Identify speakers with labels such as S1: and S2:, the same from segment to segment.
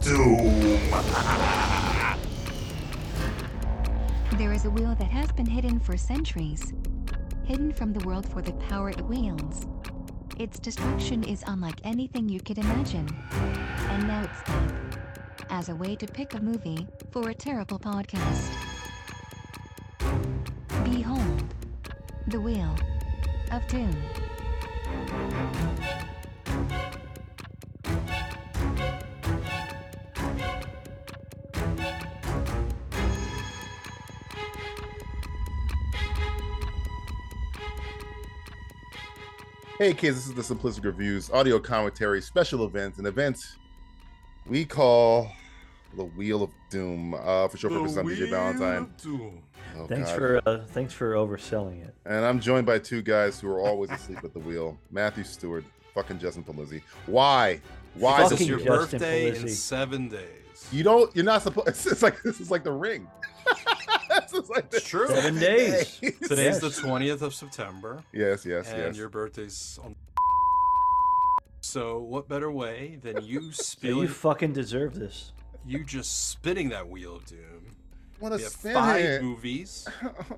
S1: Zoom.
S2: There is a wheel that has been hidden for centuries. Hidden from the world for the power it wields. Its destruction is unlike anything you could imagine. And now it's up. As a way to pick a movie for a terrible podcast. Behold. The Wheel of Doom.
S3: Hey kids, this is the Simplistic Reviews audio commentary, special events, and events we call the Wheel of Doom. Uh, for show purposes, I'm DJ Valentine. Oh,
S4: Thanks
S3: God.
S4: for uh, thanks for overselling it.
S3: And I'm joined by two guys who are always asleep at the wheel: Matthew Stewart, fucking Justin Polizzi. Why? Why is
S4: Fucking
S3: this
S5: it's
S3: your?
S5: your
S4: Justin
S5: birthday in
S4: Polizzi.
S5: seven days.
S3: You don't. You're not supposed. It's, it's like this is like the ring. this is like
S5: It's
S3: the-
S5: true.
S4: Seven days.
S5: Today's
S4: Yes.
S5: the twentieth of September,
S3: Yes, yes,
S5: and
S3: yes.
S5: your birthday's on. So what better way than you
S4: Yeah, you
S5: spilling,
S4: fucking deserve this.
S5: you just spinning that wheel of doom?
S3: Want
S5: We
S3: to
S5: have
S3: spin
S5: five
S3: it?
S5: movies.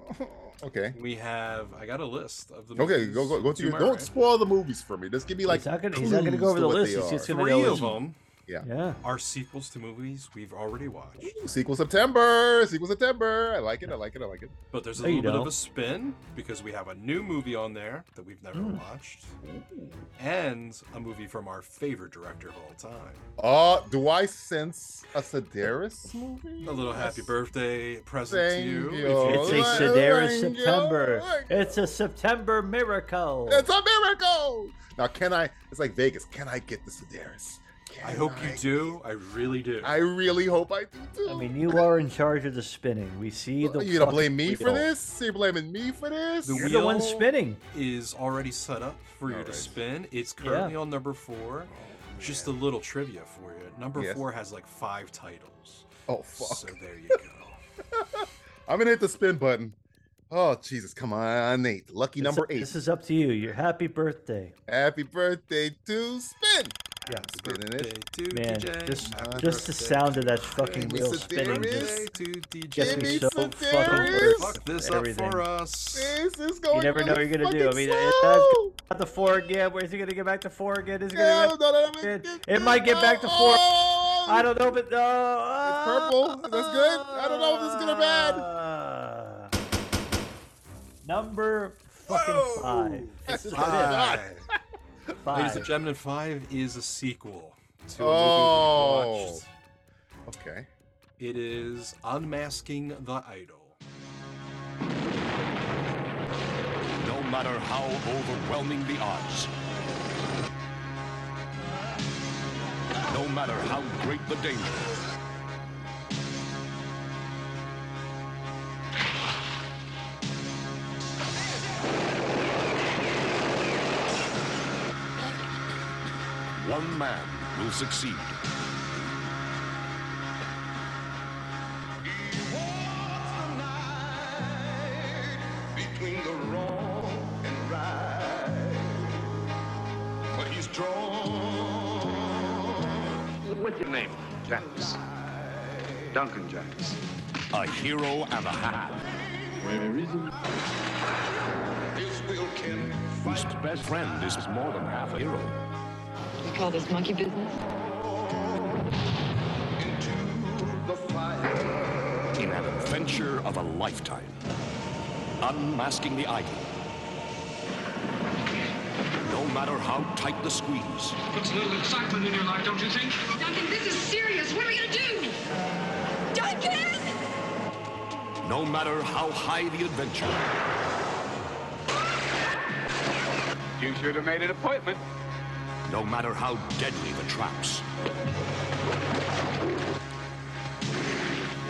S3: okay.
S5: We have. I got a list of the.
S3: Okay,
S5: movies
S3: go go go
S5: to
S3: to your,
S5: my
S3: don't
S5: right.
S3: spoil the movies for me. Just give me like
S4: he's not gonna, he's not gonna
S3: clues
S4: go over
S3: to
S4: the
S3: what
S4: list.
S3: they
S4: He's just
S3: are.
S4: gonna
S5: Three
S4: know
S5: of
S4: what
S5: them
S4: you- Yeah.
S5: are sequels to movies we've already watched,
S3: Sequel September, sequel September. I like it. I like it. I like it.
S5: but there's a
S4: No, you
S5: little bit of
S4: don't.
S5: a spin because we have a new movie on there that we've never
S4: Hmm.
S5: watched, and a movie from our favorite director of all time.
S3: Uh, do I sense a Sedaris movie?
S5: A little happy birthday present
S3: Thank
S5: to you.
S3: you.
S4: It's
S5: If
S4: a
S5: you
S3: Alright,
S4: Sedaris
S3: alright,
S4: September.
S3: alright.
S4: It's a September miracle.
S3: It's a miracle. Now, can I? It's like Vegas. Can I get the Sedaris? Can
S5: I hope you
S3: I-
S5: do. I really do.
S3: I really hope I do too.
S4: I mean, you are in charge of the spinning. We see the.
S3: you gonna
S4: fucking
S3: blame me for
S4: wheel.
S3: this? You blaming me for this?
S5: The
S4: You're the one
S5: Wheel.
S4: spinning.
S5: is already set up for you to
S3: Alright. Oh,
S5: spin. It's currently on number four. Just a little trivia for you. Number
S3: Yes.
S5: four has like five titles.
S3: Oh fuck!
S5: So there you go.
S3: I'm gonna hit the spin button. Oh Jesus! Come on, Nate. Lucky
S4: It's
S3: number
S4: up-
S3: eight.
S4: This is up to you. Your happy birthday.
S3: Happy birthday to spin.
S4: Yeah.
S3: Spinning it.
S5: to
S4: Man,
S5: DJ.
S4: just
S5: Happy
S4: just
S5: birthday.
S4: the sound of that fucking
S3: Hey,
S4: wheel
S3: Mr.
S4: spinning
S3: Darius.
S4: just
S5: Birthday to
S4: gets me
S3: Jimmy
S5: DJ.
S4: so fucking
S3: Sedaris.
S4: worked.
S5: Fuck this
S4: everything.
S5: up for us.
S3: This is going.
S4: never know
S3: really
S4: what you're gonna do. I
S3: fucking
S4: mean, it- that's-
S3: slow.
S4: Out the four again. Where's he gonna get back to four again? Is he gonna
S3: Yeah,
S4: get-
S3: no, no, no,
S4: It- it might get back to
S3: oh,
S4: four.
S3: oh,
S4: I don't know, but no. ah!
S3: It's purple. That's good. I don't know if this is good or bad.
S4: bad. Number fucking
S5: Whoa!
S4: five.
S3: That's
S4: It's
S3: not
S4: five.
S3: bad.
S5: Ladies and
S4: Five.
S5: gentlemen, five is a sequel to a movie we
S3: Oh.
S5: watched.
S3: Okay.
S5: It is Unmasking the Idol.
S6: no matter how overwhelming the odds, no matter how great the danger. One man will succeed. between the wrong and right. But he's drawn
S7: What's your name? Jacks. Duncan Jacks.
S6: a hero and a half.
S7: Where is he?
S6: His will can Whose best friend is more than half a hero.
S8: You call this monkey business?
S6: Into the fire. In an adventure of a lifetime. Unmasking the idol. No matter how tight the squeeze,
S9: Puts a little excitement in your life, don't you think?
S8: Duncan, this is serious. What are we gonna do? Duncan!
S6: no matter how high the adventure.
S7: You should have made an appointment.
S6: no matter how deadly the traps.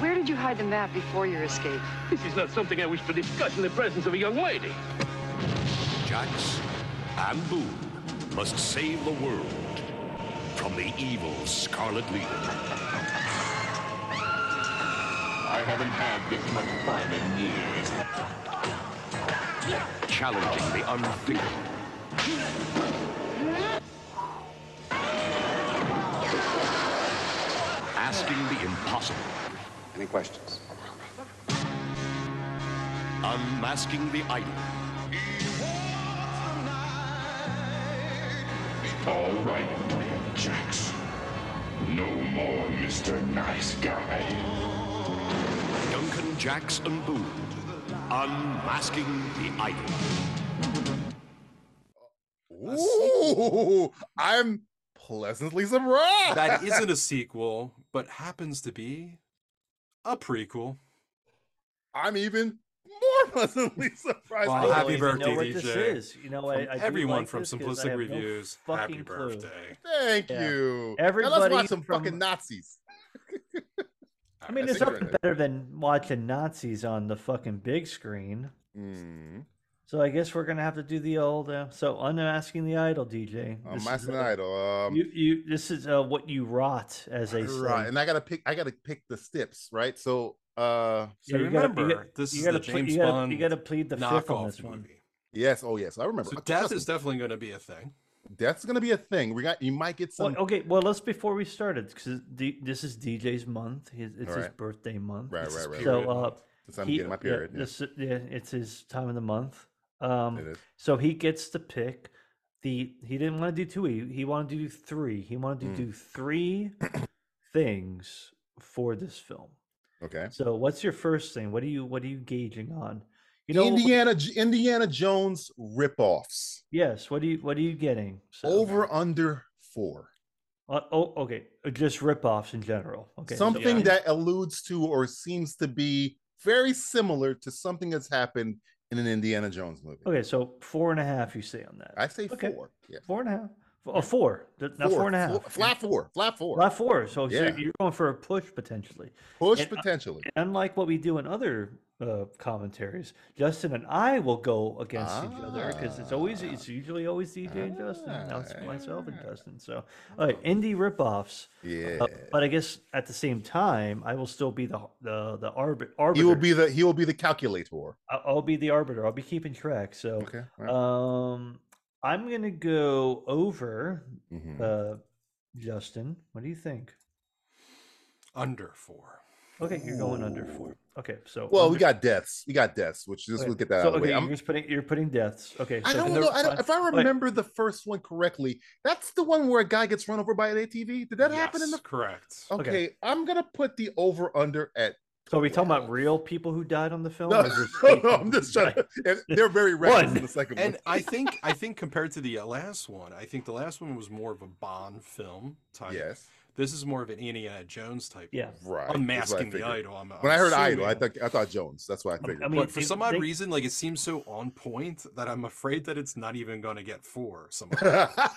S8: Where did you hide the map before your escape?
S7: This is not something I wish to discuss in the presence of a young lady.
S6: Jax and Boone must save the world from the evil Scarlet Leader. I haven't had this much fun in years. Challenging the unthinkable. asking the impossible.
S7: Any questions?
S6: Unmasking the idol.
S1: All right, Jax. No more Mr. Nice Guy.
S6: Duncan, Jax, and Boone. Unmasking the idol.
S3: Ooh, I'm pleasantly surprised.
S5: That isn't a sequel, but happens to be a prequel.
S3: I'm even more pleasantly surprised.
S5: Well,
S3: by
S5: happy
S3: this.
S4: even know
S5: birthday,
S4: what this
S5: DJ.
S4: is. You know, I, I
S5: from
S4: do
S5: everyone
S4: like
S5: from
S4: this 'cause I
S5: Simplistic
S4: have no
S5: Reviews. happy
S4: fucking clue.
S5: birthday.
S3: Thank
S4: Yeah.
S3: you. now let's
S4: Everybody
S3: watch some
S4: from-
S3: fucking Nazis.
S4: I mean,
S3: That's
S4: there's
S3: a
S4: nothing
S3: great-
S4: better than watching Nazis on the fucking big screen.
S5: Mm-hmm.
S3: Mm.
S4: So I guess we're gonna have to do the old. Uh, so unmasking the idol, DJ.
S3: Uh,
S4: This is,
S3: Master
S4: uh,
S3: Idol. Um,
S4: You, you. This is uh, what you rot, as they say.
S3: right, and I gotta pick. I gotta pick the steps, right? So, uh,
S5: So
S4: you gotta- you
S5: remember,
S4: gotta-
S5: this
S4: you
S5: is
S4: gotta
S5: the
S4: ple-
S5: James
S4: you gotta,
S5: Bond
S4: You gotta plead the fifth on this
S5: knockoff
S4: one.
S5: movie.
S3: yes. Oh, yes. I remember.
S5: So
S3: Uh,
S5: death
S3: trust
S5: is
S3: me,
S5: definitely going to be a thing.
S3: that's gonna be a thing. We got. You might get some.
S4: Well, okay, well, let's before we started because this is DJ's month. his- It's his
S3: Alright.
S4: birthday month.
S3: right,
S5: this is
S3: right, right.
S4: So,
S5: period
S4: uh,
S5: month.
S3: Since I'm
S4: he-
S3: getting my
S4: yeah,
S3: period. Yeah,
S4: this- yeah, it's his time of the month. Um,
S3: it is.
S4: So he gets to pick the. He didn't want to do two. E, He, he wanted to do three. He wanted to
S3: Mm.
S4: do three things for this film.
S3: Okay.
S4: So what's your first thing? What are you What are you gauging on? You know,
S3: Indiana J- Indiana Jones ripoffs.
S4: yes. What are you What are you getting? So,
S3: Over under four.
S4: Uh, oh, okay. uh, Just ripoffs in general. Okay. so-
S3: something
S5: yeah.
S3: that alludes to or seems to be very similar to something that's happened in an Indiana Jones movie.
S4: Okay, so four and a half. You say on that?
S3: I say
S4: Okay.
S3: four. Yeah.
S4: Four and a half. F- Oh, four. Th- Not four and a half.
S3: Four, flat four. Flat four.
S4: Not four. So, so
S3: Yeah.
S4: you're going for a push potentially.
S3: Push
S4: and-
S3: potentially.
S4: Unlike what we do in other uh, commentaries, Justin and I will go against each other because it's always
S3: Ah.
S4: it's usually always DJ and Justin. and Now it's myself and
S3: Ah.
S4: Justin. So, all right, indie ripoffs.
S3: yeah.
S4: Uh, but I guess at the same time, I will still be the the the arbit- arbiter.
S3: he will be the he will be the calculator.
S4: I'll, I'll be the arbiter. I'll be keeping track. So.
S3: Okay. all right.
S4: Um, I'm gonna go over
S3: Mhm.
S4: uh, Justin. What do you think?
S5: Under four.
S4: Okay, you're going under four. Okay, so
S3: well, we
S4: under-
S3: got deaths. We got deaths, which just
S4: okay,
S3: we'll get that
S4: so,
S3: out of the
S4: okay,
S3: way.
S4: you're
S3: I'm-
S4: just putting you're putting deaths. Okay,
S3: I
S4: so
S3: don't
S4: then
S3: know.
S4: there's
S3: I don't,
S4: fi-
S3: if I
S4: wait,
S3: remember the first one correctly, that's the one where a guy gets run over by an ATV. Did that happen in
S5: Yes,
S3: the?
S5: correct?
S3: Okay,
S4: Okay.
S3: I'm gonna put the over under at.
S4: so are we talking about
S3: twelve.
S4: real people who died on the film?
S3: No,
S4: or just
S3: no,
S4: fake
S3: no, I'm
S4: people
S3: just
S4: who
S3: trying.
S4: died?
S3: To, and they're very reckless
S4: One.
S3: in the second
S5: And
S3: one.
S5: I think I think compared to the uh, last one, I think the last one was more of a Bond film type.
S3: Yes,
S5: This is more of an Indiana Jones type.
S4: Yeah,
S3: right. that's what I
S5: Unmasking the
S3: figured.
S5: idol. I'm,
S3: When
S5: I'm
S3: I heard idol, I
S5: assuming.
S3: thought I thought Jones. That's what I
S4: I
S3: figured.
S4: mean-
S5: but for
S4: it-
S5: some odd
S4: they-
S5: reason, like it seems so on point that I'm afraid that it's not even going to get four. Some
S4: so you
S3: Oh!
S4: think
S3: That's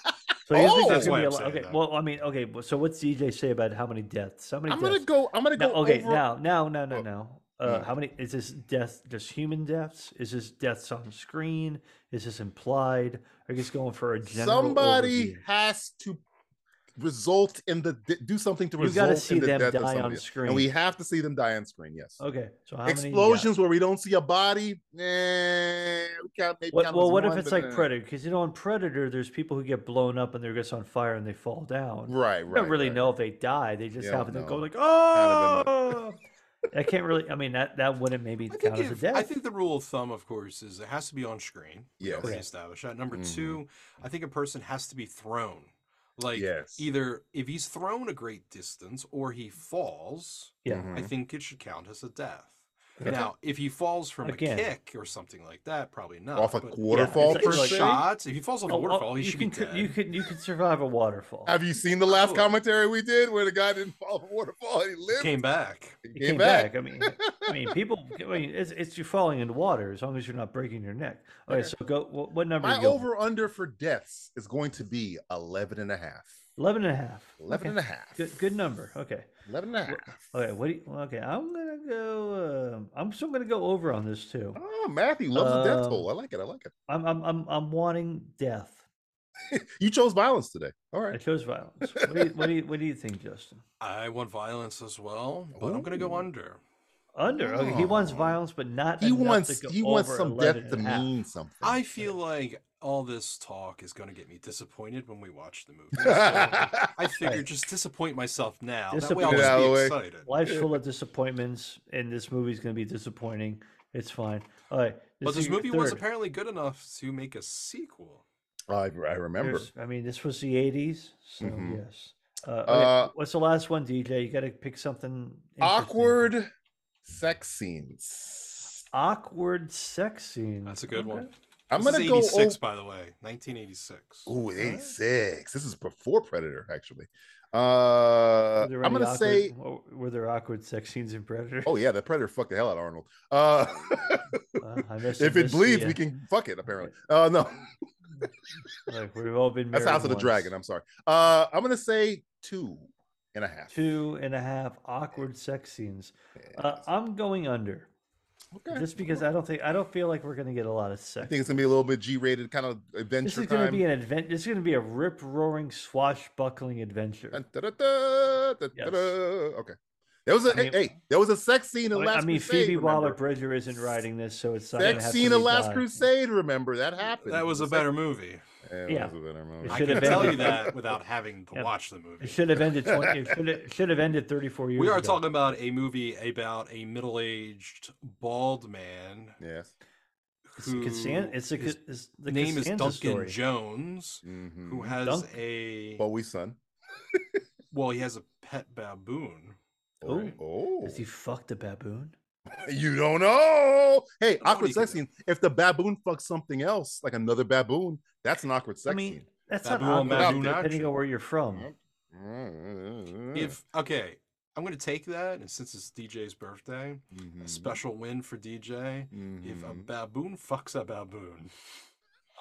S4: that's gonna
S5: why
S4: be a
S5: I'm
S4: lot?
S5: saying
S4: Okay,
S5: that.
S4: well, I mean, okay, well, so what's DJ say about how many deaths? How many?
S3: I'm gonna
S4: deaths?
S3: go. I'm gonna
S4: No,
S3: go.
S4: okay,
S3: over,
S4: now, now, no, no,
S3: Oh,
S4: no.
S3: mm.
S4: Uh, how many is this death? Just human deaths? Is this deaths on screen? Is this implied? Are you just going for a general?
S3: somebody
S4: overview?
S3: has to result in the do something to
S4: You gotta
S3: result
S4: see
S3: in the
S4: them
S3: death of
S4: die on
S3: somebody, else.
S4: screen.
S3: and we have to see them die on screen. Yes.
S4: Okay, so how many you got?
S3: Explosions where we don't see a body. Eh, we count, maybe
S4: What,
S3: count
S4: well,
S3: as
S4: what if
S3: one,
S4: it's
S3: but,
S4: like
S3: eh.
S4: Predator? Because you know, in Predator, there's people who get blown up and they're just on fire and they fall down.
S3: Right,
S4: You
S3: right.
S4: don't really
S3: right.
S4: know if they die. They just
S3: You don't
S4: happen to go
S3: know.
S4: like,
S3: Kind
S4: oh. I can't really. I mean, that that wouldn't maybe
S5: I
S4: count
S5: think,
S4: as a
S5: if- I
S4: death.
S5: think the rule of thumb, of course, is it has to be on screen. We
S3: Yes.
S5: already
S4: Correct.
S5: established that. Number
S3: Mhm.
S5: two, I think a person has to be thrown. Like
S3: Yes.
S5: either if he's thrown a great distance or he falls,
S4: Yeah.
S3: Mm-hmm.
S5: I think it should count as a death. Now, if he falls from
S4: Again.
S5: a kick or something like that, probably not.
S3: Off a
S5: but
S3: waterfall
S4: like-
S5: for
S3: per
S4: it's like-
S3: se.
S5: shots, if he falls off a
S4: Oh, oh,
S5: waterfall, he
S4: you
S5: should
S4: can,
S5: be
S4: cou-
S5: dead.
S4: You can you can survive a waterfall.
S3: Have you seen the last
S5: Cool.
S3: commentary we did where the guy didn't fall from waterfall? He lived.
S5: Came back.
S3: he
S4: It came, back. I mean, I mean, people. I mean, it's, it's you falling in water as long as you're not breaking your neck. All right, so go. What, what number?
S3: My
S4: you going?
S3: over under for deaths is going to be 11 and a half.
S4: 11 and a half.
S3: 11
S4: okay.
S3: and a half.
S4: Good, good number. Okay.
S3: 11 and a half.
S4: Okay. What? Do you, okay. I'm gonna go. Um, I'm still gonna go over on this too.
S3: Oh, Matthew loves the death
S4: Um,
S3: toll. I like it. I like it.
S4: I'm. I'm. I'm. I'm wanting death.
S3: You chose violence today. All
S4: I
S3: right.
S4: chose violence. What do you? What do you, what do you think, Justin?
S5: I want violence as well, but I'm going to
S3: Ooh.
S5: go under.
S4: Under. Okay. He wants
S3: Oh.
S4: violence, but not.
S3: He
S4: enough to
S3: wants
S4: go
S3: he wants
S4: over
S3: some
S4: 11
S3: death to
S4: and a half.
S3: mean something.
S5: I feel like all this talk is going to get me disappointed when we watch the movie. So I figure just disappoint myself now. That way I'll
S3: Disappoint.
S5: just
S3: Out of the
S5: be
S3: way.
S5: excited.
S4: Life's full of disappointments, and this movie's going to be disappointing. It's fine. All right.
S5: But
S4: is
S5: this
S4: your
S5: movie was
S4: third.
S5: apparently good enough to make a sequel.
S3: I, I remember.
S4: There's- I mean, this was the '80s, so
S3: Mhm.
S4: yes. Uh, okay,
S3: Uh,
S4: What's the last one, DJ? You got to pick something interesting.
S3: Awkward sex scenes.
S4: awkward sex scene.
S5: That's a good one.
S3: I'm
S5: This
S3: gonna
S5: is
S3: go.
S5: 86, by the way. 1986.
S3: Ooh, 86. This is before Predator, actually. Uh,
S4: Were there
S3: I'm
S4: any
S3: gonna
S4: awkward-
S3: say.
S4: w- were there awkward sex scenes in Predator?
S3: Oh yeah, the Predator fucked the hell out of Arnold. Uh,
S4: Uh, I must have
S3: if it
S4: missed
S3: bleeds,
S4: the,
S3: we can fuck it. Apparently, uh, no,
S4: uh, Like, we've all been.
S3: that's
S4: married
S3: House of the
S4: once.
S3: Dragon. I'm sorry. Uh, I'm gonna say two and a half.
S4: Two and a half awkward sex scenes. Uh, I'm going under
S3: Okay.
S4: just because I don't think I don't feel like we're going to get a lot of sex.
S3: I think it's gonna be a little bit G-rated, kind of
S4: this
S3: adventure
S4: is going to
S3: time.
S4: be an advent. This is going to be a rip roaring, swashbuckling adventure.
S3: Dun, da, da, da, da,
S4: Yes.
S3: da, da. Okay. There was a
S4: mean-
S3: hey, hey, there was a sex scene in
S4: I mean-
S3: Last
S4: I mean,
S3: Crusade.
S4: Phoebe Waller
S3: remember?
S4: Bridger isn't writing this, so it's not. gonna
S3: Sex
S4: have
S3: scene
S4: to
S3: in
S4: be
S3: Last
S4: guy.
S3: Crusade. Remember that happened.
S5: That was a
S3: Sex-
S5: better movie.
S3: Yeah, it
S4: Yeah.
S3: was a better movie.
S4: It
S5: I
S4: should
S5: can
S4: have
S5: tell
S4: ended-
S5: you that without having to watch the
S4: It
S5: movie.
S4: should have ended. 20, it should have, should have ended 34 years.
S5: We are
S4: ago.
S5: talking about a movie about a middle-aged bald man
S3: Yes.
S4: It's the
S5: who
S4: Cassan- it's the,
S5: his
S4: Ca- it's the
S5: name is
S4: Costanza
S5: Duncan
S4: story.
S5: Jones, who
S3: Mm-hmm.
S5: has
S4: Dunk?
S5: a
S3: Bowie's son.
S5: well, he has a pet baboon.
S4: Oh.
S5: right?
S3: Oh,
S4: Does he fuck the baboon?
S3: you don't know. Hey,
S5: Nobody
S3: awkward sex
S5: can
S3: scene. If the baboon fucks something else, like another baboon, that's an awkward sex
S4: I mean,
S3: scene.
S4: that's
S5: Baboon,
S4: not awkward,
S5: baboon
S4: depending
S5: action.
S4: on where you're from.
S3: Yep.
S4: Hmm.
S3: Mm.
S5: If okay, I'm gonna take that, and since it's DJ's birthday,
S4: Mm-hmm.
S5: a
S3: Mhm.
S5: special win for DJ. If a
S3: Mhm.
S5: baboon fucks a baboon,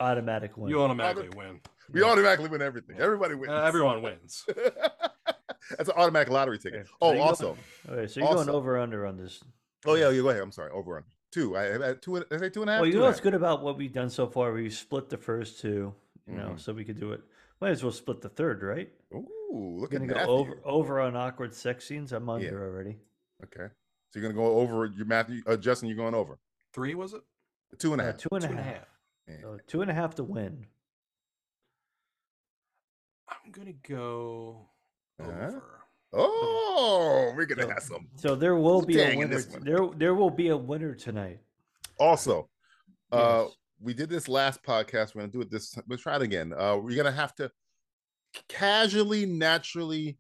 S4: Automatic one.
S5: you automatically win.
S3: we automatically win everything, everybody wins.
S5: Uh, everyone wins.
S3: That's an automatic lottery ticket.
S4: Okay, so
S3: Oh,
S4: you go-
S3: also,
S4: Okay, so you're
S3: Also-
S4: going over under on this.
S3: oh yeah, you go ahead. I'm sorry, over on two. I I- I- two. and- Did I say two and a half.
S4: Well, Oh, you
S3: Two
S4: know
S3: and a
S4: what's
S3: half.
S4: good about what we've done so far? We split the first two, you know,
S3: Mhm.
S4: so we could do it. Might as well split the third, right?
S3: Ooh, look
S4: We're
S3: at
S4: gonna go
S3: Matthew.
S4: over over on awkward sex scenes. I'm under
S3: Yeah.
S4: already.
S3: Okay, so you're gonna go over your Matthew, uh, Justin. You're going over
S5: Three was it?
S3: two and a
S4: Uh,
S3: half.
S4: two and a
S5: Two and a
S4: half.
S5: half.
S3: Yeah.
S4: So two and a half to win.
S5: I'm gonna go
S3: Uh-huh.
S5: over.
S3: Oh, we're gonna
S4: So-
S3: have some.
S4: So there will be a
S3: Dang it,
S4: winner.
S3: this
S4: t-
S3: one.
S4: There there will be a winner tonight.
S3: Also, uh,
S4: Yes.
S3: we did this last podcast. We're gonna do it this. time. Let's try it again. Uh, we're gonna have to casually, naturally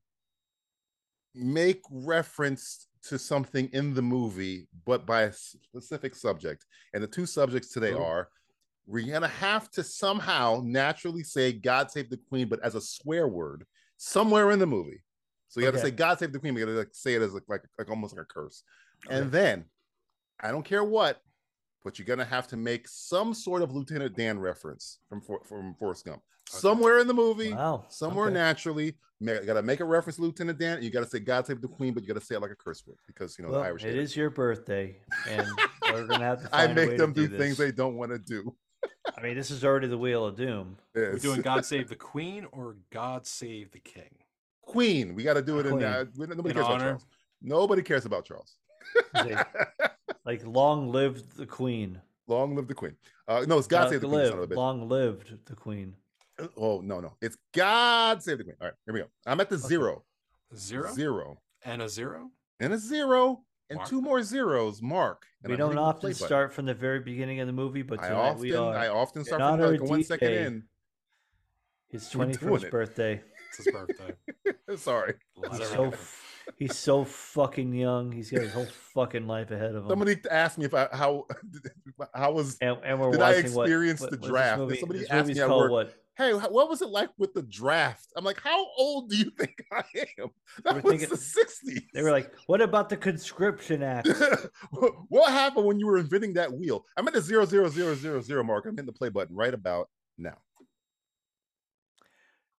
S3: make reference to something in the movie, but by a specific subject. And the two subjects today
S4: Cool.
S3: are: we're gonna have to somehow naturally say "God Save the Queen," but as a swear word somewhere in the movie. So you have
S4: Okay.
S3: to say "God Save the Queen." We gotta like, say it as like, like like almost like a curse.
S4: Okay.
S3: And then, I don't care what, but you're gonna have to make some sort of Lieutenant Dan reference from For- from Forrest Gump somewhere in the movie,
S4: Wow.
S3: somewhere
S4: okay.
S3: naturally. ma- You gotta make a reference to Lieutenant Dan, and you gotta say "God Save the Queen," but you gotta say it like a curse word because you know
S4: Well,
S3: the Irish.
S4: it
S3: hate
S4: is your birthday, and we're gonna have to.
S3: I
S4: find a way
S3: make
S4: to
S3: them do, things
S4: this.
S3: they don't want to do.
S4: I mean, this is already the wheel of doom.
S5: We're
S3: Yes.
S5: doing God Save the Queen or God Save the King.
S3: Queen. We gotta do it in.
S4: Queen.
S3: Uh, we- nobody
S5: In
S3: cares about
S5: honor.
S3: Charles. Nobody cares about Charles.
S4: Say, like long lived the queen.
S3: Long live the Queen. Uh, no, it's God
S4: Uh,
S3: Save the Queen. son
S4: live,
S3: of a bitch.
S4: long lived the queen.
S3: Oh no, no, it's God Save the Queen. All right, here we go. I'm at the zero,
S5: Zero?
S3: zero,
S5: And a zero?
S3: and a zero, and
S5: Mark.
S3: two more zeros. Mark. And
S4: we
S3: I'm hitting
S4: don't
S3: the play
S4: often
S3: button.
S4: start from the very beginning of the movie, but
S3: I
S4: tonight we
S3: often,
S4: are.
S3: I often start
S4: honor
S3: from like
S4: of
S3: one second
S4: DJ.
S3: in.
S4: His
S3: we're doing
S4: 21st
S3: it.
S4: birthday.
S5: It's his birthday.
S3: Sorry,
S5: Let
S4: He's
S5: her
S4: so,
S5: have it.
S4: f- he's so fucking young. He's got his whole fucking life ahead of him.
S3: somebody asked me if I how how was.
S4: and, and we're
S3: did I
S4: watching what-
S3: experience
S4: what,
S3: the
S4: what's this
S3: draft? Did
S4: Movie?
S3: somebody
S4: this
S3: ask
S4: movie's
S3: me at
S4: called
S3: work?
S4: what?
S3: Hey, how- what was it like with the draft? I'm like, how old do you think I am? That
S4: were
S3: was
S4: thinking-
S3: the 60s.
S4: They were like, "What about the conscription act?"
S3: Wha- what happened when you were inventing that wheel? I'm at the zero zero zero zero zero mark. I'm hitting the play button right about now.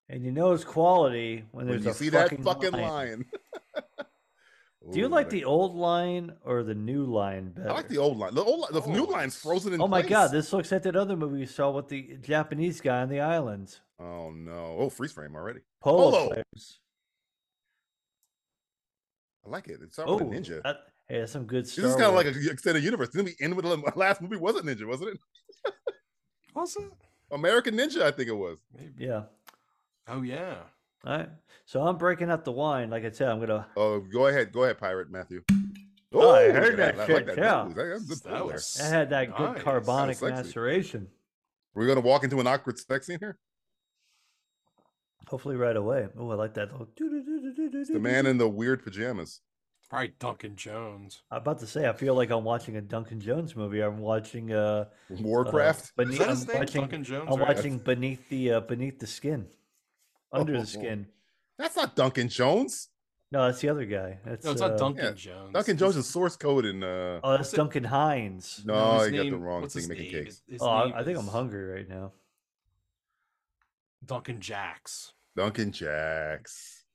S4: and you know it's quality when
S3: When
S4: there's
S3: you
S4: a
S3: see
S4: fucking
S3: that fucking
S4: line.
S3: line.
S4: Do you
S3: Ooh,
S4: like
S3: that-
S4: the old line or the new line better?
S3: I like the old line. The old, li- the new
S5: Oh,
S3: line's
S5: it's-
S3: frozen in.
S4: Oh my god,
S3: place.
S4: this looks like that other movie we saw with the Japanese guy on the island.
S3: Oh no! Oh, freeze frame already.
S4: Polo,
S3: Polo.
S4: players.
S3: I like it. It's not
S4: Oh,
S3: with a ninja.
S4: that- hey, that's some good
S3: This
S4: Star
S3: is kind of like
S4: Wars.
S3: an extended universe. Then we end with the last movie was a ninja, wasn't it?
S5: Was it?
S3: American Ninja, I think it was.
S5: Maybe.
S4: Yeah.
S5: Oh yeah.
S4: All right. So I'm breaking out the wine. Like I said, I'm gonna.
S3: Oh, go ahead, go ahead, pirate Matthew.
S4: Oh, I
S3: Ooh,
S4: heard
S3: look at
S4: that
S3: I like
S4: shit, yeah.
S3: That- That's good
S5: That
S3: pull there.
S5: was
S4: I had that good
S5: nice.
S4: carbonic
S3: sexy.
S4: maceration.
S3: We're gonna walk into an awkward sex scene here.
S4: Hopefully, right away. Oh, I like that little.
S3: It's the man in the weird pajamas.
S5: Probably Duncan Jones.
S4: I'm about to say, I feel like I'm watching a Duncan Jones movie. I'm watching uh, uh,
S3: Warcraft.
S4: beneath,
S5: Is that his
S4: I'm
S5: name?
S4: watching,
S5: Duncan Jones,
S4: I'm
S5: right?
S4: watching beneath the uh, beneath the skin, under
S3: Oh,
S4: the skin.
S3: That's not Duncan Jones.
S4: No, that's the other guy. That's
S5: No, it's not
S4: uh,
S5: Duncan
S3: yeah.
S5: Jones.
S3: Duncan Jones is source code in uh
S4: Oh, that's Duncan Hines.
S3: No,
S5: his
S3: you got the
S5: name-
S3: wrong
S5: what's
S3: thing
S5: his
S3: making
S5: name?
S3: cakes.
S5: His
S4: Oh, I,
S5: name
S4: I think I'm
S5: is
S4: hungry right now.
S5: Duncan Jacks.
S3: Duncan Jacks.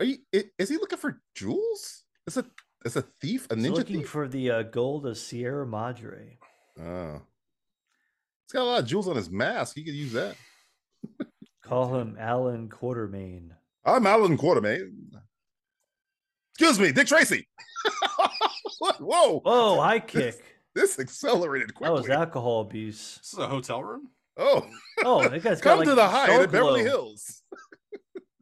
S3: Are you i- is he looking for jewels? Is a is a thief, a
S4: He's
S3: ninja
S4: looking
S3: thief?
S4: for the uh, gold of Sierra Madre.
S3: oh. He's got a lot of jewels on his mask. He could use that.
S4: Call him Alan Quartermain.
S3: I'm Alan Quartermain. Excuse me, Dick Tracy. Whoa,
S4: Whoa, Oh, high kick.
S3: this accelerated
S4: That
S3: quickly.
S4: was alcohol abuse.
S5: This is a hotel room.
S3: Oh,
S4: Oh, that guy's got
S3: come
S4: like
S3: to the high
S4: snow
S3: at Beverly
S4: globe.
S3: Hills.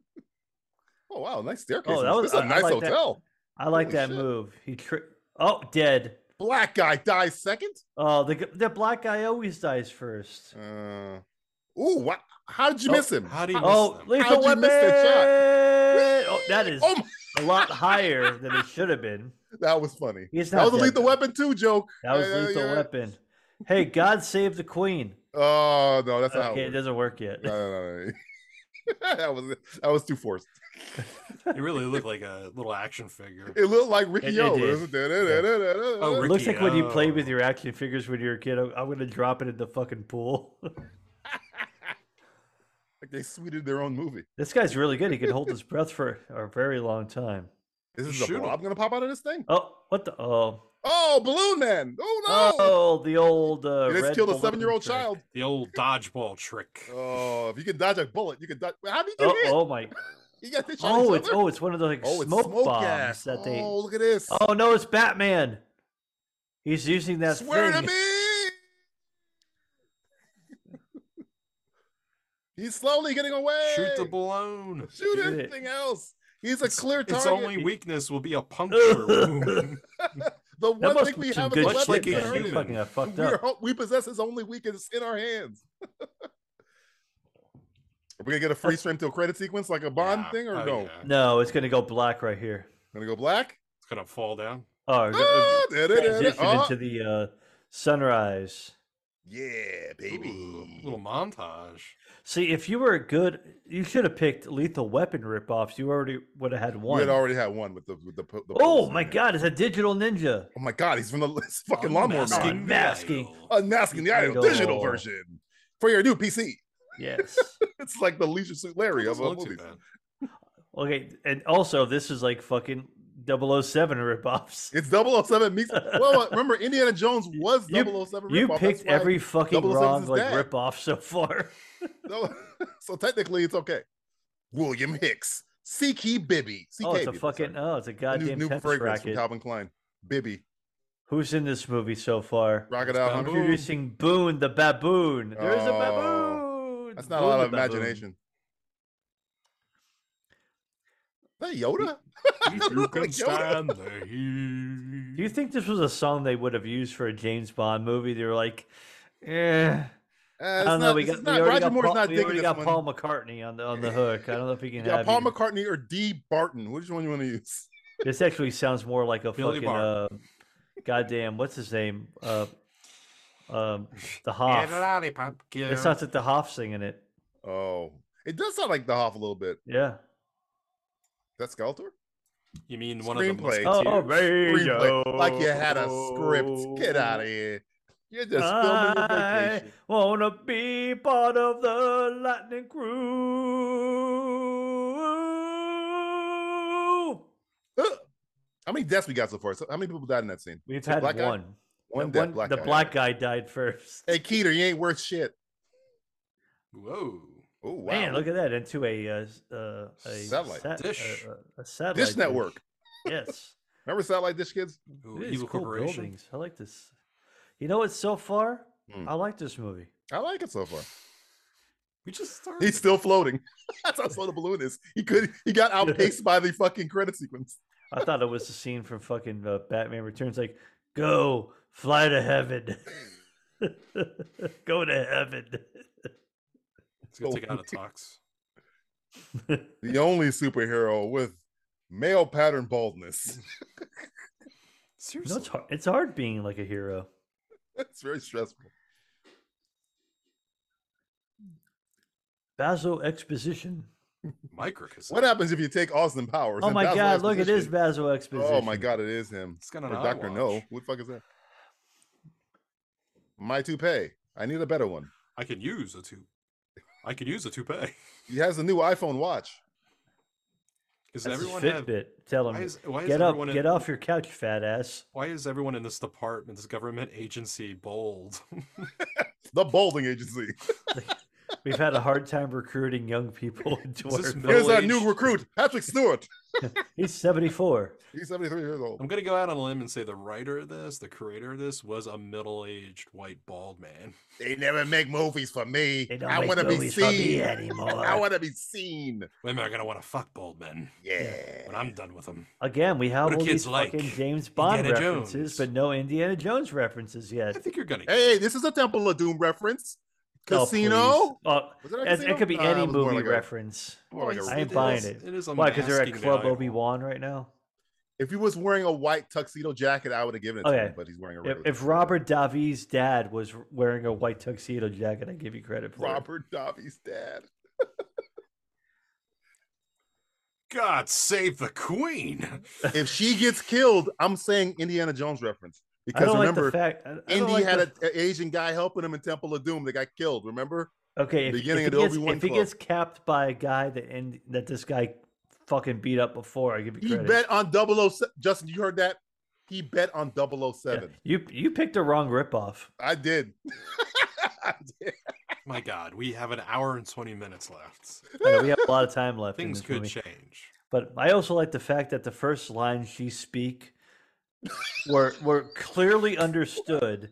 S3: oh wow, nice staircase.
S4: Oh, that was-
S3: this is a
S4: I- I
S3: nice
S4: like that.
S3: hotel.
S4: I like
S3: Holy
S4: that
S3: shit.
S4: move. He tri- Oh, dead.
S3: Black guy dies second.
S4: Oh, the g- the black guy always dies first.
S3: Uh, ooh, what? How did you
S4: Oh,
S3: miss him?
S5: How do you
S4: Oh,
S5: miss them?
S4: lethal
S3: How'd you
S4: weapon!
S3: miss that shot?
S4: Oh, that is
S3: Oh my,
S4: a lot higher than it should have been.
S3: that was funny.
S4: He's
S3: That
S4: not
S3: was a
S4: dead,
S3: lethal
S4: though.
S3: weapon too joke.
S4: That was
S3: Yeah, yeah,
S4: lethal
S3: yeah.
S4: weapon. Hey, God save the Queen.
S3: Oh no, that's not how.
S4: Okay, it
S3: It works.
S4: doesn't work yet.
S3: No, no, no, no. that was that was too forced.
S5: It really looked like a little action figure.
S3: It looked like Ricky
S4: It- it
S3: O.
S4: did.
S5: Oh,
S4: It looks
S5: Ricky,
S4: like when you play
S5: oh.
S4: with your action figures when you're a kid. I'm, I'm gonna drop it in the fucking pool.
S3: Like they sweeted their own movie.
S4: this guy's really good. He can hold his breath for a very long time.
S3: Is this
S5: Shoot
S3: a
S5: 'em.
S3: blob gonna pop out of this thing?
S4: Oh, what the? Oh,
S3: Oh, balloon man! Oh no!
S4: oh, the old. Uh,
S3: They just
S4: red
S3: killed a
S4: balloon
S3: seven-year-old
S4: trick.
S3: child.
S5: The old dodgeball trick.
S3: Oh, if you can dodge a bullet, you can dodge. How did you
S4: Oh,
S3: get hit?
S4: oh my!
S3: You got hit on
S4: Oh,
S3: each
S4: it's
S3: other?
S4: oh, it's one of the like
S3: Oh, it's
S4: smoke, bombs
S3: gas.
S4: that they.
S3: Oh, look at this!
S4: Oh no, it's Batman. He's using that
S3: Swear
S4: thing.
S3: to me! He's slowly getting away.
S5: Shoot the balloon.
S3: Shoot
S4: Shoot it.
S3: anything else. He's a clear target.
S5: Its only weakness will be a puncture wound.
S3: the
S4: That
S3: one
S4: must
S3: thing
S4: be
S3: we
S4: some
S3: have
S4: good
S3: as a weapon
S4: shit.
S5: like
S3: in
S5: a
S3: our
S4: man. You
S5: human.
S4: fucking got fucked
S3: we, are,
S4: up.
S3: ho- we possess his only weakness in our hands. Are we gonna get a freeze frame to a credit sequence like a Bond
S5: Yeah.
S3: thing, or
S5: Oh,
S3: no?
S5: yeah.
S4: No, it's gonna go black right here.
S3: Gonna go black.
S5: It's gonna fall down.
S4: Oh, we're gonna-
S3: Ah, da- da- da- da-
S4: transition
S3: ah.
S4: into the uh, sunrise.
S3: Yeah,
S5: Ooh,
S3: baby.
S5: little montage.
S4: See, if you were a good, you should have picked Lethal Weapon ripoffs. You already would have had
S3: We
S4: one.
S3: had already had one with the with the. po- the
S4: oh
S3: pose in
S4: my
S3: there.
S4: God, it's a digital ninja.
S3: Oh my god! He's from the it's fucking lawnmower
S5: Unmasking
S3: man.
S5: the
S4: Masking.
S5: idol.
S3: Unmasking the idol, digital
S4: Idol.
S3: version for your new PC.
S4: Yes.
S3: It's like the Leisure Suit Larry of
S5: Doesn't
S3: a
S5: look too
S3: movie.
S5: bad.
S4: okay, and also this is like fucking 007 ripoffs.
S3: It's 007 meets. Well, uh, remember Indiana Jones was
S4: You-
S3: 007.
S4: You
S3: ripoff. That's oh
S4: picked
S3: why-
S4: every fucking
S3: 007's
S4: wrong
S3: his
S4: like
S3: dad.
S4: ripoff so far.
S3: So, so technically, it's okay. William Hicks, CK Bibby. CK
S4: Oh, it's a
S3: Bibby,
S4: fucking
S3: sorry.
S4: oh, it's a
S3: And his
S4: goddamn
S3: new
S4: tennis
S3: fragrance from
S4: racket.
S3: Calvin Klein. Bibby,
S4: Who's in this movie so far?
S3: Crocodile
S5: It's
S3: Hunter.
S5: bamboo.
S4: Introducing Boone the baboon. There's a
S3: Oh,
S4: baboon.
S3: That's not a
S4: Boone
S3: lot
S4: the
S3: of
S4: baboon.
S3: imagination. Is that Yoda?
S5: If you
S3: Look
S5: can
S3: like Yoda.
S5: stand the
S4: Do
S5: heat.
S4: you think this was a song they would have used for a James Bond movie? They were like, eh.
S3: Uh,
S4: I
S3: it's
S4: don't know.
S3: not-
S4: we
S3: this
S4: got
S3: is
S4: we
S3: not-
S4: already
S3: Roger
S4: got,
S3: Moore's
S4: Paul,
S3: not
S4: we
S3: digging
S4: already
S3: this
S4: got
S3: one.
S4: Paul McCartney on the on the hook. I don't know if he can
S3: Yeah,
S4: have
S3: Paul
S4: either.
S3: McCartney or D. Barton. Which one you want to use?
S4: This actually sounds more like a
S5: Billy
S4: fucking uh,
S5: Barton.
S4: goddamn what's his name? Uh, um, the
S5: Get
S4: Hoff.
S5: a lollipop,
S4: It
S5: kid.
S4: sounds like the Hoff singing it.
S3: Oh, it does sound like the Hoff a little bit.
S4: Yeah.
S3: That Skeletor?
S5: You mean one of the
S3: Screenplay.
S5: Musketeers?
S4: Oh,
S3: Screenplay,
S4: radio.
S3: Like you had a script.
S4: Oh.
S3: Get out of here. You're just filming your
S4: I
S3: vacation.
S4: wanna be part of the lightning crew.
S3: Ugh. How many deaths we got so far? So how many people died in that scene?
S4: We've
S3: Is it
S4: had
S3: black guy?
S4: one.
S3: One
S4: the
S3: death. black
S4: the
S3: guy.
S4: black guy died first.
S3: Hey, Keter, you ain't worth shit.
S5: Whoa.
S3: Oh wow.
S4: Man, look at that into a uh, s- uh, a
S3: Satellite
S4: sat-
S5: dish.
S4: a, a- a satellite
S3: Dish Network.
S4: Yes,
S3: Remember Satellite Dish Kids?
S5: Ooh,
S4: It is
S5: evil
S4: cool
S5: corporation.
S4: buildings. I like this. You know what? So far,
S3: Hmm.
S4: I like this movie.
S3: I like it so far.
S5: We just started.
S3: He's still floating. That's how slow the balloon is. He could. He got outpaced by the fucking credit sequence.
S4: I thought it was the scene from fucking uh, Batman Returns, like "Go fly to heaven, go to heaven."
S5: Let's go take it out of talks.
S3: The only superhero with male pattern baldness.
S4: No,
S5: Seriously,
S4: it's hard. It's hard being like a hero.
S3: it's very stressful.
S4: Basil exposition.
S5: micro
S3: What happens if you take Austin Powers?
S4: Oh
S3: and
S4: my
S3: Basil
S4: god! Look, it is
S3: Exposition?
S4: Basil exposition.
S3: Oh my god, it is him.
S5: It's got an
S3: Or Doctor No.
S5: Watch.
S3: Who the fuck is that? My toupee. I need a better one.
S5: I can use a two. I can use a toupee.
S3: He has a new iPhone watch.
S5: Does
S4: That's his
S5: everyone have?
S4: Fitbit telling
S5: Why
S4: me,
S5: is, why is
S4: "Get up,
S5: everyone in-
S4: get off your couch, fat ass."
S5: Why is everyone in this department, this government agency, bold?
S3: The balding agency.
S4: We've had a hard time recruiting young people into
S5: Is this
S4: our.
S5: middle
S3: Here's our
S5: age?
S3: new recruit, Patrick Stewart.
S4: He's seventy-four.
S3: He's 73 years old.
S5: I'm gonna go out on a limb and say the writer of this, the creator of this, was a middle-aged white bald man.
S3: They never make movies for me.
S4: They don't
S3: I
S4: make
S3: want to be
S4: movies for me
S3: seen.
S4: anymore.
S3: I want to be seen.
S5: Women are gonna want to fuck bald men
S3: Yeah.
S5: when I'm done with them.
S4: Again, we have
S5: What do
S4: all
S5: kids
S4: these
S5: like?
S4: fucking James Bond
S5: Indiana
S4: references,
S5: Jones.
S4: but no Indiana Jones references
S5: I
S4: yet.
S5: think you're gonna.
S3: Hey, hey, this is a Temple of Doom reference.
S4: Oh,
S3: Casino?
S4: please. Oh,
S3: Was it a
S4: as-
S3: casino?
S4: it could be
S3: Nah, Uh, it
S4: any
S3: was more
S4: movie
S3: like a-
S4: reference.
S3: more like a
S5: Well,
S4: I ain't
S5: it
S4: buying
S5: is-
S4: it.
S5: It is a
S4: Why? Because they're at
S5: masking
S4: Club
S5: value.
S4: Obi Wan right now.
S3: If he was wearing a white tuxedo jacket, I would have given it to him,
S4: Okay.
S3: but he's wearing a
S4: Oh, If,
S3: regular
S4: if
S3: tuxedo.
S4: Robert Davi's dad was wearing a white tuxedo jacket, I give you credit for it.
S3: Robert Dobby's dad.
S5: God save the queen.
S3: if she gets killed, I'm saying Indiana Jones reference.
S4: I
S3: Because
S4: don't
S3: remember,
S4: like the fact. I, I don't
S3: Indy
S4: like
S3: had
S4: the-
S3: an Asian guy helping him in Temple of Doom that got killed, remember?
S4: Okay, if,
S3: Beginning of
S4: if,
S3: the
S4: he, gets,
S3: Obi-Wan
S4: if he
S3: Club.
S4: gets capped by a guy that and that this guy fucking beat up before, I give you
S3: He
S4: credit.
S3: bet on 007. Justin, you heard that? He bet on
S4: Yeah,
S3: 007.
S4: You you picked the wrong ripoff.
S3: I did. I did.
S5: My God, we have an hour and twenty minutes left.
S4: I know we have a lot of time left. in
S5: Things
S4: this
S5: could
S4: movie.
S5: change.
S4: But I also like the fact that the first lines she speak were were clearly understood,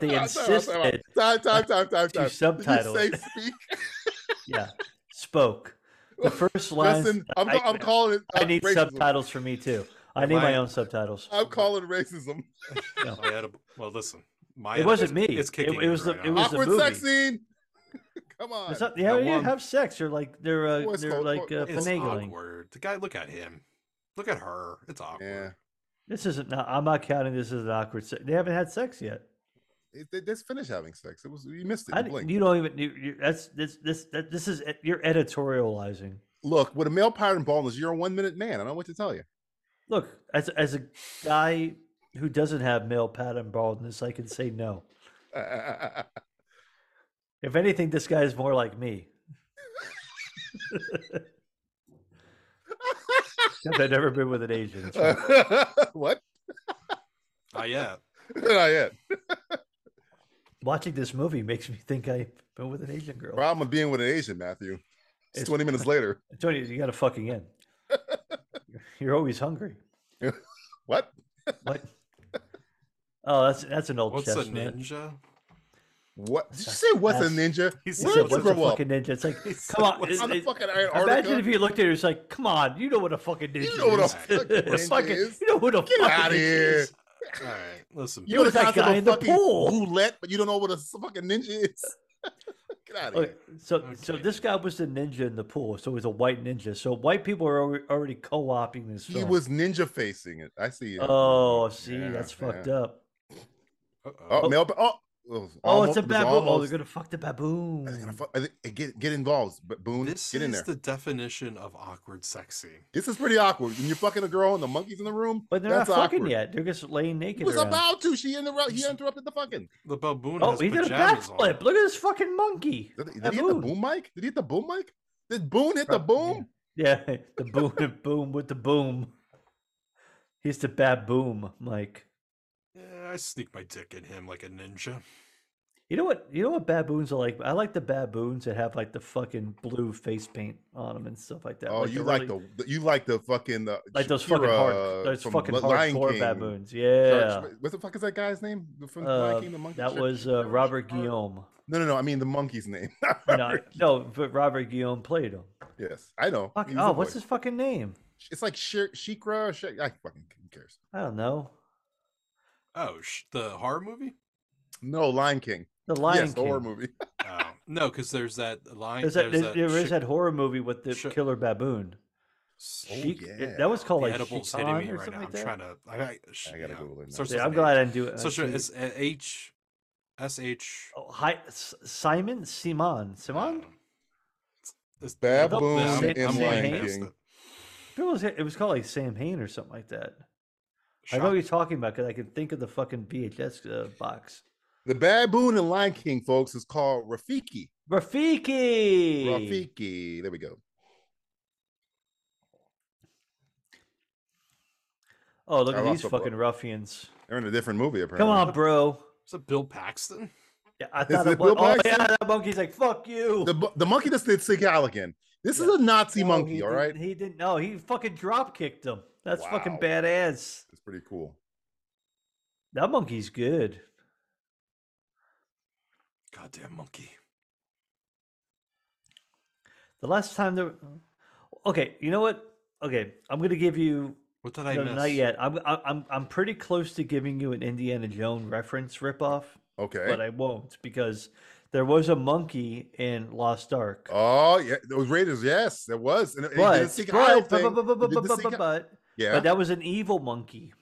S4: they
S3: Time, time, time,
S4: insisted,
S3: time, time, time, time, time.
S4: subtitle
S3: Did you
S4: it.
S3: say speak?
S4: yeah, spoke. The first lines.
S3: Justin, I'm,
S4: I-
S3: I'm calling it.
S4: I
S3: uh,
S4: need
S3: racism.
S4: subtitles for me too. I need
S5: Mine-
S4: my own subtitles.
S3: I'm calling it racism.
S5: My edible. Well, listen. My
S4: It wasn't
S5: edible-
S4: me.
S5: It's
S4: It-
S5: kicking.
S4: it was
S5: in
S4: the-
S5: right
S4: it
S5: now.
S4: was- a
S3: Awkward
S4: movie.
S3: sex scene. Come on.
S4: It's not- yeah,
S5: that
S4: you
S5: one-
S4: have sex. They're like they're uh,
S3: Voice
S4: they're
S3: call-
S4: like uh,
S5: It's
S4: finagling.
S5: awkward. The guy, look at him. Look at her. It's awkward.
S3: Yeah.
S4: This isn't. Not, I'm not counting this as an awkward. Se- they haven't had sex yet.
S3: It, they just finished having sex. It was you missed it.
S4: I
S3: You
S4: d-
S3: blinked.
S4: you don't even. You, you, that's this this that, this is ed- you're editorializing.
S3: Look, with a male pattern baldness, you're a one minute man. I don't know what to tell you.
S4: Look, as as a guy who doesn't have male pattern baldness, I can say no. If anything, this guy is more like me. Except I've never been with an Asian. It's fine.
S3: what?
S5: Ah, yeah.
S3: Not yet.
S4: Watching this movie makes me think I've been with an Asian girl.
S3: Problem of being with an Asian, Matthew. It's
S4: It's-
S3: 20 minutes later.
S4: Tony, you got to fucking end. You're always hungry.
S3: What?
S4: What? Oh, that's that's an old
S5: What's a
S4: chestnut.
S5: ninja?
S3: What? Did you say what's a
S4: That's-
S3: ninja?
S5: He said,
S3: Where
S4: He said,
S3: did you
S4: "What's a
S3: grow up?
S4: fucking ninja?" It's like,
S5: said,
S4: come on.
S5: "What's
S4: it-
S3: On the
S4: it-
S3: fucking
S4: imagine if
S3: Antarctica?
S4: you looked at it, it's like, come on, you know what a fucking ninja
S3: know what a
S4: is.
S3: fucking ninja
S4: Fucking-
S3: is.
S4: You know who the
S3: Get
S4: fucking
S3: outta
S4: ninja
S3: here.
S4: is.
S5: All right, listen.
S3: You know
S4: was
S3: the
S4: that
S3: concept
S4: guy
S3: of
S4: in the
S3: fucking
S4: pool.
S3: roulette, but you don't know what a s- fucking ninja is? Get out of
S4: Okay,
S3: here.
S4: so, so
S5: Okay.
S4: this guy was the ninja in the pool. So he was a white ninja. So white people are alre- already co-opting this.
S3: He
S4: film.
S3: was ninja facing it. I see. you.
S4: Oh, see,
S3: Yeah,
S4: that's fucked
S3: yeah.
S4: up.
S5: Uh-oh.
S3: Oh, male. pa- Oh, oh,
S4: Oh,
S3: almost-
S4: it's a
S3: it was
S4: baboon. Oh, they're
S3: almost-
S4: gonna fuck the baboon.
S3: It's gonna fu- I think- Get get involved, but Boone,
S5: This
S3: get in
S5: is
S3: there.
S5: the definition of awkward sex scene.
S3: This is pretty awkward. When you're fucking a girl and the monkey's in the room,
S4: But they're
S3: that's
S4: not fucking
S3: awkward.
S4: yet. They're just laying naked.
S3: He was
S4: around.
S3: about to. She interrupted. He interrupted the fucking.
S5: The baboon
S4: Oh,
S5: has
S4: he did a
S5: pajamas on.
S4: backflip. Look at this fucking monkey.
S3: Did, did
S4: That
S3: he hit the
S4: boom.
S3: boom mic? Did he hit the boom mic? Did Boone hit the
S4: Probably, yeah.
S3: boom?
S4: Yeah, the boom, the boom with the boom. He's the bad boom, Mike.
S5: Yeah, I sneak my dick in him like a ninja.
S4: You know what? You know what baboons are like. I like the baboons that have like the fucking blue face paint on them and stuff like that.
S3: Oh, you
S4: the
S3: like
S4: really-
S3: the you like the fucking uh,
S4: like those fucking
S3: Shakira
S4: hard, those
S3: from
S4: fucking
S3: Li- Lion
S4: hardcore
S3: King.
S4: baboons.
S3: Sorry,
S4: Yeah,
S3: What the fuck is that guy's name? The- From the
S4: Uh,
S3: Lion King, the monkey.
S4: that
S3: Shit.
S4: was uh, Robert Guillaume.
S3: no, no, no. I mean the monkey's name.
S4: No, no, but Robert Guillaume played him.
S3: yes, I know.
S4: Fuck,
S3: He was
S4: oh,
S3: a
S4: what's
S3: voice.
S4: his fucking name?
S3: It's like Shir- Shikra. Or Shik- I fucking who cares.
S4: I don't know.
S5: Oh, sh- the horror movie?
S3: No, Lion King.
S4: The Lion
S3: yes, the
S4: King.
S3: horror movie.
S5: Oh, no, because there's that line.
S4: There's that,
S5: there's
S4: there- there is
S5: sh-
S4: that horror movie with the
S5: Sha-
S4: killer baboon.
S5: s-
S3: Oh,
S4: Sheik-
S3: yeah.
S4: that was called
S5: the
S4: like
S5: edibles
S4: Sheikan
S5: hitting me
S4: or
S5: right now.
S4: something
S5: I'm
S4: like that.
S5: trying to. I, I, sh-
S3: I gotta
S5: yeah,
S3: Google it now.
S5: starts
S4: Yeah,
S5: with
S4: I'm
S5: an
S4: glad I
S5: H.
S4: didn't do it.
S5: So sure,
S4: I-
S5: it's a- H, S H.
S4: Oh, hi, S- Simon Simon Simon.
S5: This
S3: Baboon
S5: I'm-
S4: and
S5: I'm
S4: Lion
S5: looking at
S3: King.
S5: the
S4: It was, it was called like Sam Hain or something like that. I
S5: shot.
S4: know what you're talking about because I can think of the fucking VHS uh, box.
S3: the baboon in Lion King, folks, is called Rafiki.
S4: Rafiki.
S3: Rafiki. There we go.
S4: Oh, look
S3: I
S4: at
S3: lost
S4: these
S3: the book.
S4: fucking ruffians!
S3: They're in a different movie apparently.
S4: Come on, bro.
S5: Is it Bill Paxton?
S4: Yeah, I
S3: Is
S4: thought
S3: it
S4: it was.
S3: Bill
S4: Oh yeah,
S3: Paxton?
S4: that monkey's like fuck you.
S3: The, bu- the monkey that's did Sig Halligan. This
S4: Yeah.
S3: is a Nazi
S4: No,
S3: monkey,
S4: he
S3: all
S4: didn't-
S3: right?
S4: He didn't. No, he fucking drop kicked him. That's fucking
S3: Wow.
S4: badass.
S3: It's pretty cool.
S4: That monkey's good.
S5: Goddamn monkey.
S4: The last time there. Okay, you know what? Okay, I'm gonna give you.
S5: What did I
S4: no,
S5: miss?
S4: not yet. I'm I- I'm I'm pretty close to giving you an Indiana Jones reference ripoff,
S3: Okay.
S4: but I won't because there was a monkey in Lost Ark.
S3: Oh yeah, those Raiders. Yes, there was. And, and he did the
S4: but
S3: Sig Heil
S4: but, but,
S3: thing.
S4: but, but,
S3: He
S4: but,
S3: did the
S4: but,
S3: Sig
S4: but,
S3: Heil-
S4: but,
S3: yeah,
S4: but that was an evil monkey.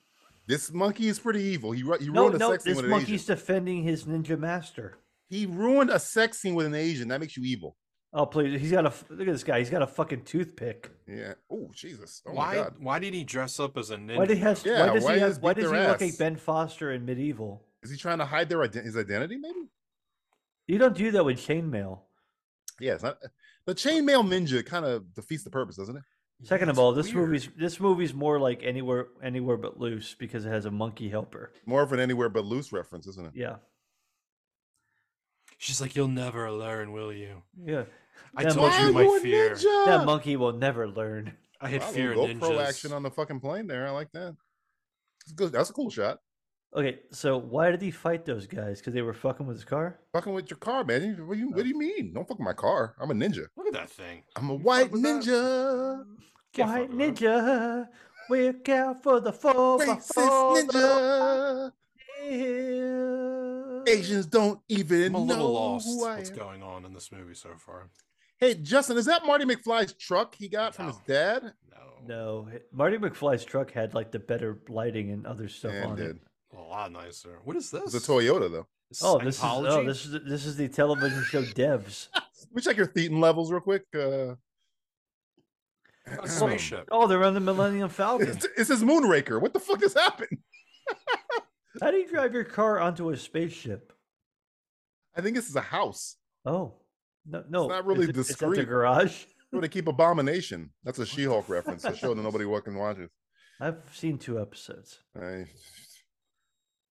S3: this monkey is pretty evil. He ru- he
S4: No,
S3: ruined a
S4: no,
S3: sex scene
S4: this
S3: with an Asian.
S4: monkey's defending his ninja master.
S3: He ruined a sex scene with an Asian. That makes you evil.
S4: Oh please, he's got a f- look at this guy. He's got a fucking toothpick.
S3: Yeah. Oh Jesus. Oh my
S5: why?
S3: God.
S5: Why did he dress up as a ninja?
S4: Why, did he has,
S3: Yeah,
S4: why does
S3: why
S4: he
S3: he
S4: have,
S3: just
S4: Why
S3: beat
S4: does he
S3: their
S4: look
S3: ass?
S4: like Ben Foster in Medieval?
S3: Is he trying to hide their ident- his identity? Maybe.
S4: You don't do that with chainmail.
S3: Yeah. It's not. The chainmail ninja kind of defeats the purpose, doesn't it?
S4: Second of
S5: That's
S4: all, this
S5: weird.
S4: movie's this movie's more like anywhere anywhere but loose because it has a monkey helper.
S3: More of an anywhere but loose reference, isn't it?
S4: Yeah,
S5: She's like, "You'll never learn, will you?"
S4: yeah.
S5: I
S4: That
S5: told
S4: monkey-
S5: you my fear.
S4: That monkey will never learn.
S5: I had
S3: Wow,
S5: fear in
S3: little GoPro
S5: ninjas.
S3: action on the fucking plane there. I like that. It's good. That's a cool shot.
S4: Okay, so why did he fight those guys? Because they were fucking with his car.
S3: Fucking with your car, man. You- What do you, what do you mean? Don't fuck with my car. I'm a ninja.
S5: Look at that thing.
S3: I'm a
S5: fuck
S3: white
S5: with that?
S3: ninja.
S5: Can't
S4: White
S5: fuck with that.
S4: ninja, look out for the four by
S3: Racist
S4: four
S3: ninja.
S4: hill.
S3: Asians don't even
S5: I'm a
S3: know
S5: little lost.
S3: who I
S5: What's
S3: am.
S5: going on in this movie so far?
S3: Hey, Justin, is that Marty McFly's truck he got from his
S5: No.
S3: dad?
S5: No.
S4: No, h- Marty McFly's truck had like the better lighting and other stuff
S3: Yeah,
S4: on
S3: it
S4: it.
S3: did.
S5: A lot nicer. What is this?
S3: It's a Toyota though.
S4: Oh, this is oh,
S5: Scientology?
S4: this is the- this is the television show Devs.
S3: Let me check your thetan levels real quick. Uh,
S5: A spaceship.
S4: Oh, they're on the Millennium Falcon.
S3: it's, it's his Moonraker. What the fuck just happened?
S4: How do you drive your car onto a spaceship?
S3: I think this is a house
S4: Oh, no, no,
S3: not really
S4: is it- it's at the
S3: discreet.
S4: garage.
S3: where they keep Abomination. That's a She-Hulk reference. A show that nobody fucking watches.
S4: I've seen two episodes.
S3: I-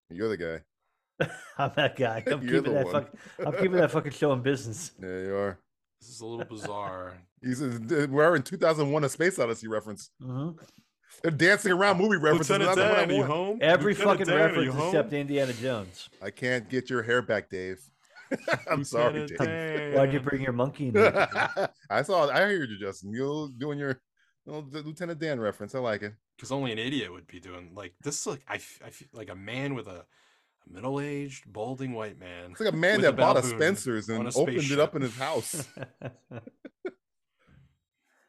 S3: you're the guy.
S4: I'm that guy. I'm
S3: You're
S4: keeping
S3: the
S4: that
S3: one.
S4: fucking. I'm keeping that fucking show in business.
S3: Yeah, you are.
S5: This is a little bizarre.
S3: He's uh, a, we're in 2001: A Space Odyssey reference.
S4: hmm
S3: They're dancing around movie references. and that's the one I want.
S5: home?
S4: Every fucking reference except Indiana Jones.
S3: I can't get your hair back, Dave. I'm sorry, Dave.
S4: Why'd you bring your monkey? In here?
S3: I saw. I heard you, Justin. You're doing your little D- Lieutenant Dan reference. I like it.
S5: Because only an idiot would be doing like this. Is like I, f- I feel like a man with a, a middle-aged, balding white man.
S3: It's like a man
S5: with
S3: that bought a
S5: baboon
S3: Spencer's
S5: on
S3: and
S5: a
S3: opened it up
S5: spaceship.
S3: in his house.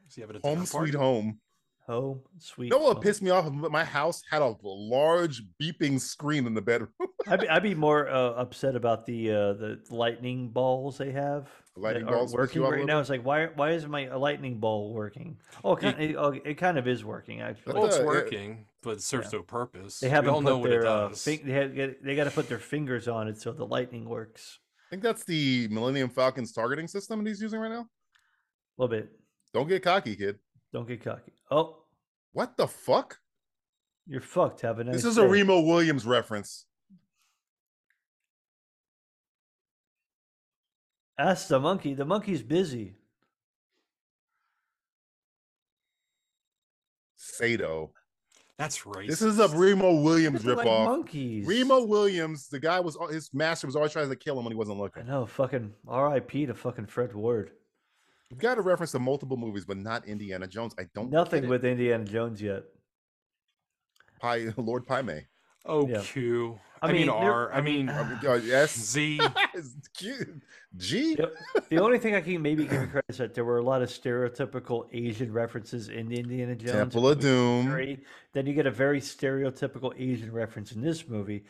S5: Is he having a
S3: home
S5: dinner
S3: sweet
S5: party?
S3: home.
S4: oh, sweet.
S3: You know what
S4: home.
S3: pissed me off? My house had a large beeping screen in the bedroom.
S4: I'd be, I'd be more uh, upset about the uh, the lightning balls they have.
S3: The lightning
S4: that aren't
S3: balls piss you
S4: working
S3: off a
S4: right
S3: little
S4: now. It's like why why isn't my a lightning ball working? Oh, it kind, it, oh, it kind of is working actually.
S5: Well, it's
S3: Uh, yeah.
S5: working, but it serves no purpose.
S4: they
S5: we
S4: haven't
S5: all know
S4: put
S5: what it
S4: their uh,
S5: does.
S4: fin- they have, get- they got to put their fingers on it so the lightning works
S3: I think that's the Millennium Falcon's targeting system that he's using right now.
S4: a little bit.
S3: Don't get cocky, kid.
S4: Don't get cocky. Oh,
S3: What the fuck?
S4: you're fucked. Have a nice.
S3: This is
S4: day.
S3: a Remo Williams reference.
S4: Ask the monkey. The monkey's busy.
S3: Sato.
S5: That's racist.
S3: This is a Remo Williams
S4: People like
S3: ripoff.
S4: monkeys.
S3: Remo Williams, the guy was uh, his master was always trying to kill him when he wasn't
S4: I
S3: looking.
S4: know. Fucking R.I.P. to fucking Fred Ward.
S3: You've got a reference to multiple movies, but not Indiana Jones. I don't
S4: Nothing
S3: get
S4: with Indiana Jones yet.
S3: it. Pi, Lord Pyme.
S5: Oh,
S4: Yeah.
S5: Q.
S4: I
S5: I mean,
S4: mean, there-
S5: R. I mean,
S3: Uh, yes.
S5: Z.
S3: G- G.
S4: Yep. The only thing I can maybe give you credit is that there were a lot of stereotypical Asian references in Indiana Jones.
S3: Temple of
S4: which is
S3: Doom.
S4: very- Then you get a very stereotypical Asian reference in this movie.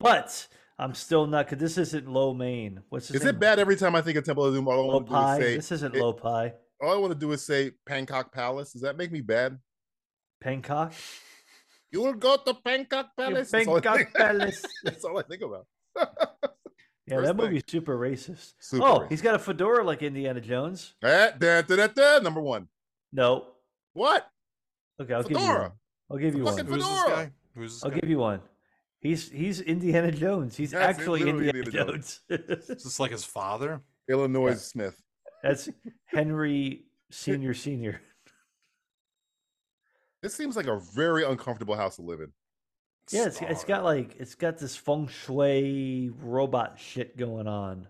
S4: But I'm still not because this isn't low main. What's his
S3: Is it
S4: name?
S3: bad every time I think of Temple of Doom? All I
S4: Low
S3: want to do is
S4: pie.
S3: say,
S4: This isn't
S3: it-
S4: low pie.
S3: all I want to do is say Bangkok Palace. Does that make me bad?
S4: Bangkok.
S3: You'll go to Bangkok Palace. That's all I
S4: Bangkok
S3: think-
S4: Palace.
S3: That's all I think about.
S4: Yeah,
S3: First
S4: that
S3: thing.
S4: movie's super racist.
S3: Super
S4: oh,
S3: racist.
S4: he's got a fedora like Indiana Jones.
S3: Eh, da, da, da, da, number one.
S4: No.
S3: What?
S4: Okay, I'll give you.
S3: Fedora.
S4: One. I'll give you
S3: Fucking
S4: one.
S5: Who's this
S3: Fedora.
S5: guy? Who's this
S4: I'll
S5: guy?
S4: give you one. He's he's Indiana Jones. He's
S3: That's it,
S4: actually
S3: literally
S4: Indiana,
S3: Indiana
S4: Jones.
S5: Is this like his father?
S3: Illinois Smith.
S4: That's Henry Senior Senior.
S3: This seems like a very uncomfortable house to live in.
S4: Yeah, it's, it's got like it's got this feng shui robot shit going on.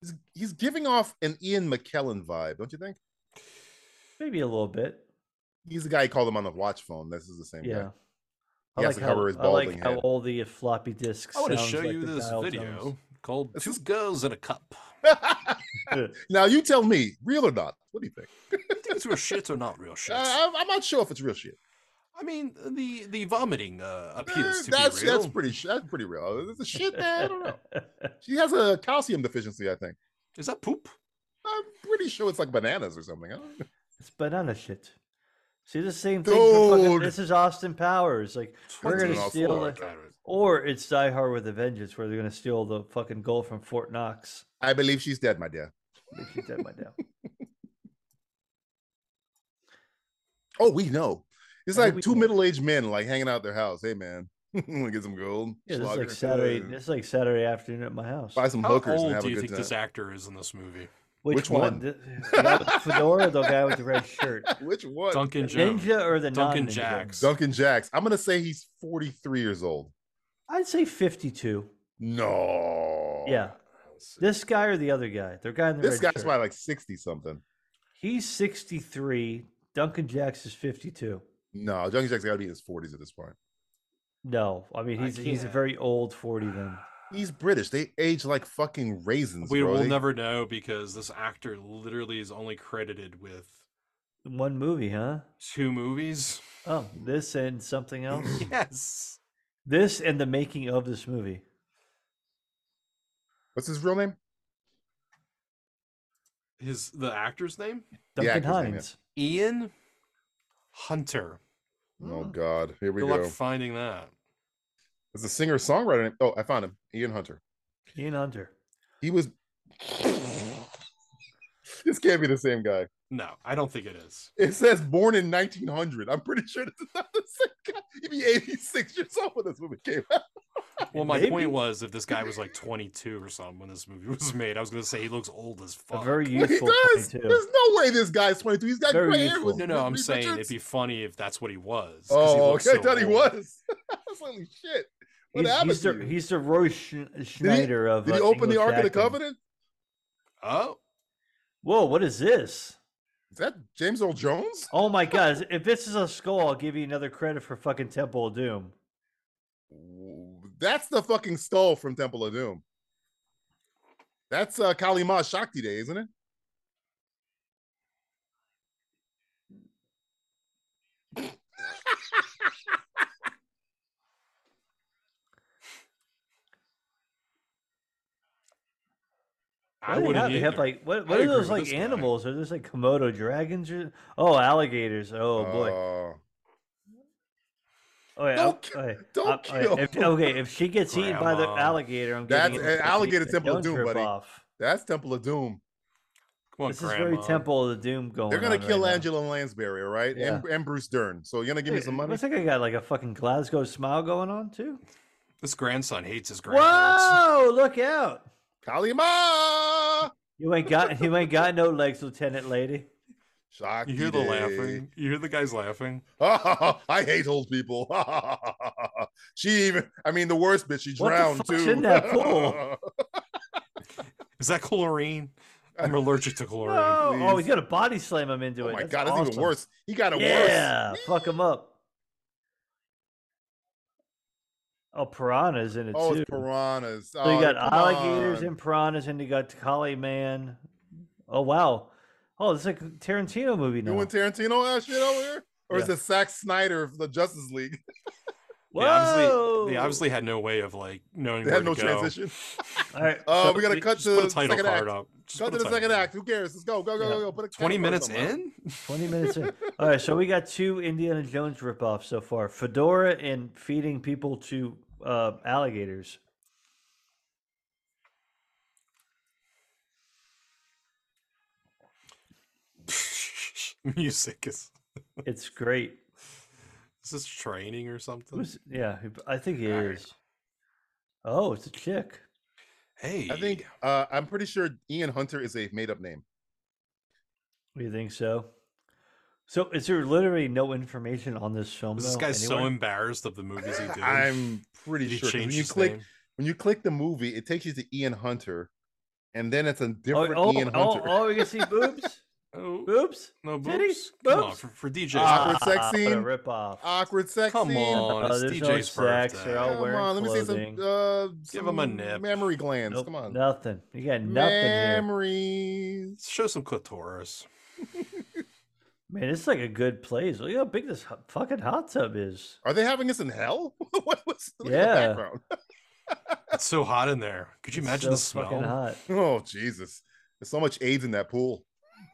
S3: He's, he's giving off an Ian McKellen vibe, don't you think?
S4: Maybe a little bit.
S3: He's the guy he called him on the watch phone. This is the same
S4: Yeah.
S3: guy. He has to cover his
S4: I like
S3: balding
S4: how
S3: head.
S4: all the floppy disks.
S5: I want to
S4: sounds
S5: show
S4: like
S5: you
S4: the
S5: this
S4: dial
S5: video
S4: tones.
S5: called
S3: This
S5: Two
S3: is-
S5: Girls in a Cup.
S3: now you tell me, real or not? What do you think?
S5: Do you think it's real shit or not real shit?
S3: Uh, I'm- I'm not sure if it's real shit.
S5: I mean, the the vomiting uh,
S3: Eh,
S5: appears to
S3: that's
S5: be real.
S3: that's pretty sh- that's pretty real. It's a shit that I don't know. She has a calcium deficiency, I think.
S5: Is that poop?
S3: I'm pretty sure it's like bananas or something. I don't know.
S4: It's banana shit. See the same thing. for fucking-
S3: Dude.
S4: This is Austin Powers. Like we're
S3: What's
S4: gonna
S3: an
S4: steal.
S3: awful
S4: the- Or it's Die Hard with a Vengeance, where they're going to steal the fucking gold from Fort Knox.
S3: I believe she's dead, my dear.
S4: Makes you dead by now.
S3: Oh, we know. It's
S4: How do
S3: like
S4: we
S3: two
S4: know?
S3: middle-aged men like hanging out at their house. Hey, man, wanna get some gold?
S4: Yeah, this is
S3: Schlager?
S4: like Saturday.
S3: Yeah.
S4: This is like Saturday afternoon at my house.
S3: Buy some
S5: How
S3: hookers and
S5: old
S3: have
S5: do
S3: a
S5: you
S3: good
S5: think
S3: time.
S5: this actor is in this movie?
S3: which one?
S4: The, the guy with the fedora, the guy with the red shirt,
S3: Which one?
S5: Duncan Jones.
S4: ninja or the
S5: Duncan
S4: non-ninja?
S5: Jacks.
S3: Duncan Jacks. I'm gonna say he's 43 years old.
S4: I'd say fifty-two.
S3: No.
S5: Oh,
S4: Yeah, this guy or the other guy. The guy in the
S3: This
S4: red
S3: guy's
S4: shirt.
S3: probably like 60 something.
S4: He's sixty-three. Duncan Jacks is fifty-two.
S3: No, Duncan Jacks got to be in his 40s at this point.
S4: No, I mean
S5: I
S4: he's he's a
S5: can't.
S4: very old forty then.
S3: He's British. They age like fucking raisins.
S5: We
S3: bro.
S5: will
S3: They-
S5: never know because this actor literally is only credited with
S4: One movie, huh?
S5: two movies.
S4: Oh, this and something else.
S5: Yes.
S4: this and the making of this movie.
S3: What's his real name?
S5: His the actor's name?
S3: The
S4: Duncan
S3: actor's name, yeah.
S4: Hines.
S5: Ian Hunter.
S3: Oh God, here we
S5: Mm. Good
S3: go.
S5: luck finding that.
S3: It's a singer songwriter. Named... Oh, I found him. Ian Hunter.
S4: Ian Hunter.
S3: He was. this can't be the same guy.
S5: No, I don't think it is.
S3: It says born in 1900. I'm pretty sure this is not the same guy. He'd be 86 years old when this movie came out.
S5: Well, my
S4: Maybe.
S5: point was if this guy was like 22 or something when this movie was made, I was going to say he looks old as
S4: A
S5: fuck.
S4: very
S3: He
S4: youthful
S3: does.
S4: 22.
S3: There's no way this guy's 22. He's got
S4: Very
S3: gray hair.
S4: youthful.
S3: with-
S5: no, no,
S3: with
S5: I'm
S3: Reed
S5: saying
S3: Richards.
S5: it'd be funny if that's what he was. 'cause he
S3: Oh,
S5: looks
S3: okay. I
S5: so
S3: thought he
S5: old.
S3: was. I was like, shit. What
S4: He's,
S3: happened
S4: he's,
S3: to
S4: the,
S3: you?
S4: he's the Roy Sch- Schneider of.
S3: Did he
S4: uh,
S3: open the
S4: English
S3: Ark of the
S4: acting.
S3: Covenant?
S5: Oh,
S4: Whoa, what is this?
S3: Is that James Earl Jones?
S4: Oh my god! If this is a skull, I'll give you another credit for fucking Temple of Doom.
S3: That's the fucking skull from Temple of Doom. That's uh, Kali Ma Shakti Day, isn't
S5: I
S3: it?
S4: What do they
S5: wouldn't
S4: have? They have
S5: either.
S4: like what?
S5: I
S4: What are
S5: agree
S4: those
S5: with
S4: like
S5: this guy.
S4: animals? Are those like Komodo dragons? Or... Oh, alligators! Oh boy!
S3: Uh,
S4: Oh, yeah,
S3: Don't
S4: I'll- okay.
S3: don't
S4: I'll- all right, if-
S3: kill
S4: okay, if she gets eaten by the
S5: Grandma.
S4: alligator, I'm
S3: That's
S4: getting
S3: an alligator Temple of Doom, buddy. that's Temple of Doom.
S5: Come on,
S4: This is
S5: grandma.
S4: very Temple of the Doom going.
S3: They're gonna
S4: on
S3: kill
S4: right now.
S3: Angela Lansbury, all right? And, and Bruce Dern. So you're gonna give me
S4: Hey,
S3: some money?
S4: Looks like I got like a fucking Glasgow smile going on too.
S5: This grandson hates his grandparents.
S4: Whoa! Look out!
S3: Kalima!
S4: You ain't got you ain't got no legs, Lieutenant Lady.
S3: Shock.
S5: You hear the laughing. You hear the guys laughing.
S3: I hate old people. she even, I mean, the worst bitch, she
S4: What the
S3: drowned
S4: fuck's
S3: too.
S4: in that pool?
S5: Is that chlorine? I'm allergic to chlorine.
S4: No.
S3: please.
S4: Oh, he's gonna body slam him into
S3: oh
S4: it.
S3: my
S4: That's
S3: god, that's even
S4: awesome.
S3: worse. He got it worse.
S4: Yeah, fuck him up. Oh, piranhas in it
S3: Oh,
S4: too.
S3: it's piranhas.
S4: So you
S3: Oh,
S4: got
S3: come
S4: alligators
S3: on.
S4: and piranhas, and you got Kali Man. Oh wow! Oh, this is like a Tarantino movie now.
S3: You and Tarantino ass shit over here? Or is
S4: Yeah.
S3: it Zack Snyder of the Justice League?
S5: They obviously, they
S4: Whoa!
S5: obviously had no way of like knowing.
S3: They
S5: where
S3: had no
S5: to go.
S3: transition.
S4: All right,
S3: Uh,
S4: so
S3: we gotta
S4: we-
S3: cut
S5: Just
S3: to
S5: put a
S3: the
S5: title
S3: second
S5: card
S3: act.
S5: up. Just
S3: Cut
S5: put
S3: to
S5: a
S3: the
S5: title
S3: second
S5: card.
S3: act. Who cares? Let's go, go, go,
S4: Yeah.
S3: go, go. Put a
S5: Twenty
S3: title
S5: minutes
S3: card somewhere.
S5: in.
S4: Twenty minutes in. All right, so we got two Indiana Jones ripoffs so far: Fedora and feeding people to uh, alligators.
S5: Music is.
S4: It's great.
S5: Is this training or something?
S4: Who's, yeah, who- I think it is. Oh, it's a chick.
S5: Hey,
S3: I think uh, I'm pretty sure Ian Hunter is a made up name.
S4: Do you think so? So, is there literally no information on this film?
S5: Is this
S4: though,
S5: guy's so
S4: anywhere?
S5: embarrassed of the movies he did.
S3: I'm pretty
S5: Did he
S3: sure. 'cause When
S5: change
S3: you
S5: his
S3: click
S5: name?
S3: when you click the movie, it takes you to Ian Hunter, and then it's a different
S4: oh,
S3: Ian
S4: oh,
S3: Hunter.
S4: Oh, you can see boobs,
S5: Oh,
S4: boobs,
S5: no boobs.
S4: titties,
S5: Come on,
S4: boobs.
S5: for, for DJ.
S3: Ah, Awkward sex
S4: Ah,
S3: scene.
S4: What a ripoff.
S3: Awkward sex
S5: Come
S3: scene.
S5: on,
S4: Oh,
S5: it's
S4: there's no
S5: DJ's
S4: sex,
S5: birthday.
S4: they're all
S3: Come
S4: wearing
S3: on, let me see some.
S4: clothing.
S3: Uh,
S5: Give 'em a
S3: some
S5: nip.
S3: Mammary glands.
S4: Nope,
S3: Come on.
S4: nothing. You got nothing here.
S3: Memories.
S5: Show some clitoris.
S4: Man, it's like a good place. Look how big this hu- fucking hot tub is.
S3: Are they having this in hell? what was look at
S4: Yeah.
S3: the background?
S5: It's so hot in there. Could you
S4: It's
S5: imagine
S4: so
S5: the
S4: Fucking
S5: smell?
S4: hot.
S3: Oh Jesus! There's so much AIDS in that pool.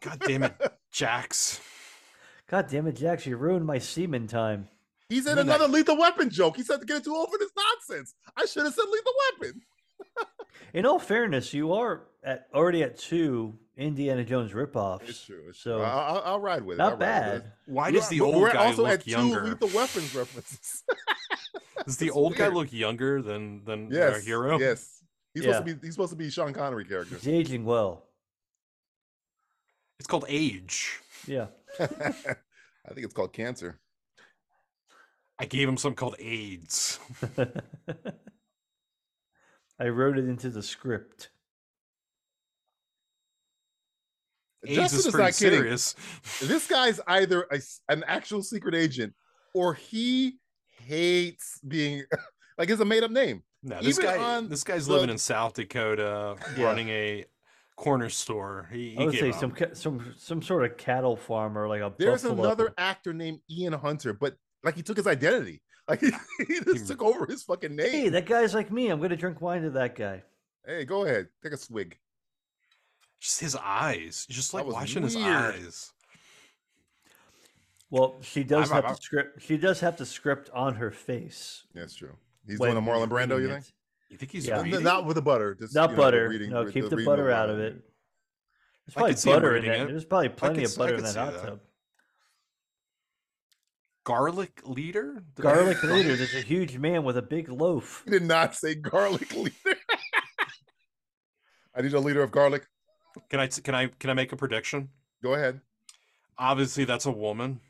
S5: God damn it, Jax.
S4: God damn it, Jax, you ruined my semen time.
S3: He said
S5: And then that-
S3: another lethal weapon joke. He said to get into over this nonsense. I should have said lethal weapon.
S4: In all fairness, you are at already at two Indiana Jones ripoffs.
S3: It's true. It's true.
S4: So
S3: I- I- I'll, ride with it. I'll
S4: not
S3: ride with
S4: bad.
S3: it.
S5: Why
S3: We're-
S5: does the
S3: but
S5: old
S3: we're
S5: guy
S3: also
S5: look
S3: at two
S5: younger?
S3: lethal weapons references.
S5: Does the
S3: It's
S5: old guy
S3: weird.
S5: look younger than than our
S3: yes,
S5: hero?
S3: Yes, he's supposed
S4: Yeah.
S3: to be. He's supposed to be Sean Connery character.
S4: He's aging well.
S5: It's called age.
S4: Yeah.
S3: I think it's called cancer.
S5: I gave him some called AIDS.
S4: I wrote it into the script.
S5: AIDS
S3: Justin
S5: is
S3: is
S5: pretty
S3: not kidding.
S5: serious.
S3: This guy's either a s an actual secret agent or he hates being like it's a made up name.
S5: No, this
S3: Even
S5: guy.
S3: on
S5: This guy's
S3: the-
S5: living in South Dakota,
S4: Yeah.
S5: running a corner store. He, he
S4: I would
S5: gave
S4: say
S5: up.
S4: some ca- some some sort of cattle farmer, like a
S3: There's
S4: buffalo.
S3: another actor named Ian Hunter, but like he took his identity. Like he, he just took over his fucking name.
S4: Hey, that guy's like me. I'm gonna drink wine to that guy.
S3: Hey, go ahead. Take a swig.
S5: Just his eyes. Just
S3: That
S5: like
S3: was
S5: watching his
S3: weird.
S5: eyes.
S4: Well, she does
S5: I'm-
S4: have
S5: I'm-
S4: to script. She does have to script on her face.
S3: That's true. He's
S4: when
S3: doing a Marlon Brando, you
S4: reading
S3: think?
S4: it.
S5: You think he's
S4: Yeah.
S3: N-
S5: reading?
S3: Not with the butter. Just,
S4: Not
S3: you know, the
S4: butter.
S3: reading-
S4: no,
S3: the
S4: keep the
S3: reading of
S4: butter out of it.
S5: I
S4: There's
S5: could
S4: probably
S5: see him
S4: butter in
S5: reading
S4: that.
S5: it.
S4: There's probably plenty
S5: could
S4: of
S5: s- I
S4: butter in
S5: could
S4: that
S5: see
S4: hot
S5: that.
S4: tub.
S5: Garlic leader. Did I-
S4: Garlic leader. There's a huge man with a big loaf.
S3: He did not say garlic leader. I need a leader of garlic.
S5: Can I can I can I make a prediction?
S3: Go ahead.
S5: Obviously, that's a woman.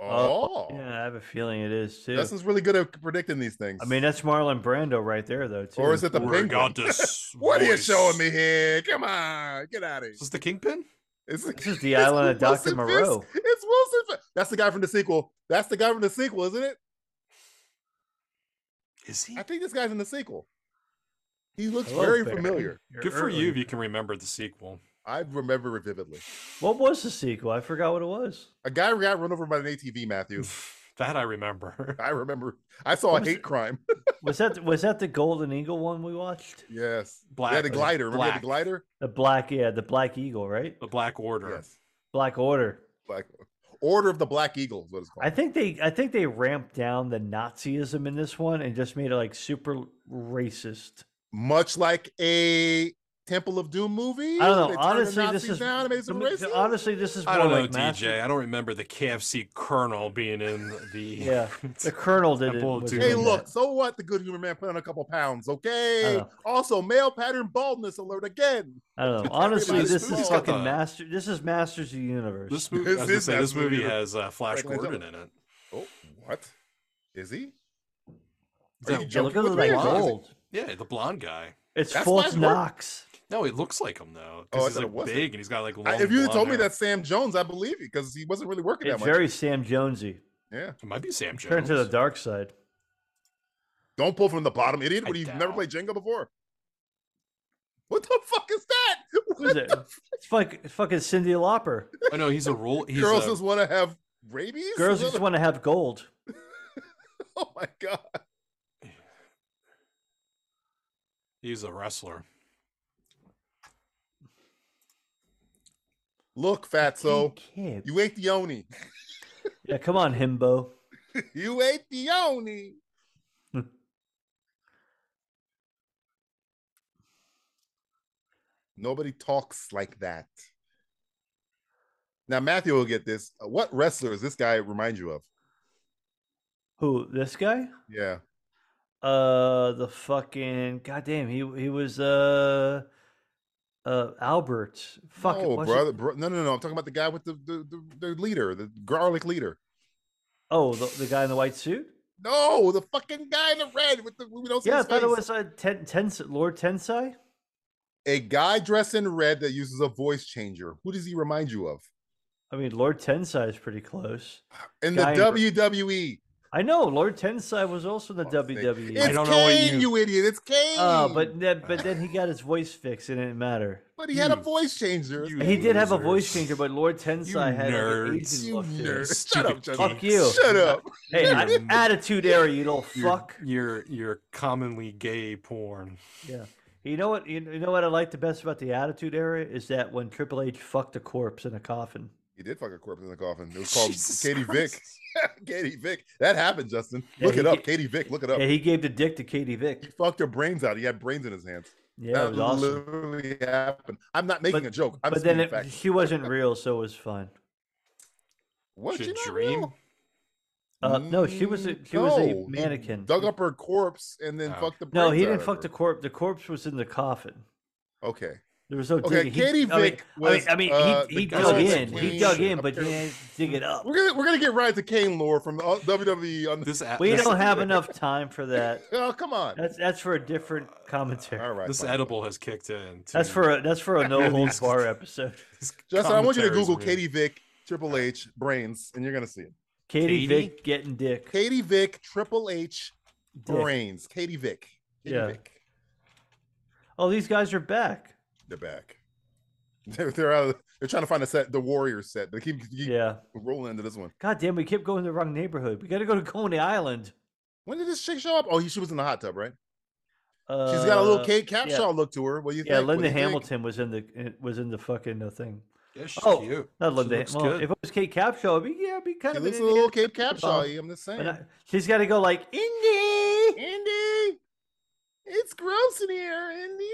S3: Oh,
S4: Uh, Yeah, I have a feeling it is too.
S3: Justin's really good at predicting these things.
S4: I mean, that's Marlon Brando right there, though. Too.
S3: or is it the
S5: Word
S3: penguin?
S5: got this
S3: What are you
S5: voice.
S3: showing me here? Come on, get out of here.
S5: Is this the kingpin?
S3: It's,
S4: This is the island of
S3: Wilson
S4: Doctor Moreau.
S3: Fisk. It's Wilson. Fisk. That's the guy from the sequel. That's the guy from the sequel, isn't it?
S5: Is he?
S3: I think this guy's in the sequel. He looks
S4: Hello,
S3: very
S4: Barry.
S3: familiar.
S4: You're
S5: Good for you if
S4: early.
S5: you can remember the sequel.
S3: I remember it vividly.
S4: What was the sequel? I forgot what it was.
S3: A guy got run over by an ATV, Matthew.
S5: That I remember.
S3: I remember. I saw
S4: What
S3: a
S4: was
S3: hate
S4: it?
S3: crime.
S4: Was that was that the Golden Eagle one we watched?
S3: yes.
S5: Black.
S3: They had a glider. Remember they had
S5: Black.
S3: the glider?
S4: The Black, yeah, the Black Eagle, right?
S5: The Black Order.
S3: Yes.
S4: Black Order.
S3: Black Order of the Black Eagle is what it's called.
S4: I think they I think they ramped down the Nazism in this one and just made it like super racist.
S3: Much like a Temple of Doom movie?
S4: I don't
S3: They turned
S4: know.
S3: the
S4: Honestly, this
S3: Nazis
S4: is
S3: down and made some
S4: I mean,
S3: racists?
S4: honestly this is
S5: I
S4: more
S5: don't know,
S4: like
S5: DJ.
S4: Master-
S5: I don't remember the KFC Colonel being in the.
S4: Yeah, the Colonel did it.
S5: Temple of
S4: was
S5: Doom.
S4: in
S3: Hey,
S5: Yeah.
S4: that.
S3: look, so what? The good humor man put on a couple pounds, okay?
S4: know.
S3: Also, male pattern baldness alert again.
S4: I don't know. Honestly,
S3: Everybody's
S4: this
S3: fooled.
S4: is fucking
S5: Uh,
S4: master. This is Masters of the Universe.
S5: This movie, I
S3: This
S5: was gonna
S3: is
S5: say, this
S3: absolutely
S5: movie
S3: right.
S5: has uh, Flash
S3: Franklin
S5: Gordon
S3: Temple.
S5: in it.
S3: Oh, what? Is he?
S5: Is
S3: Are
S5: that-
S3: you
S4: yeah, look
S3: joking
S4: at
S3: with me?
S4: that
S3: Is he-
S4: gold.
S5: Yeah, the blonde guy.
S4: It's
S3: That's
S4: Fort
S3: Flash Gordon?
S4: Knox.
S5: No, he looks like him though. Because
S3: Oh, I
S5: he's
S3: thought it
S5: like
S3: wasn't.
S5: big and he's got like long.
S3: I- if you had
S5: blonde
S3: told me
S5: hair.
S3: that's Sam Jones, I believe you because he wasn't really working that
S4: It's
S3: much.
S4: very Sam Jonesy.
S3: Yeah.
S5: it might be Sam Jones.
S4: Turn to the dark side.
S3: Don't pull from the bottom, idiot.
S5: I
S3: What, you've never
S5: doubt.
S3: played Jenga before? What the fuck is that?
S4: Who's
S3: What
S4: it?
S3: the
S4: It's like it's fucking Cindy Lauper.
S5: Oh no, he's a role. He's uh,
S3: girls
S5: a-
S3: just want to have rabies? Is
S4: Girls
S3: that
S4: just
S3: what-
S4: want to have gold.
S3: Oh my god.
S5: he's a wrestler.
S3: Look, Fatso,
S4: Kid.
S3: you ain't the only.
S4: yeah, come on, himbo.
S3: You ain't the only. Nobody talks like that. Now Matthew will get this. Uh, What wrestler does this guy remind you of?
S4: Who this guy?
S3: Yeah.
S4: Uh, the fucking goddamn. He he was uh, uh Albert. Fuck
S3: oh,
S4: what's it-
S3: brother, bro, no, no, no. I'm talking about the guy with the the, the, the leader, the garlic leader.
S4: Oh, the, the guy in the white suit.
S3: No, the fucking guy in the red with the we don't see
S4: Yeah, I
S3: his
S4: thought it
S3: face.
S4: was uh, ten, Tensai- Lord Tensai.
S3: a guy dressed in red that uses a voice changer. Who does he remind you of?
S4: I mean, Lord Tensai is pretty close.
S3: In
S4: Guy in-
S3: the E. WWE.
S4: I know Lord Tensai was also in the
S3: Fuck's sake.
S4: WWE.
S3: It's
S5: I don't know
S3: Kane,
S5: what
S3: you... idiot. It's Kane.
S4: Oh, E. but then, but then he got his voice fixed and it didn't matter.
S3: But he had a
S5: you-
S3: voice changer.
S5: you-
S4: He did have a voice
S5: Losers.
S4: changer, but Lord Tensai had like, an
S5: nerds.
S4: Asian
S3: You
S4: look to
S3: nerd.
S4: him.
S3: Shut
S5: Stupid
S3: up, Justin.
S4: Fuck you.
S3: Shut up.
S4: Hey,
S5: You're
S4: I-
S5: n-
S4: attitude error, you little
S5: You're-
S4: fuck.
S5: You're you're commonly gay porn.
S4: Yeah. You know what? You you know what I like the best about the Attitude Era is that when Triple H fucked a corpse in a coffin.
S3: He did fuck a corpse in the coffin. It was called
S5: Jesus
S3: Katie Vick.
S5: Christ.
S3: Katie Vick. That happened, Justin.
S4: Yeah,
S3: look
S4: he
S3: it up.
S4: did-
S3: Katie Vick. Look it
S5: Oh.
S3: up.
S4: Yeah, he gave the dick to Katie
S3: He
S4: Vick.
S3: fucked her brains out. He had brains in his hands.
S4: Yeah, it was
S3: that
S4: awesome.
S3: literally happened. I'm not making
S4: But-
S3: a joke. I'm
S4: But then
S3: speaking
S4: it,
S3: facts.
S4: she wasn't real, so it was fine.
S3: What
S5: Should
S3: you not
S5: dream?
S3: real?
S4: Uh, no, she was a, she was
S3: No,
S4: a
S3: he
S4: mannequin.
S3: Dug up her corpse and then
S5: Oh.
S3: fucked the.
S4: No,
S3: brains
S4: he
S3: out
S4: didn't
S3: of
S4: fuck
S3: her.
S4: the corpse. The corpse was in the coffin.
S3: Okay.
S4: There was no
S3: Okay,
S4: digging.
S3: Katie
S4: he, I mean-
S3: Vick was,
S4: I mean, I mean,
S3: uh,
S4: he,
S3: the
S4: he
S5: guy
S4: dug
S5: who was
S4: in. He
S5: cleaning
S4: dug in, but he
S3: apparently-
S4: didn't dig it up.
S3: We're gonna we're gonna get right to Kane lore from the uh, WWE on
S5: This a-
S4: We
S5: this,
S4: don't have enough time for that.
S3: Oh, come on.
S4: That's that's for a different commentary.
S3: All right.
S5: this
S3: fine.
S5: edible has kicked in.
S4: That's
S5: to
S4: for a that's for a no holds
S5: Yes.
S4: bar episode.
S5: this
S3: Justin, I want you to
S5: commentary's
S3: Google
S5: room.
S3: Katie Vick, Triple H, brains, and you're gonna see it.
S5: Katie?
S4: Katie, Vick getting dick.
S3: Katie Vick, Triple H,
S4: Dick.
S3: brains. Katie Vick. Katie
S4: Yeah.
S3: Vick.
S4: Oh, these guys are back.
S3: They're back. They're they're out of, they're trying to find a set, the Warrior set. They keep, keep
S4: Yeah.
S3: rolling into this one.
S4: God damn, we kept going to the wrong neighborhood. We got to go to Coney Island.
S3: When did this chick show up? Oh, he, she was in the hot tub, right?
S4: Uh,
S3: She's got a little Kate Capshaw
S4: yeah.
S3: look to her. What do you
S4: Yeah,
S3: think? What do
S4: Linda
S3: you think?
S4: Hamilton was in the in- was in the fucking uh, thing.
S5: Yeah, she's
S4: Oh,
S5: cute.
S4: Not
S5: She
S4: Linda.
S5: looks
S4: Well,
S5: good.
S4: if it was Kate Capshaw, it'd be, yeah, it'd be kind
S3: She
S4: of
S3: looks a
S4: an
S3: little
S4: Indiana
S3: Kate
S4: Jones
S3: Capshaw.
S4: vibe.
S3: I'm just
S4: But
S3: saying.
S4: I- she's got to go like Indy.
S3: Indy, it's gross in here, Indy.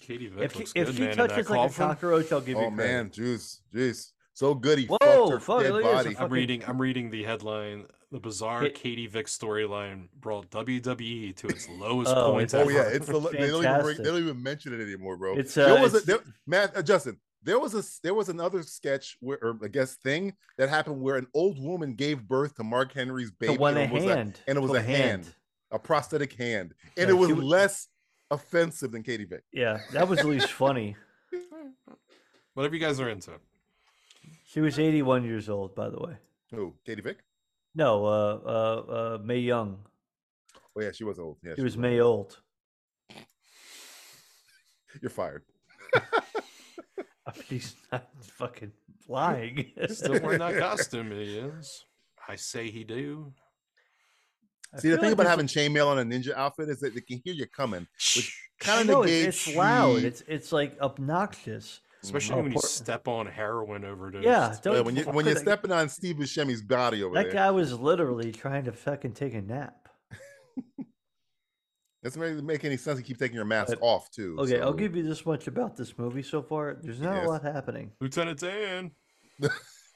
S5: Katie Vick
S4: If, she-
S5: looks
S4: if
S5: good,
S4: she
S5: man, in that
S4: touches like a
S5: coffin.
S4: cockroach, I'll give you
S3: Oh
S4: credit.
S3: man, juice, juice. So good he
S4: Whoa,
S3: fucked her
S4: fuck,
S3: dead
S4: look at
S3: body.
S4: this.
S5: I'm
S4: fucking-
S5: reading. I'm reading the headline. The bizarre
S4: Hit-
S5: Katie Vick storyline brought WWE to its lowest
S4: Oh,
S5: point
S4: it's-
S3: Oh
S5: ever.
S3: yeah, it's the, they don't even bring,
S4: Fantastic.
S3: they don't even mention it anymore, bro.
S4: It's,
S3: there
S4: uh,
S3: was a,
S4: it's-
S3: there, Matt, uh, Justin. There was a s- there was another sketch where, or I guess thing that happened where an old woman gave birth to Mark Henry's baby.
S4: the one
S3: and it
S4: a
S3: was
S4: hand.
S3: and it was
S4: Called
S3: a hand. a prosthetic hand, and
S4: Yeah,
S3: it was
S4: she was-
S3: less offensive than Katie Vick.
S4: Yeah, that was at least funny.
S5: Whatever you guys are into.
S4: She was 81 years old, by the way.
S3: Who? Katie Vick?
S4: No, uh, uh, uh, May Young.
S3: Oh yeah, she was old. Yeah,
S4: She
S3: she
S4: was May old.
S3: you're fired.
S4: She's not fucking lying.
S5: Still wearing that costume, he is. I say he do.
S4: I
S3: See, the
S4: feel
S3: thing
S4: like
S3: about
S4: this-
S3: having chainmail on a ninja outfit is that they can hear you coming, which kind
S4: I
S3: of
S4: know, it-
S3: negates.
S4: it's loud.
S3: the-
S4: It's it's like obnoxious.
S5: Especially
S4: Oh,
S5: when you
S4: poor-
S5: step on heroin overdose.
S4: Yeah, don't
S3: Yeah, when you when you're
S4: fucking-
S3: stepping on Steve Buscemi's body over
S4: That
S3: there.
S4: guy was literally trying to fucking take a nap.
S3: doesn't really make any sense to keep taking your mask off too.
S4: Okay, I'll
S3: so-
S4: give you this much about this movie so far. There's not
S3: Yes.
S4: a lot happening.
S5: Lieutenant Dan.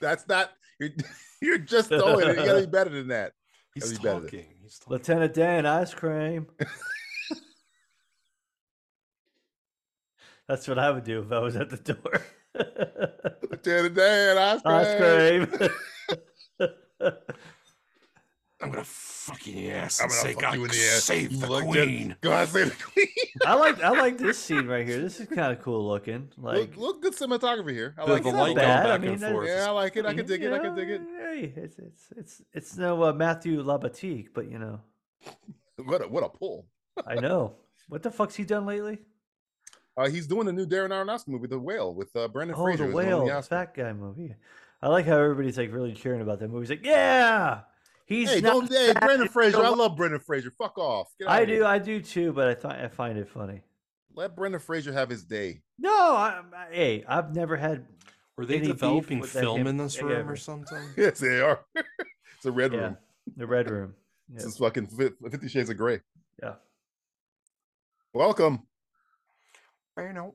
S3: That's not you're, you're just throwing it. You gotta be better than that.
S5: He's
S3: That'd be better.
S5: talking. He's talking.
S4: Lieutenant Dan ice cream. That's what I would do if I was at the door.
S3: Lieutenant Dan, ice cream.
S4: ice cream.
S5: I'm gonna fuck your ass
S3: I'm
S5: and
S3: gonna
S5: say,
S3: fuck
S5: God,
S3: you in the ass.
S5: save
S3: You
S5: the
S3: like that?
S5: queen.
S3: Go ahead, save the queen.
S4: I like I like this scene right here. This is kind of cool looking.
S3: look,
S4: Like
S3: look, good cinematography here. I
S5: The-
S3: like
S5: the
S3: it.
S4: not
S5: light going
S4: bad. I
S5: back
S4: mean,
S5: and
S4: that-
S5: forth.
S3: Yeah, I like it. I can dig it. I can
S4: yeah,
S3: dig it.
S4: Hey, it's it's it's it's no uh, Matthew Labatique, but you know,
S3: What a what a pull.
S4: I know what the fuck's he done lately?
S3: Uh, he's doing the new Darren Aronofsky movie, The Whale, with uh, Brandon
S4: Oh,
S3: Fraser.
S4: the
S3: who's winning
S4: whale, the
S3: Oscar.
S4: fat guy movie. I like how everybody's like really cheering about that movie. It's like, yeah, he's
S3: Hey,
S4: not
S3: don't, hey,
S4: fat,
S3: Brandon
S4: it's
S3: Fraser.
S4: the
S3: I
S4: whale."
S3: love Brandon Fraser. Fuck off. Get
S4: I
S3: outta here.
S4: do, I do too, but I thought I find it funny.
S3: Let Brandon Fraser have his day.
S4: No, I, I- hey, I've never had.
S5: Were they
S4: Any beef
S5: developing
S4: with that
S5: film
S4: him-
S5: in this
S4: yeah,
S5: room
S4: yeah.
S5: or something?
S3: Yes, they are. it's a red
S4: Yeah,
S3: room.
S4: the Red Room. Yeah.
S3: This is fucking Fif- Fifty Shades of Grey.
S4: yeah.
S3: Welcome
S5: Fair enough.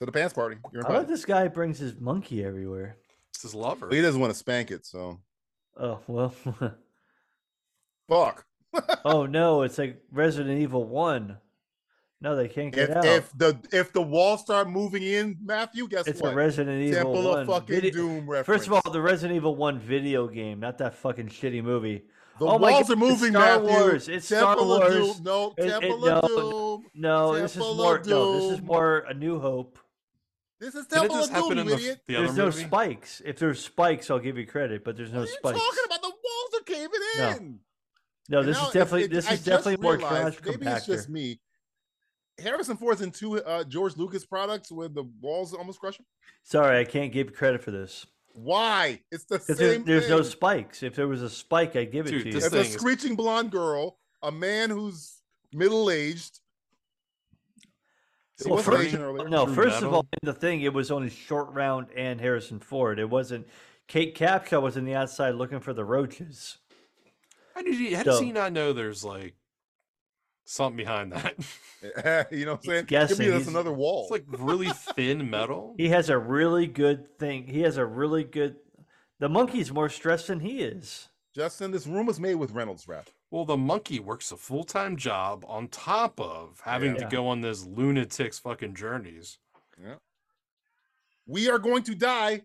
S3: to the pants party. You're
S4: I love
S3: invited.
S4: this guy brings his monkey everywhere.
S5: This is lover.
S3: But he doesn't want to spank it, so
S4: Oh well.
S3: fuck.
S4: oh no, it's like Resident Evil One. No, they can't get
S3: If,
S4: out.
S3: if the if the walls start moving in, Matthew, guess
S4: it's
S3: what?
S4: a Resident Evil
S3: Temple
S4: One.
S3: of fucking
S4: vide-
S3: Doom reference.
S4: First of all, the Resident Evil One video game, not that fucking shitty movie.
S3: the
S4: oh my
S3: walls
S4: God,
S3: are moving.
S4: It's Star
S3: Matthew.
S4: Wars. It's Star
S3: Temple of
S4: Wars.
S3: Doom. No,
S4: It- it-
S3: Temple of
S4: no,
S3: Doom.
S4: No, this is
S3: Temple of
S4: more. No, this is
S3: Doom.
S4: more A New Hope.
S3: This is
S5: Didn't
S3: Temple
S5: this
S3: of Doom,
S5: happen
S3: you
S5: in the,
S3: idiot.
S5: the other
S4: There's no
S5: movie?
S4: spikes. If there's spikes, I'll give you credit, but there's no
S3: what are you
S4: spikes.
S3: talking about? The walls are caving
S4: No.
S3: in.
S4: No,
S3: And
S4: this
S3: now
S4: is
S3: if
S4: definitely
S3: it-
S4: this
S3: I
S4: is
S3: just
S4: definitely more trash
S3: realized, Maybe it's just
S4: compactor.
S3: me. Harrison Ford's in two uh, George Lucas products where the walls almost crush him.
S4: Sorry, I can't give credit for this.
S3: Why? It's the
S4: 'Cause
S3: same.
S4: there- there's no
S3: thing.
S4: spikes. If there was a spike, I'd give it
S5: Dude,
S4: to you.
S5: this
S3: It's
S5: thing
S3: a
S5: is-
S3: screeching blonde girl, a man who's middle aged.
S5: Well,
S3: was
S5: first-
S3: Asian earlier.
S4: No,
S5: True
S4: first of
S5: Metal.
S4: all, in the thing, it was only Short Round and Harrison Ford. It wasn't Kate Capshaw was in the outside looking for the roaches.
S5: How did he? How does he not know there's like something behind that? it's
S3: you know what I'm saying?
S4: guessing.
S3: Maybe that's
S4: He's-
S3: another wall.
S5: like really thin metal.
S4: He has a really good thing. He has a really good. The monkey's more stressed than he is.
S3: Justin, this room was made with Reynolds wrap.
S5: Well, the monkey works a full time job on top of having
S4: Yeah.
S5: to go on this lunatic's fucking journeys.
S3: We are going to die.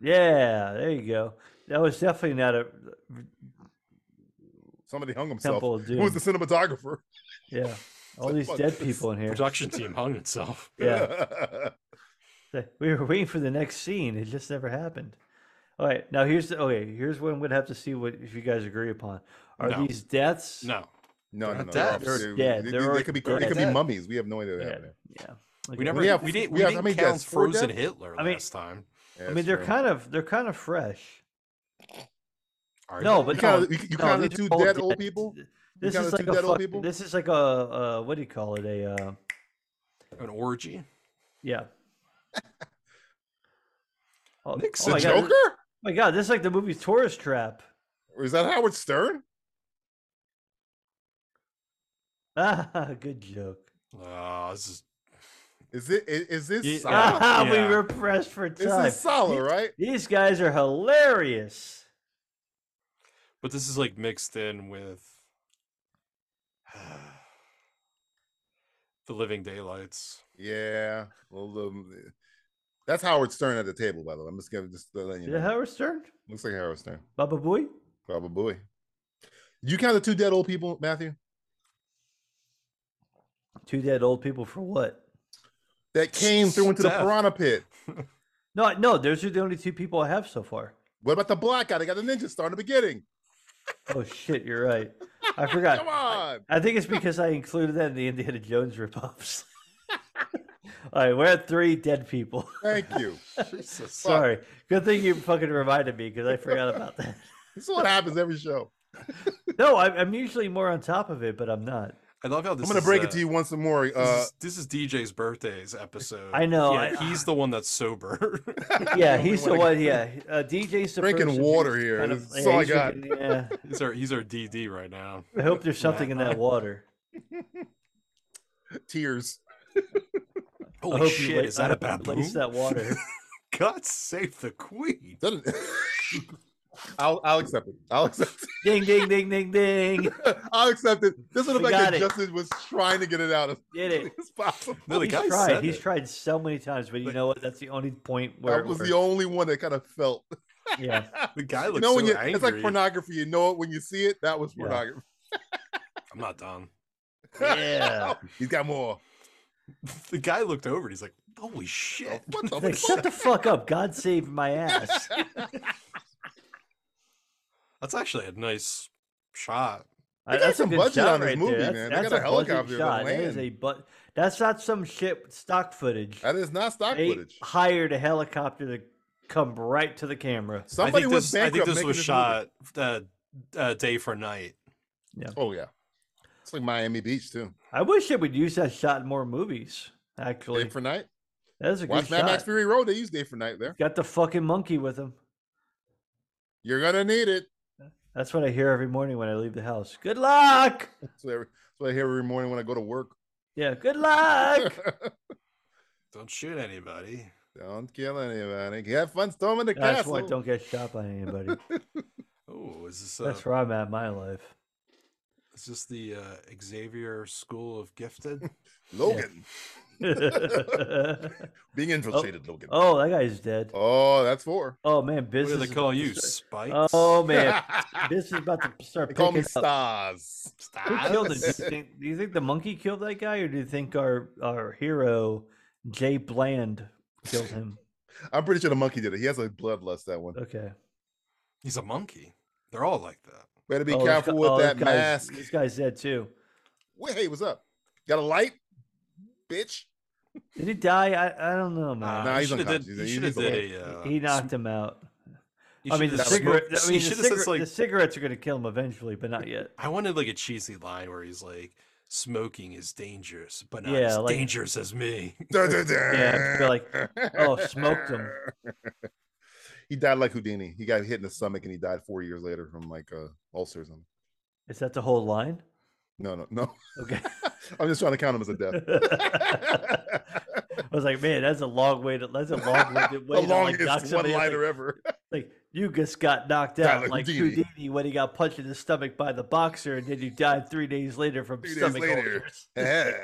S4: Yeah, there you go. That was definitely not a.
S3: Somebody hung himself.
S4: Temple of
S3: Who was the cinematographer?
S4: Yeah, all these
S3: fuck
S4: dead
S3: this
S4: people in here.
S5: Production team hung itself.
S4: Yeah, th- we were waiting for the next scene. It just never happened. All right, now here's the, okay. Here's what I'm gonna have to see what if you guys agree upon. Are
S5: No.
S4: these deaths?
S5: No,
S3: no, no, no.
S5: They're
S3: they're obviously-
S4: dead.
S3: They,
S4: They're
S3: they- they
S4: already
S3: could be they could be
S5: dead.
S3: mummies. We have no idea what
S4: Yeah,
S3: happened. there.
S4: yeah.
S5: we
S4: Okay.
S5: never.
S3: We
S5: We,
S3: have-
S5: didn't.
S3: we
S5: We,
S3: have-
S5: didn't
S3: I mean,
S5: count
S3: yes, four
S5: frozen
S3: dead-
S5: Hitler
S4: I mean-
S5: last time.
S3: Yeah,
S4: I
S3: that's
S4: mean, they're
S3: true.
S4: kind of they're kind of fresh.
S5: Are
S4: No,
S5: they?
S4: but
S3: You
S4: no,
S3: counted- you- you
S4: no,
S3: counted
S4: these
S3: two
S4: are all
S3: dead old people?
S4: Th- This
S3: counted
S4: is like
S3: two
S4: a
S3: dead old
S4: fuck,
S3: people?
S4: this is like a uh, what do you call it? A uh,
S5: an orgy.
S4: yeah. Oh,
S5: Nick's
S4: oh
S5: a
S4: my God,
S3: Joker?
S4: this- oh my god, this is like the movie Tourist Trap.
S3: Or is that Howard Stern?
S4: Ah, good joke.
S5: Ah, this is
S3: Is it? i- Is this?
S5: Yeah,
S3: Sala?
S4: Ah,
S5: yeah.
S4: we were pressed for time.
S3: This is Sala, right?
S4: These guys are hilarious.
S5: But this is like mixed in with the Living Daylights.
S3: Yeah. Well, the, that's Howard Stern at the table, by the way. I'm just gonna just letting you
S4: Is it
S3: know.
S4: Howard Stern?
S3: Looks like Howard Stern,
S4: Baba Booey?
S3: probably. You count the two dead old people, Matthew,
S4: Two dead old people for what?
S3: that came through into the
S5: Death.
S3: piranha pit.
S4: No, I- no, those are the only two people I have so far.
S3: What about the black guy? They got the ninja star in the beginning.
S4: Oh shit, you're right. I forgot.
S3: Come on.
S4: I think it's because I included that in the Indiana Jones ripoffs. All right, we're at three dead people.
S3: Thank you.
S5: Jesus.
S4: Sorry. Good thing you fucking reminded me because I forgot about that.
S3: This is what happens every show.
S4: No, I'm, I'm usually more on top of it, but I'm not.
S5: I love how this
S3: I'm gonna
S5: is,
S3: break
S5: uh,
S3: it to you once more.
S5: This,
S3: Uh,
S5: is, this is DJ's birthdays episode.
S4: I know,
S5: Yeah,
S4: I-
S5: he's the one that's sober.
S4: Yeah, he's the one. Yeah, he- uh, DJ's the
S3: Drinking
S4: person
S3: water
S4: who's
S3: here,
S4: kind
S3: this is all I
S4: he's
S3: got.
S4: drinking- yeah.
S5: he's our he's our DD right now.
S4: I hope there's something in that water.
S3: tears.
S4: I
S5: Holy
S4: hope you
S5: shit,
S4: la-
S5: is
S4: I
S5: that a
S4: hope you
S5: baboon?
S4: Lace that water.
S5: God save the queen.
S3: Doesn't- I'll I'll accept it. I'll accept
S4: ding, ding, ding, ding, ding.
S3: it. I'll accept it. This would have
S4: We
S3: been
S4: got
S3: that
S4: it.
S3: Justin was trying to get it out as
S4: Did it.
S3: as possible.
S5: No, the
S4: Oh, he's
S5: guy
S4: tried.
S5: said
S4: he's
S5: it.
S4: tried so many times, but you know what? That's the only point where
S3: That was
S4: where-
S3: the only one that kind of felt.
S4: yeah.
S5: The guy looks
S3: You know
S5: so
S3: when you,
S5: angry.
S3: it's like pornography. You know it when you see it. That was
S4: Yeah.
S3: pornography.
S5: I'm not done.
S4: Yeah.
S3: Oh, He's got more.
S5: The guy looked over and he's like, "Holy shit!"
S3: Oh, What the
S4: Like,
S3: fuck?
S4: shut the fuck up. God save my ass.
S5: That's actually a nice shot.
S3: They
S4: Uh,
S3: got
S4: that's a
S3: some
S4: good
S3: budget
S4: shot
S3: on this
S4: right
S3: movie,
S4: there.
S3: man. They
S4: That's,
S3: got a
S4: that's budget
S3: helicopter to
S4: shot. That is
S3: land.
S4: a bu- that's not some shit with stock footage.
S3: That is not stock
S4: They
S3: footage.
S4: hired a helicopter to come right to the camera.
S3: Somebody
S5: I think
S3: was
S5: this, I
S3: bankrupt.
S5: think this
S3: making
S5: was
S3: movie.
S5: shot uh, uh, day for night.
S3: Oh yeah, it's like Miami Beach too.
S4: I wish they would use that shot in more movies. Actually,
S3: Day for night.
S4: that is a good
S3: Watch Mad
S4: shot.
S3: Max Fury Road. They use day for night there.
S4: Got the fucking monkey with him.
S3: You're gonna need it.
S4: That's what I hear every morning when I leave the house. Good luck.
S3: That's what, I, that's what I hear every morning when I go to work.
S4: Yeah, good luck.
S5: Don't shoot anybody.
S3: don't kill anybody. Have fun storming the
S4: That's
S3: castle.
S4: why I don't get shot by anybody.
S5: Oh, is this? Uh,
S4: That's where I'm at in my life.
S5: Is this the uh, Xavier School of Gifted?
S3: Logan
S4: oh,
S3: being infiltrated. Logan. Oh.
S4: that guy's dead.
S3: that's four.
S4: Oh man,
S5: what
S4: business.
S5: do they
S4: is
S5: call
S4: about to
S5: you,
S4: start-
S5: Spikes?
S4: Oh man,
S3: they
S4: this is about to start
S3: call me
S4: picking up.
S3: Stars.
S4: Who killed it? Do you, think, do you think the monkey killed that guy, or do you think our our hero Jay Bland killed him?
S3: I'm pretty sure the monkey did it. He has a bloodlust. That one.
S4: Okay.
S5: He's a monkey. They're all like that.
S3: Better be
S4: Oh, this
S3: careful
S4: guy-
S3: with
S4: oh, this
S3: that
S4: guy's-
S3: mask.
S4: This guy's dead too.
S3: Wait, hey, what's up? Got a light, bitch?
S4: Did he die? I, I don't know, man.
S3: nah,
S5: you
S3: he's
S5: should have
S3: unconscious.
S5: did.
S3: He's-
S5: You
S3: he's
S5: should have
S3: still
S5: did a. Uh,
S4: he knocked him out. I mean, the
S3: just
S4: cigarette. I mean, the,
S5: should have
S4: cigarette-
S5: said like.
S4: the cigarettes are going to kill him eventually, but not yet.
S5: I wanted like a cheesy line where he's like, "Smoking is dangerous, but not
S4: Yeah,
S5: as
S4: like-
S5: dangerous as me."
S3: Dun, dun, dun.
S4: Yeah, be like, oh, smoked him.
S3: He died like Houdini. He got hit in the stomach and he died four years later from like uh, ulcer or something.
S4: Is that the whole line?
S3: No, no, no.
S4: Okay.
S3: I'm just trying to count him as a death.
S4: I was like, man, that's a long way to. That's a long way to.
S3: the
S4: Way to, like,
S3: longest
S4: knock
S3: one
S4: somebody out." Like,
S3: liner ever.
S4: Like you just got knocked
S3: Got
S4: out
S3: like
S4: like
S3: Houdini.
S4: Houdini. when he got punched in the stomach by the boxer, and then you died three days later from
S3: Three days
S4: stomach
S3: later.
S4: ulcers.
S3: Yeah.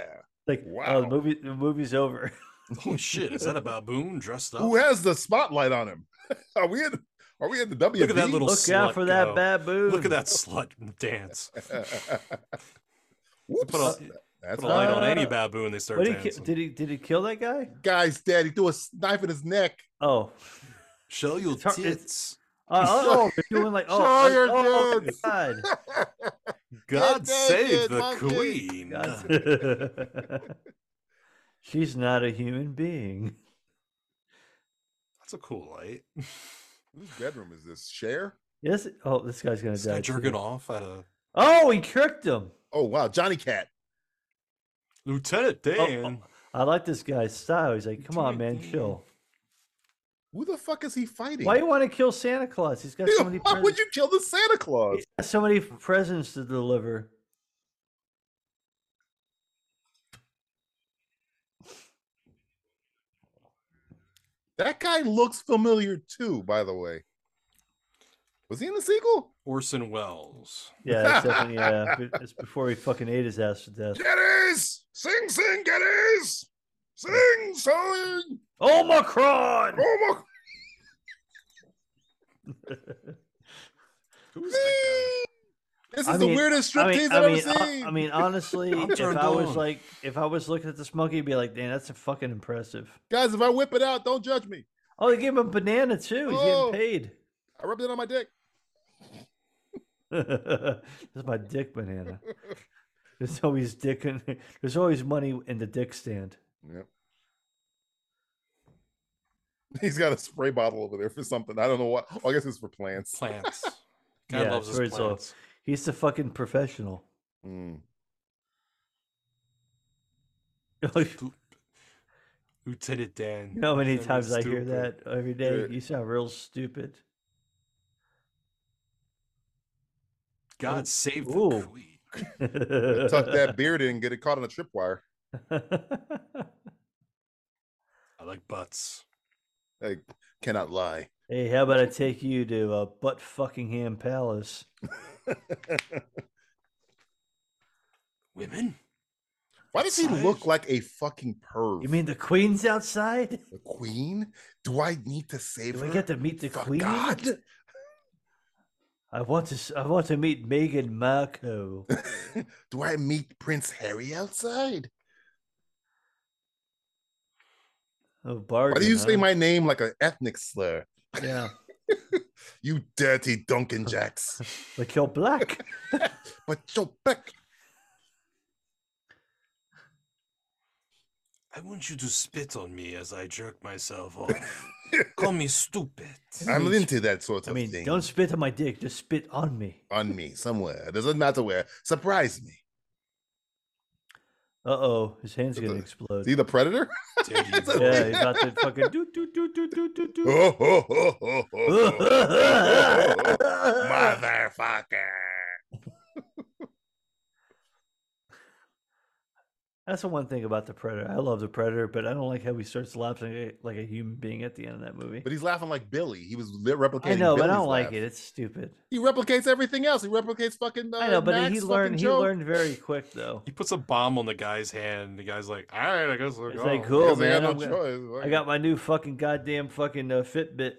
S4: Like oh,
S3: Wow.
S4: the movie, the movie's over.
S5: Holy shit! Is that a baboon dressed up?
S3: Who has the spotlight on him? Are we in? Are we in the W?
S5: Look at that little
S4: Look out
S5: slut
S4: for that
S5: go.
S4: baboon.
S5: Look at that slut dance.
S3: Whoops.
S5: Put a,
S3: That's
S5: put a light on any
S4: Uh,
S5: baboon, they start
S4: What did he, ki-
S5: dancing.
S4: did he did he kill that guy?
S3: guy's dead. He threw a s- knife in his neck.
S4: Oh,
S5: Show your
S4: It's hard- it's-
S5: tits.
S4: uh, oh, they're doing like oh,
S3: Show
S4: oh,
S3: your
S4: oh,
S3: dudes.
S4: God.
S5: God save
S3: naked
S5: the
S3: monkey.
S5: queen.
S4: God. She's not a human being.
S5: That's a cool light.
S3: Whose bedroom is this? Share?
S4: Yes. Oh, this guy's gonna
S5: Is that
S4: die. too.
S5: jerking off at a
S4: Oh, he tricked him.
S3: Oh wow, Johnny Cat.
S5: Lieutenant
S4: oh.
S5: Dan?
S4: I like this guy's style. He's like, come on,
S5: Dude,
S4: man,
S5: dude.
S4: chill.
S3: Who the fuck is he fighting?
S4: Why you want to kill Santa Claus? He's got
S3: Dude,
S4: so many.
S3: why would
S4: presents-
S3: you kill the Santa Claus?
S4: He's got so many presents to deliver.
S3: That guy looks familiar too, by the way. Was he in the sequel?
S5: Orson Welles.
S4: Yeah, that's definitely. Yeah, be- it's before he fucking ate his ass to death.
S3: Gettys! Sing sing gettys! Sing sing!
S4: Oh, Omicron.
S3: Oh my
S5: Who's that
S3: This is
S4: I
S3: the
S4: mean-
S3: weirdest
S4: I
S3: striptease
S4: mean,
S3: I've
S4: I mean, uh,
S3: ever seen.
S4: I, I mean, honestly,
S5: I'm
S4: if
S5: turned
S4: I was
S5: on.
S4: like, if I was looking at this monkey, I'd be like, damn, that's a fucking impressive.
S3: Guys, if I whip it out, don't judge me.
S4: Oh, they gave him a banana too. He's
S3: Oh.
S4: getting paid.
S3: I rubbed it on my dick.
S4: That's my dick banana. There's always dick in there's always money in the dick stand.
S3: Yep. He's got a spray bottle over there for something. I don't know what. Oh, I guess it's for plants.
S5: guy? Plants. God
S4: Yeah,
S5: loves
S4: it's where
S5: his
S4: it's all-
S5: plants.
S4: He's the fucking professional.
S3: Mm.
S4: you
S5: Lieutenant Dan.
S4: know how many
S5: That was
S4: times I hear
S5: stupid.
S4: that every day?
S3: Dude.
S4: You sound real stupid.
S5: God save the
S4: Ooh.
S5: queen.
S4: Tuck
S3: Tuck that beard in, get it caught on a tripwire.
S5: I like butts.
S3: I cannot lie.
S4: hey, how about I take you to uh, Butt Fuckingham Palace?
S5: Women?
S3: Why does he look like a fucking perv?
S4: You mean the Queen's outside?
S3: the queen? Do I need to save
S4: Do
S3: her?
S4: I get to meet the
S3: For
S4: Queen?
S3: God.
S4: I want to. s- I want to meet Meghan Markle.
S3: Do I meet Prince Harry outside?
S4: Oh, bargain,
S3: Why do you
S4: huh?
S3: say my name like an ethnic slur?
S4: Yeah,
S3: You dirty Duncan Jacks.
S4: but you're black.
S3: but Joe Beck.
S5: I want you to spit on me as I jerk myself off. Call me stupid.
S3: I'm into that sort
S4: I
S3: of
S4: mean,
S3: thing.
S4: don't spit on my dick. Just spit on me.
S3: On me somewhere. It doesn't matter where. Surprise me.
S4: Uh oh, his hand's gonna
S3: the-
S4: explode.
S3: See the predator?
S5: Dare you
S3: It's a-
S4: Yeah, he's about to fucking do do do do do do do.
S3: Oh, ho, ho, ho, ho, ho. Oh. Motherfucker.
S4: That's the one thing about the Predator. I love the Predator, but I don't like how he starts laughing a- like a human being at the end of that movie.
S3: But he's laughing like Billy. He was li- replicating.
S4: I know, but I
S3: Billy's
S4: don't like
S3: laugh.
S4: it. It's stupid.
S3: He replicates everything else. He replicates fucking. Uh,
S4: I know, but he
S3: Mac's fucking
S4: learned. He
S3: joke.
S4: learned very quick, though.
S5: He puts a bomb on the guy's hand. and The guy's like, all right, I guess we're
S4: It's
S5: going.
S4: like,
S3: He
S4: cool,
S3: doesn't have
S4: man.
S3: Oh, no
S4: I'm gonna-
S3: choice.
S4: I got my new fucking goddamn fucking uh, Fitbit.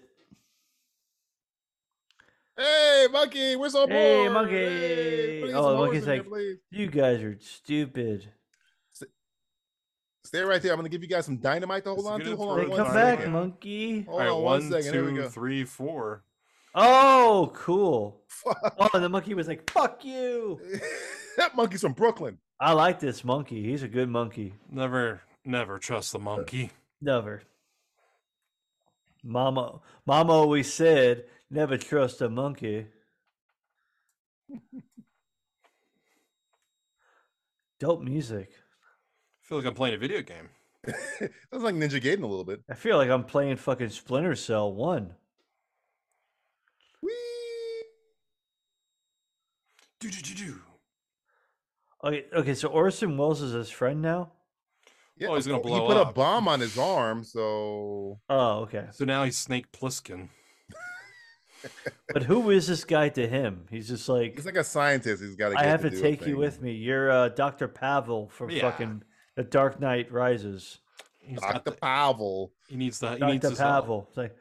S3: Hey, monkey, we're so
S4: Hey,
S3: bored.
S4: monkey.
S3: put some
S4: Oh, the
S3: horse
S4: monkey's
S3: in there,
S4: like-
S3: please.
S4: You guys are stupid.
S3: Stay right there. I'm gonna give you guys some dynamite to hold
S5: It's
S3: on
S5: gonna
S3: to. Hold
S5: throw
S4: Hey,
S3: on,
S5: it
S3: one
S4: come
S5: on
S4: back,
S3: second.
S5: again.
S4: monkey.
S3: Hold
S5: All right,
S3: on one
S5: one, two, three, four.
S3: second. Here we go.
S4: Oh, cool.
S3: Fuck.
S4: Oh, and the monkey was like, "Fuck you."
S3: that monkey's from Brooklyn.
S4: I like this monkey. He's a good monkey.
S5: Never, never trust
S3: Uh,
S5: the monkey.
S4: Never. Mama, Mama always said, "Never trust a monkey." Dope music.
S5: I feel like I'm playing a video game.
S3: That's like Ninja Gaiden a little bit.
S4: I feel like I'm playing fucking Splinter Cell One.
S3: Whee!
S5: Do, do, do, do.
S4: Okay, okay. So Orson Welles is his friend now.
S3: Yeah,
S5: Oh, he's gonna
S3: of course.
S5: blow
S3: He put
S5: up.
S3: a bomb on his arm, so
S4: Oh, okay.
S5: So now he's Snake Plissken.
S4: But who is this guy to him? He's just like,
S3: he's like a scientist. He's got.
S4: I have to take you with me. You're uh, Doctor Pavel from
S5: Yeah.
S4: fucking The Dark Knight Rises.
S5: He's got
S3: Doctor
S5: the,
S3: Pavel.
S5: he needs the. He needs
S4: Doctor
S5: his help.
S4: Pavel. It's like,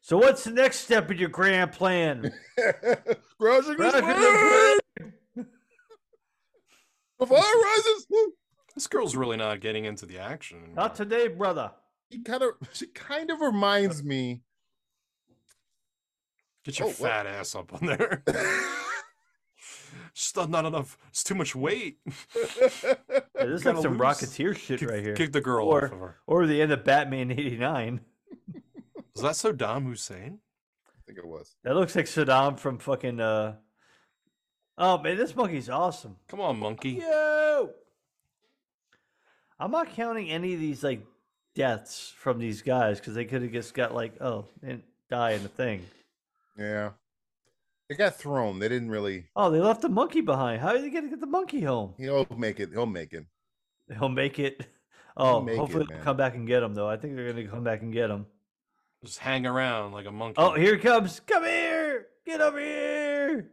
S4: so what's the next step in your grand plan?
S3: Grocery
S4: Grocery
S3: store. The fire rises. Woo.
S5: This girl's really not getting into the action. anymore.
S4: Not today, brother.
S3: He kind of. She kind of reminds me.
S5: Get your
S3: Oh, well.
S5: fat ass up on there. Just not, not enough. It's too much weight.
S4: Yeah, this is like
S5: Gotta
S4: some
S5: lose.
S4: Rocketeer shit
S5: Kick,
S4: right here.
S5: kick the girl
S4: or,
S5: off of her.
S4: or the end of Batman '89.
S5: Is that Saddam Hussein?
S3: I think it was.
S4: That looks like Saddam from fucking. Uh... Oh man, this monkey's awesome.
S5: Come on, monkey.
S4: Yo! I'm not counting any of these like deaths from these guys because they could have just got like, oh, and die in the thing.
S3: Yeah. They got thrown. They didn't really.
S4: Oh, they left the monkey behind. How are they gonna get the monkey home?
S3: He'll make it. He'll make it.
S4: He'll make it. Oh,
S3: make it,
S4: hopefully they'll
S3: man.
S4: come back and get him though. I think they're gonna come back and get him.
S5: Just hang around like a monkey.
S4: Oh, here he comes. Come here. Get over here.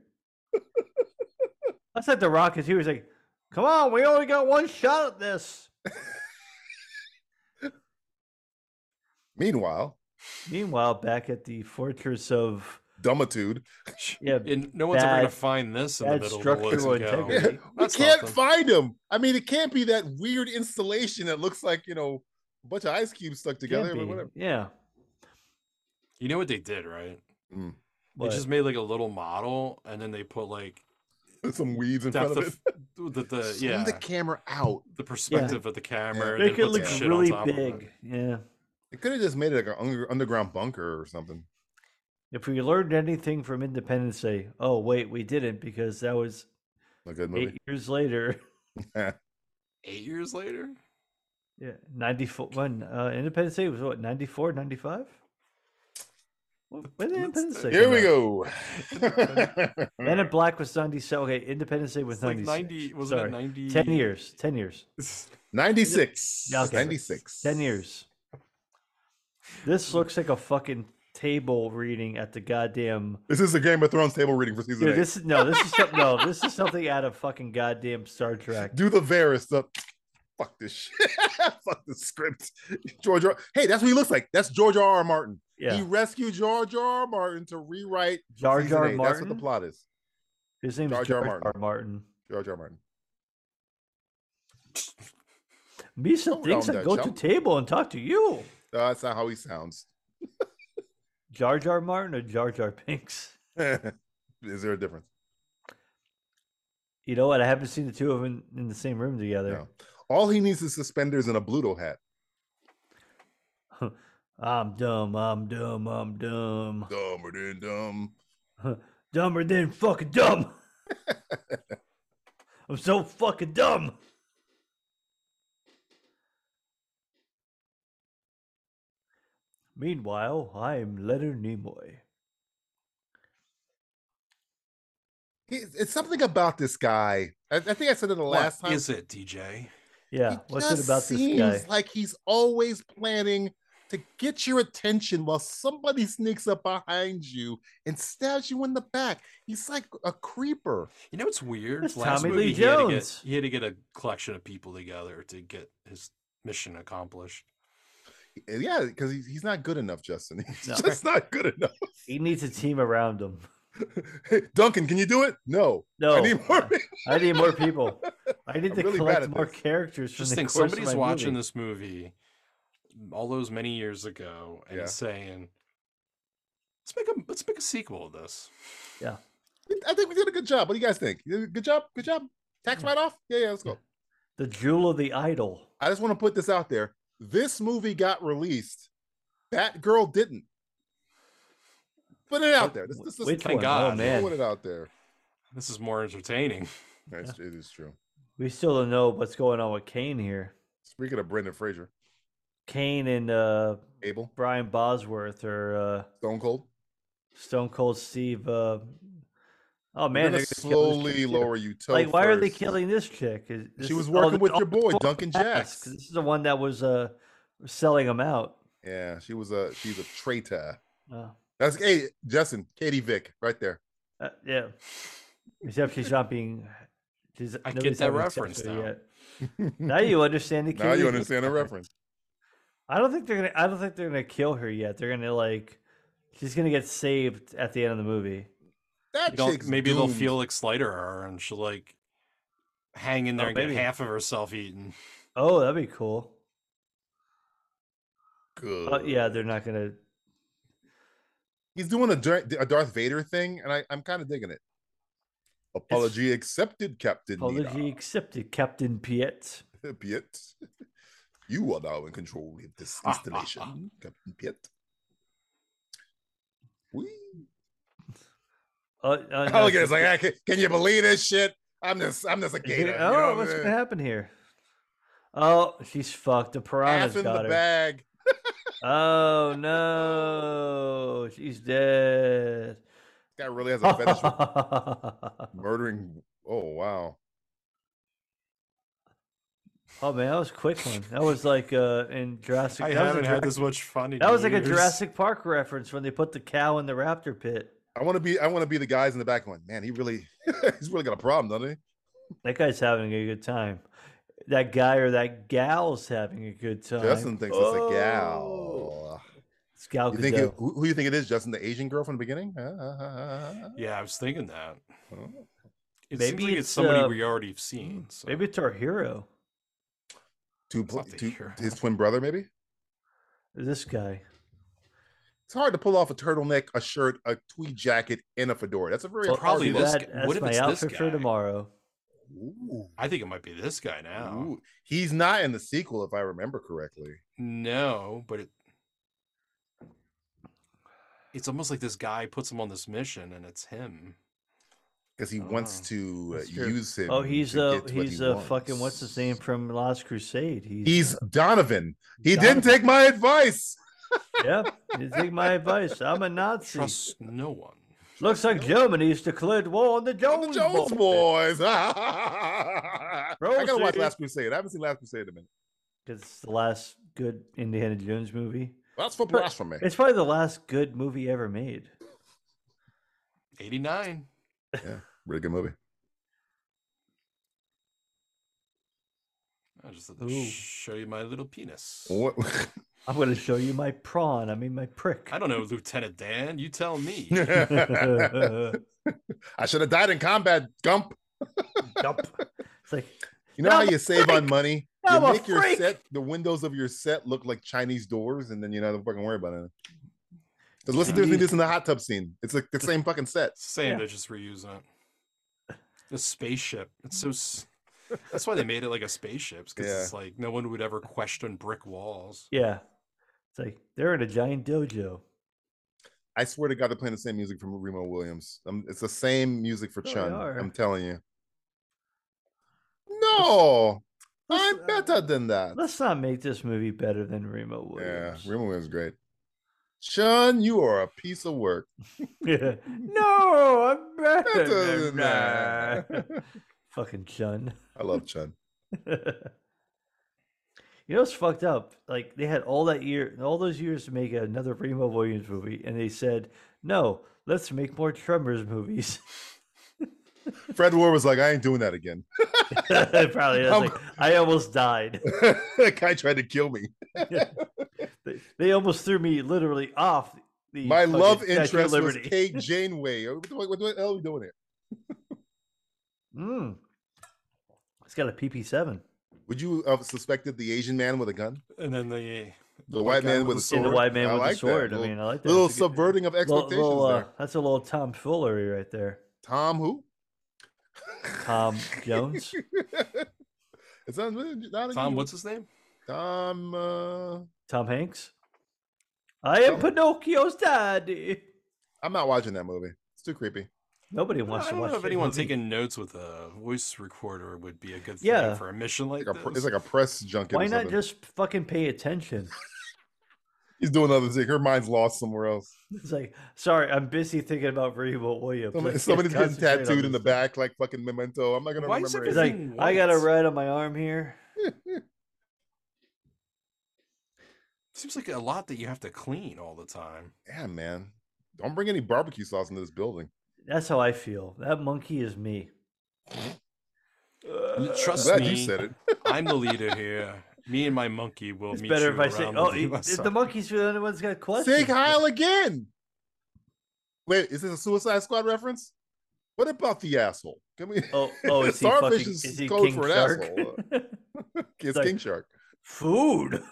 S4: That's like the Rockets. He was like, come on, we only got one shot at this.
S3: Meanwhile,
S4: Meanwhile, back at the fortress of
S3: dumbitude.
S4: yeah,
S5: And no one's ever gonna
S4: Bad-
S5: find this in the
S4: bad
S5: middle of the woods.
S4: structural
S5: and go,
S3: Yeah,
S4: integrity. Okay,
S3: we
S5: that's
S3: can't
S5: something.
S3: find him. I mean, it can't be that weird installation that looks like you know a bunch of ice cubes stuck together.
S4: can't
S3: But
S4: be.
S3: whatever.
S4: Yeah.
S5: You know what they did, right?
S4: What?
S5: They just made like a little model, and then they put like
S3: Some weeds in
S5: depth
S3: front of it.
S5: of the,
S4: uh,
S5: the yeah
S3: Zoom the camera out.
S5: the perspective of the camera.
S4: Make it
S5: and they put some
S4: look
S5: shit on
S4: really
S5: top of it.
S4: big. Yeah.
S3: It could have just made it like an under, underground bunker or something.
S4: If we learned anything from Independence Day, oh wait, we didn't because that was
S3: A good
S4: eight
S3: movie.
S4: years later.
S5: Eight years later,
S4: Yeah, ninety four. When uh, Independence Day was what 94, 95? When when did
S5: Let's
S4: Independence Day?
S3: Here
S4: come
S3: we
S4: out?
S3: go.
S4: Men in Black was ninety seven. Okay, Independence Day was
S5: it's like
S4: ninety.
S5: ninety. Was it
S4: Sorry.
S5: ninety?
S4: Ten years. Ten years.
S3: 96.
S4: Yeah, okay.
S3: 96.
S4: 10 years. This looks like a fucking table reading at the goddamn.
S3: This is a Game of Thrones table reading for season eight.
S4: Dude, this is no, this is some- no, this is something out of fucking goddamn Star Trek.
S3: Do the Varys stuff. Fuck this shit. Fuck the script. George R. Hey, that's what he looks like. That's George R. R. Martin. He
S4: Yeah,
S3: rescued George R. R. Martin to rewrite
S4: Jar
S3: season
S4: Jar
S3: eight. That's what the
S4: Martin.
S3: plot is.
S4: His name's
S3: Jar
S4: Jar
S3: Jar
S4: Jar
S3: Martin.
S4: Martin. Martin.
S3: George R. R. Martin.
S4: Misa
S3: Don't
S4: thinks
S3: round
S4: I
S3: that,
S4: go
S3: shall
S4: to
S3: we?
S4: table and talk to you.
S3: Uh, that's not how he sounds.
S4: Jar Jar Martin or Jar Jar Pinks?
S3: is there a difference?
S4: You know what? I haven't seen the two of them in, in the same room together.
S3: No. All he needs is suspenders and a Bluto hat.
S4: I'm dumb. I'm dumb. I'm dumb.
S3: Dumber than dumb.
S4: Dumber than fucking dumb. I'm so fucking dumb. Meanwhile, I'm Leonard Nimoy.
S3: He, it's something about this guy. I, I think I said it the last
S5: what
S3: time.
S5: is it, DJ?
S4: Yeah,
S3: He
S4: what's it
S3: just
S4: about this
S3: seems
S4: guy?
S3: Like he's always planning to get your attention while somebody sneaks up behind you and stabs you in the back. He's like a creeper.
S5: You know what's weird?
S4: That's Tommy Lee
S5: he had to get-
S4: Jones.
S5: He had, to get, a collection of people together to get his mission accomplished.
S3: Yeah, because he's, he's not good enough, Justin. He's
S4: No.
S3: just not good enough.
S4: He needs a team around him.
S3: Hey, Duncan, can you do it? No.
S4: No,
S3: I need more.
S4: I need more people. I need
S3: I'm
S4: to
S3: really bad
S4: collect
S3: at
S4: more
S3: this.
S4: characters. From
S5: Just
S4: the
S5: think,
S4: course of
S5: somebody's
S4: my
S5: watching
S4: movie.
S5: this movie all those many years ago and
S3: Yeah.
S5: saying, "Let's make a let's make a sequel of this."
S3: I think we did a good job. What do you guys think? You did a Good job. Good job. Tax write off. Yeah, yeah. Let's go.
S4: The Jewel of the Idol.
S3: I just want to put this out there. This movie got released. That girl didn't. Put it out there. This, this, this,
S4: Which
S5: Thank
S4: one? Oh
S5: God.
S3: Put it
S4: man,
S3: out there.
S5: This is more entertaining.
S3: That's, It is true.
S4: we still don't know what's going on with Kane here.
S3: Speaking of Brendan Fraser,
S4: Kane and uh,
S3: Abel,
S4: Brian Bosworth or uh,
S3: Stone Cold,
S4: Stone Cold Steve. Uh... Oh
S3: we're
S4: man,
S3: gonna
S4: they're gonna kill this
S3: slowly
S4: chick, too.
S3: lower you. Toe
S4: Like, why are they
S3: first.
S4: killing this chick? Is- this
S3: She
S4: is-
S3: was
S4: oh,
S3: working
S4: this-
S3: with
S4: oh,
S3: your boy
S4: this
S3: Duncan
S4: is-
S3: Jacks.
S4: This is the one that was uh, selling him out.
S3: Yeah, she was a she's a traitor.
S4: Uh,
S3: That's hey Justin, Katie Vick, right there.
S4: Uh, yeah. Except she's not being. She's,
S5: I get
S4: nobody's
S5: that
S4: having sex
S5: reference
S4: with her
S5: now.
S4: Now you understand the.
S3: now you
S4: Kiwi-
S3: understand the reference.
S4: I don't think they're gonna. I don't think they're gonna kill her yet. They're gonna like. She's gonna get saved at the end of the movie.
S3: That
S5: You don't-
S3: chick's
S5: maybe they'll
S3: doomed.
S5: Felix Leiter her and she'll like hang in there
S4: Oh,
S5: and
S4: maybe.
S5: get half of herself eaten.
S4: Oh, that'd be cool.
S3: good.
S4: But uh, yeah, they're not gonna.
S3: he's doing a, Dar- a Darth Vader thing, and I, I'm kind of digging it. Apology accepted, Captain.
S4: Apology accepted, Captain Piet.
S3: Nina. Piet. You are now in control of this installation, Captain Piet. Whee.
S4: Uh, uh, no,
S3: Oh, yeah, it's like, I can, can you believe this shit? I'm just, I'm just a
S4: is it-
S3: gator. you know
S4: oh,
S3: what
S4: what's
S3: I'm
S4: gonna
S3: saying?
S4: happen here? Oh, she's fucked. The piranha's
S3: Ass in
S4: got
S3: the
S4: her.
S3: bag.
S4: Oh no, she's dead.
S3: This guy really has a fetish for
S4: oh
S3: murdering. Oh wow,
S4: Oh, man, that was a quick one. That was like uh in Jurassic.
S5: I
S4: that was a
S5: haven't
S4: Jura-
S5: had this much fun. In
S4: That was like a
S5: years.
S4: Jurassic Park reference when they put the cow in the raptor pit.
S3: I want to be, I want to be the guys in the back going, man, he really, he's really got a problem, doesn't he?
S4: That guy's having a good time. That guy or that gal's having a good time.
S3: Justin thinks it's a
S4: Oh,
S3: gal.
S4: It's Gal
S3: You think it,
S4: Gadot.
S3: who, who you think it is, Justin? The Asian girl from the beginning? Ah, ah, ah, ah,
S5: Yeah, I was thinking that.
S3: ah. Oh.
S5: It
S4: Maybe
S5: seems like
S4: it's,
S5: it's somebody
S4: uh,
S5: we already have seen. So.
S4: Maybe it's our hero.
S3: Two, pl-
S5: Not the
S3: two,
S5: hero.
S3: his twin brother, maybe.
S4: This guy.
S3: It's hard to pull off a turtleneck, a shirt, a tweed jacket, and a fedora. That's a very
S4: Well,
S3: hard
S5: probably
S3: look.
S5: this
S4: that-
S5: guy-
S4: That's
S5: what if
S4: my
S5: it's this
S4: outfit for
S5: guy?
S4: tomorrow.
S3: Ooh.
S5: I think it might be this guy now.
S3: Ooh. He's not in the sequel, if I remember correctly.
S5: No, but it it's almost like this guy puts him on this mission and it's him.
S3: because he
S5: Oh,
S3: wants to uh,
S4: that's true.
S3: use him.
S4: Oh, he's
S3: to
S4: uh
S3: get what
S4: he's
S3: he
S4: uh fucking what's
S3: wants.
S4: his name from Last Crusade. He's
S3: He's Donovan. He didn't
S4: Donovan.
S3: take my advice.
S4: Yep. You take my advice. I'm a Nazi.
S5: Trust no one.
S4: Looks like Germany's declared war on the
S3: The
S4: Jones,
S3: Jones
S4: Boys.
S3: Boys. I gotta watch
S4: Proceed.
S3: Last Crusade. I haven't seen Last Crusade in a minute.
S4: 'Cause it's the last good Indiana Jones movie.
S3: That's for
S4: But
S3: blasphemy.
S4: It's probably the last good movie ever made.
S5: 89.
S3: Yeah, really good movie.
S5: I just let
S4: Ooh.
S5: show you my little penis.
S3: What?
S4: I'm going to show you my prawn. I mean, my prick.
S5: I don't know, Lieutenant Dan. You tell me.
S3: I should have died in combat, Gump.
S4: Yup. It's like,
S3: You know
S4: I'm
S3: how
S4: a
S3: you save on money?
S4: I'm
S3: you
S4: a
S3: make your
S4: freak.
S3: set, the windows of your set look like Chinese doors, and then you don't fucking worry about it. Because what's the difference between this and the hot tub scene? It's like the same fucking set.
S5: Same,
S4: Yeah.
S5: they're just reusing it. The spaceship. It's so. s- That's why they made it like a spaceship, because
S3: Yeah.
S5: it's like no one would ever question brick walls.
S4: yeah. It's like, they're in a giant dojo.
S3: I swear to God, they're playing the same music from Remo Williams. Um, it's the same music for
S4: Sure they
S3: Chun.
S4: are.
S3: I'm telling you. No,
S4: Let's-
S3: I'm better than that.
S4: Let's not make this movie better than Remo
S3: Yeah,
S4: Williams.
S3: Remo Williams is great. Chun, you are a piece of work.
S4: Yeah. no, I'm
S3: Better
S4: better
S3: than
S4: than that.
S3: that.
S4: Fucking Chun.
S3: I love Chun.
S4: you know what's fucked up? Like they had all that year, all those years to make another Remo Williams movie, and they said, "No, let's make more Tremors movies."
S3: Fred Ward was like, I ain't doing that again.
S4: Probably that's
S3: Um,
S4: like, I almost died.
S3: that guy tried to kill me.
S4: They, they almost threw me literally off. The
S3: My
S4: fucking
S3: love
S4: Statue of
S3: interest was
S4: Liberty.
S3: Kate Janeway. What the, what the hell are we doing here?
S4: Mm. It's got a PP seven.
S3: Would you have suspected the Asian man with a gun?
S5: And then the
S3: The white
S5: guy
S3: man with a
S5: the
S4: In the
S3: sword?
S4: white man
S3: I
S4: with
S3: like
S4: the
S3: that.
S4: sword. I
S3: Little-
S4: mean, I like that.
S3: little
S4: That's a good-
S3: subverting of
S4: little-
S3: expectations
S4: little, uh,
S3: there.
S4: that's a little tomfoolery right there.
S3: Tom who?
S4: Tom Jones.
S3: It's not, not
S5: Tom, what's his name?
S3: Tom? Uh,
S4: Tom Hanks. I
S3: Oh.
S4: am Pinocchio's daddy.
S3: I'm not watching that movie. It's too creepy.
S4: Nobody
S5: I
S4: wants to
S5: don't
S4: watch
S5: know if
S4: that
S5: anyone
S4: movie.
S5: taking notes with a voice recorder would be a good thing
S4: Yeah.
S5: for a mission like
S3: Like a, pr-
S5: this.
S3: it's like a press junket.
S4: Why
S3: or
S4: not
S3: something.
S4: just fucking pay attention?
S3: He's doing other thing. Her mind's lost somewhere else.
S4: It's like, sorry, I'm busy thinking about Rebo Williams.
S3: Somebody-
S4: I can't
S3: somebody's getting
S4: concentrate on
S3: tattooed in the
S4: this stuff."
S3: back, like fucking memento. I'm not gonna
S5: Why is
S3: remember.
S4: It's
S3: it.
S5: everything-
S4: like,
S5: Fucking
S4: I got a
S5: what?
S4: red on my arm here.
S5: Seems like a lot that you have to clean all the time.
S3: yeah, man. Don't bring any barbecue sauce into this building.
S4: That's how I feel. That monkey is me.
S5: L-
S3: Uh, I'm
S5: Trust
S3: glad
S5: me,
S3: you said it.
S5: I'm the leader here. Me and my monkey will
S4: It's
S5: meet
S4: better
S5: you
S4: if I say,
S5: around
S4: "Oh,
S5: the
S4: it-
S5: US."
S4: the monkey's the only one's got questions."
S3: Sig Heil again. Wait, is this a Suicide Squad reference? What about the asshole? Can we?
S4: Oh, oh, is he
S3: Starfish
S4: fucking?
S3: is
S4: Is he
S3: code
S4: King
S3: for an
S4: Shark?
S3: asshole. it's
S4: like-
S3: King Shark.
S4: Food.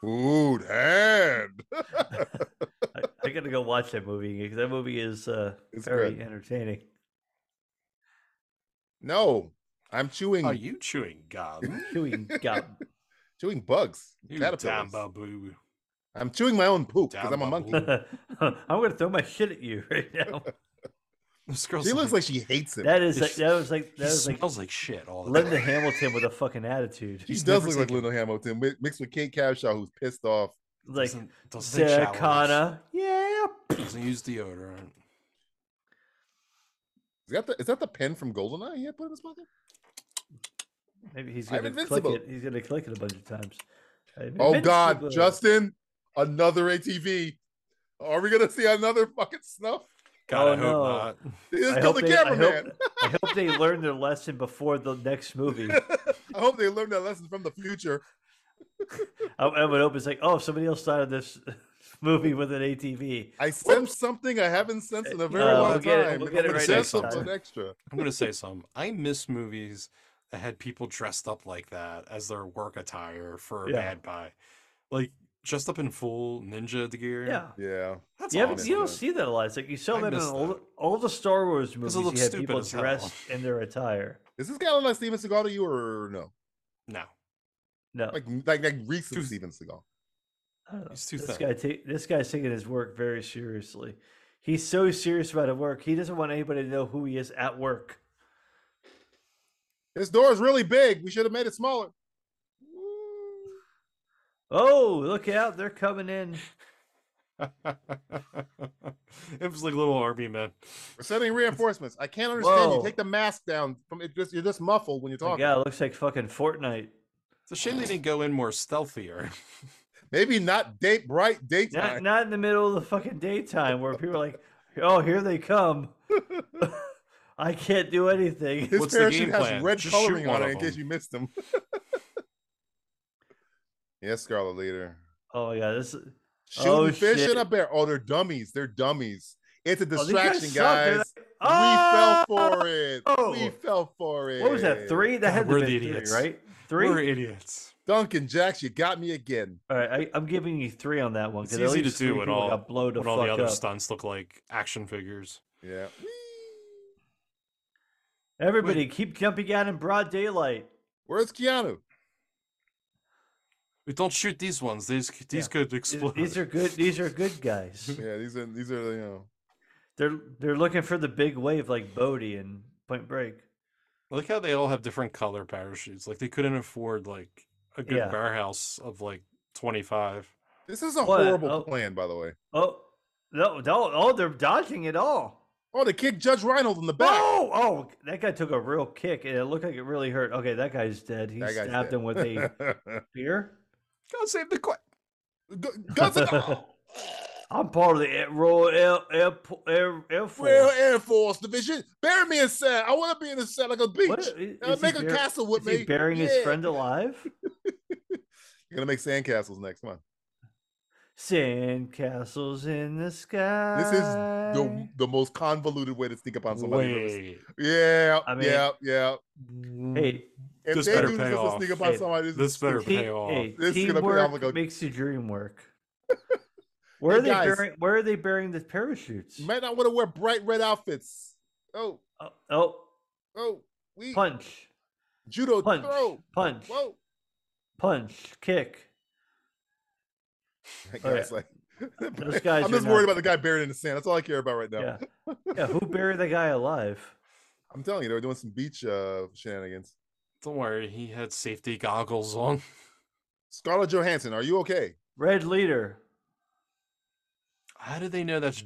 S3: Food hand.
S4: I, I gotta go watch that movie because that movie is uh,
S3: It's
S4: very
S3: good.
S4: entertaining.
S3: no, I'm chewing
S5: Are you chewing gum?
S4: Chewing gum.
S3: chewing bugs.
S5: You
S3: caterpillars.
S5: damn baboo.
S3: I'm chewing my own poop because
S5: Damn
S3: I'm a monkey.
S5: baboon.
S4: I'm gonna throw my shit at you right now.
S5: This girl
S3: She looks like she hates him.
S4: That is
S5: It's-
S4: like, that was like
S5: He
S4: that was like
S5: smells like shit all the
S4: Linda
S5: time.
S4: Hamilton with a fucking attitude.
S3: she
S5: he's
S3: does
S5: never
S3: look like
S5: taken-
S3: Linda Hamilton mi- mixed with Kate Capshaw, who's pissed off.
S4: Like
S5: Doesn't- doesn't take
S4: Sarah
S5: showers,
S4: Connor. Yeah.
S5: Doesn't use deodorant.
S3: Is that the, is that the pen from Goldeneye he had put in his pocket?
S4: Maybe he's
S3: I'm
S4: gonna click
S3: invincible.
S4: it. He's gonna click it a bunch of times. I'm
S3: Oh God,
S4: invincible.
S3: Justin, another ATV. Are we gonna see another fucking snuff?
S5: God, I
S4: Oh, no.
S5: hope not.
S3: He
S4: I
S3: just
S4: hope
S3: killed the
S4: they- I hope-
S3: cameraman.
S4: I hope they learned their lesson before the next movie.
S3: I hope they learned that lesson from the future.
S4: I, I would hope it's like, oh, somebody else started this movie with an ATV.
S3: I sense something I haven't sensed in a very
S4: Uh,
S3: long
S4: we'll get it-
S3: time.
S4: we'll
S3: and I'm
S4: get it
S3: gonna
S5: right
S3: say
S5: next
S3: something
S5: time.
S3: extra.
S5: I'm gonna say some. I miss movies that had people dressed up like that as their work attire for a
S4: Yeah.
S5: bad buy, like dressed up in full ninja gear.
S4: Yeah.
S3: Yeah,
S5: that's
S4: You, haven't-
S5: awesome.
S4: you don't see that a lot. It's like you saw
S5: I
S4: that in
S5: miss
S4: all,
S5: that.
S4: all the Star Wars movies.
S5: looks
S4: You had
S5: stupid
S4: people
S5: as hell.
S4: dressed in their attire.
S3: is this guy looking like Steven Seagal to you or no?
S5: No,
S4: No,
S3: Like like like recent
S5: Dude.
S3: Steven Seagal.
S4: I don't know.
S5: He's too
S4: this
S5: thin.
S4: guy ta- this guy's taking his work very seriously. He's so serious about his work. He doesn't want anybody to know who he is at work.
S3: This door is really big. We should have made it smaller.
S4: Oh, look out! They're coming in.
S5: It was like little army men.
S3: We're sending reinforcements. I can't understand you. Take the mask down. From it just you're just muffled when you're talking.
S4: Yeah, it looks like fucking Fortnite.
S5: It's a shame they didn't go in more stealthier.
S3: Maybe not date bright daytime.
S4: Not, not in the middle of the fucking daytime where people are like, "Oh, here they come." I can't do anything.
S3: His
S5: What's the
S3: parachute
S5: game
S3: has
S5: plan?
S3: red
S5: Just shoot
S3: coloring
S5: one
S3: on it
S5: of
S3: in case
S5: them.
S3: you missed them. yes, Scarlet Leader.
S4: Oh my god, this. is-
S3: Shooting
S4: Oh,
S3: fish
S4: shit.
S3: and a bear. Oh, they're dummies. They're dummies. It's a
S4: Oh, these
S3: distraction,
S4: suck. They're
S3: guys.
S4: like-
S3: We fell for it. We
S4: Oh!
S3: fell for it.
S4: What was that? Three? That
S5: God,
S4: had
S5: we're
S4: to
S5: the
S4: be three,
S5: idiots.
S4: right?
S5: we
S4: 3
S5: We're idiots.
S3: Duncan Jacks, you got me again.
S4: All right, I, I'm giving you three on that one
S5: It's
S4: because at
S5: easy to
S4: least three
S5: do when
S4: people
S5: all,
S4: got blown the
S5: when all the
S4: fuck
S5: other
S4: up.
S5: stunts look like action figures.
S3: Yeah.
S4: Everybody, keep jumping out in broad daylight.
S3: Where's Keanu?
S5: We don't shoot these ones. These c- these could
S4: These-
S5: explode.
S4: These are good. These are good guys.
S3: Yeah, these are these are you know.
S4: they're they're looking for the big wave like Bodie and Point Break.
S5: I like how they all have different color parachutes. Like they couldn't afford like a good
S4: Yeah.
S5: warehouse of like twenty five.
S3: This is a
S4: What?
S3: horrible
S4: Oh.
S3: plan, by the way.
S4: Oh no! No! Oh, they're dodging it all.
S3: Oh, they kicked Judge Reinhold in the back.
S4: Oh! Oh! That guy took a real kick, and it looked like it really hurt. Okay, that guy's dead. He
S3: That guy's
S4: stabbed
S3: dead.
S4: him with a spear.
S5: God save the queen.
S3: Gu- Guns and all.
S4: I'm part of the Royal Air, Air, Air, Air Force.
S3: Royal Air Force Division. Bury me in sand. I want to be in the sand like a beach.
S4: What? Is-
S3: Uh,
S4: is he
S3: make a
S4: bur-
S3: castle with
S4: is
S3: me.
S4: he burying
S3: Yeah.
S4: his friend alive?
S3: You're gonna make sandcastles next. Come on.
S4: Sand castles in the sky.
S3: This is
S4: Uh,
S3: the the most convoluted way to think about somebody. I've ever seen.
S5: Wait,
S3: Yeah,
S4: I mean-
S3: yeah, yeah.
S4: Hey,
S3: If
S5: This
S3: they
S5: better
S3: do
S5: pay
S3: this to
S5: off.
S3: sneak about
S4: Hey,
S3: somebody, this,
S5: this
S3: is
S5: better
S3: stupid.
S4: te-
S5: pay off.
S4: hey,
S3: This is gonna pay off like
S4: teamwork
S3: a-
S4: makes the dream work. Where are
S3: Hey,
S4: they
S3: guys.
S4: burying? Where are they burying the parachutes?
S3: You might not want to wear bright red outfits. Oh,
S4: Oh, oh,
S3: oh, we
S4: punch,
S3: judo
S4: punch,
S3: oh, throw.
S4: punch,
S3: Whoa,
S4: punch, kick.
S3: That
S4: Oh, yeah.
S3: guy's like-
S4: Those guys
S3: I'm
S4: are
S3: just worried
S4: not-
S3: about the guy buried in the sand. That's all I care about right now.
S4: Yeah, yeah. Who buried the guy alive?
S3: I'm telling you, they were doing some beach uh, shenanigans.
S5: Don't worry, he had safety goggles on.
S3: Scarlett Johansson, are you okay?
S4: Red leader.
S5: How do they know that's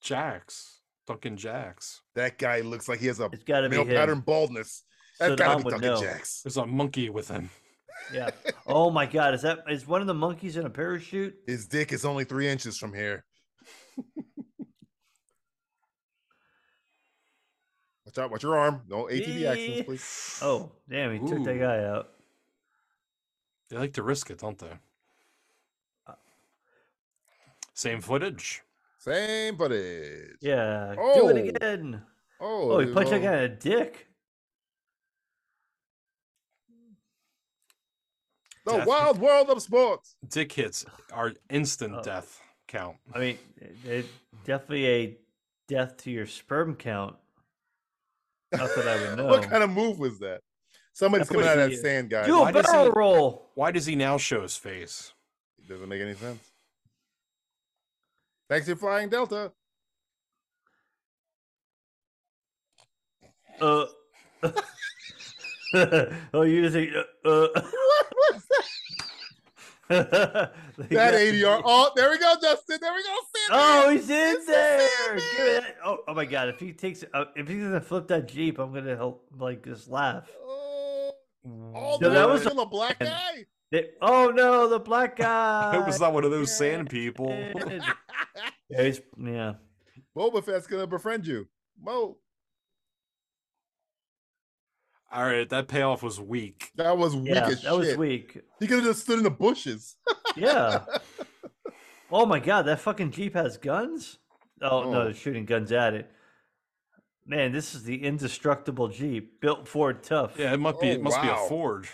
S5: Jax? Duncan Jax.
S3: That guy looks like he has a
S4: It's got to be
S3: male
S4: him.
S3: pattern baldness. That's
S4: So
S3: gotta
S4: Dom
S3: be
S4: would
S3: Duncan
S4: know.
S3: Jacks.
S5: There's a monkey with him.
S4: Yeah. Oh my God! Is that is one of the monkeys in a parachute?
S3: His dick is only three inches from here. watch out, watch your arm. No ATV
S4: Yeah.
S3: accidents, please.
S4: Oh damn! He took that
S5: Ooh.
S4: guy out.
S5: They like to risk it, don't they?
S4: Uh
S5: Same footage.
S3: Same footage.
S4: Yeah. Do
S3: Oh.
S4: it again.
S3: Oh,
S4: Oh, he
S3: there's
S4: punched that
S3: no-
S4: guy in a dick.
S3: The
S5: Death.
S3: wild world of sports.
S5: Dick hits are instant
S4: Oh.
S5: death count.
S4: I mean, it, it- definitely a death to your sperm count. Not that I would know.
S3: What kind of move was that? Somebody's
S4: That
S3: coming out of that
S4: was-
S3: sand guy.
S4: Do
S5: Why
S4: a
S5: does he-
S4: barrel roll.
S5: Why does he now show his face?
S3: Doesn't make any sense. Thanks to Flying Delta.
S4: Uh. oh, you just think, uh, uh. They
S3: That
S4: got the-
S3: ADR. Oh, there we go, Justin. There we go. Sandman.
S4: Oh, he's in
S3: It's the
S4: there. Give me
S3: Sandman.
S4: that. Oh, oh my God! If he takes, uh, if he doesn't flip that jeep, I'm gonna help. Like just laugh.
S3: Oh, all
S4: So
S3: the
S4: that
S3: way
S4: was
S3: to the black
S4: and-
S3: guy.
S4: They- oh no, the black guy.
S5: I hope it's not one of those sand people.
S4: did. yeah, he's, yeah.
S3: Boba Fett's gonna befriend you. Mo,
S5: All right, that payoff was weak.
S3: that was weak
S4: Yeah,
S3: as
S4: that was
S3: shit.
S4: weak.
S3: He could have just stood in the bushes.
S4: Yeah. oh my god, that fucking Jeep has guns? Oh,
S3: Oh.
S4: no, they're shooting guns at it. Man, this is the indestructible Jeep built Ford tough.
S5: Yeah, it must be
S3: Oh,
S5: it must be
S3: wow.
S5: a Ford.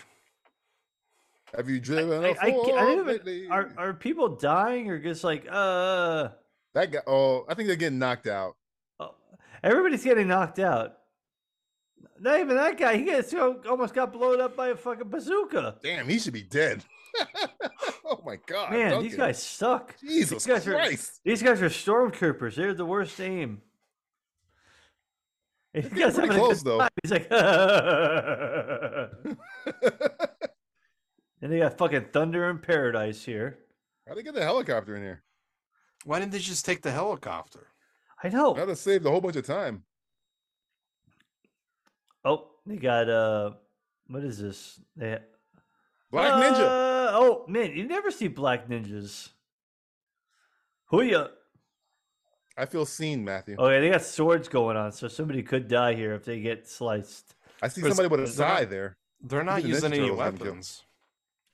S3: Have you driven
S4: I,
S3: a
S4: I, ca- I
S3: Ford
S4: don't
S3: lately?
S4: even, are, are people dying or just like, uh,
S3: That guy. Oh, I think they're getting knocked out.
S4: oh, everybody's getting knocked out. Not even that guy. He gets, almost got blown up by a fucking bazooka.
S3: Damn, he should be dead. oh my god,
S4: Man, these
S3: Duncan.
S4: guys suck.
S3: Jesus
S4: these guys are-
S3: Christ.
S4: These guys are stormtroopers. They're the worst aim. These guys
S3: pretty
S4: having a good
S3: close, though.
S4: time. He's like, and they got fucking thunder in paradise here.
S3: How'd they get the helicopter in here?
S5: Why didn't they just take the helicopter?
S4: I know.
S3: That saved a whole bunch of time.
S4: Oh, they got uh, what is this? They
S3: Black Ninja.
S4: Uh, oh man, you never see black ninjas. Who ya?
S3: I feel seen, Matthew.
S4: Oh yeah, they got swords going on, so somebody could die here if they get sliced.
S3: I see
S5: Chris,
S3: somebody with a
S5: is that-
S3: Psy there.
S5: They're not
S3: Ninja
S5: using any
S3: Turtles haven't killed.
S5: weapons.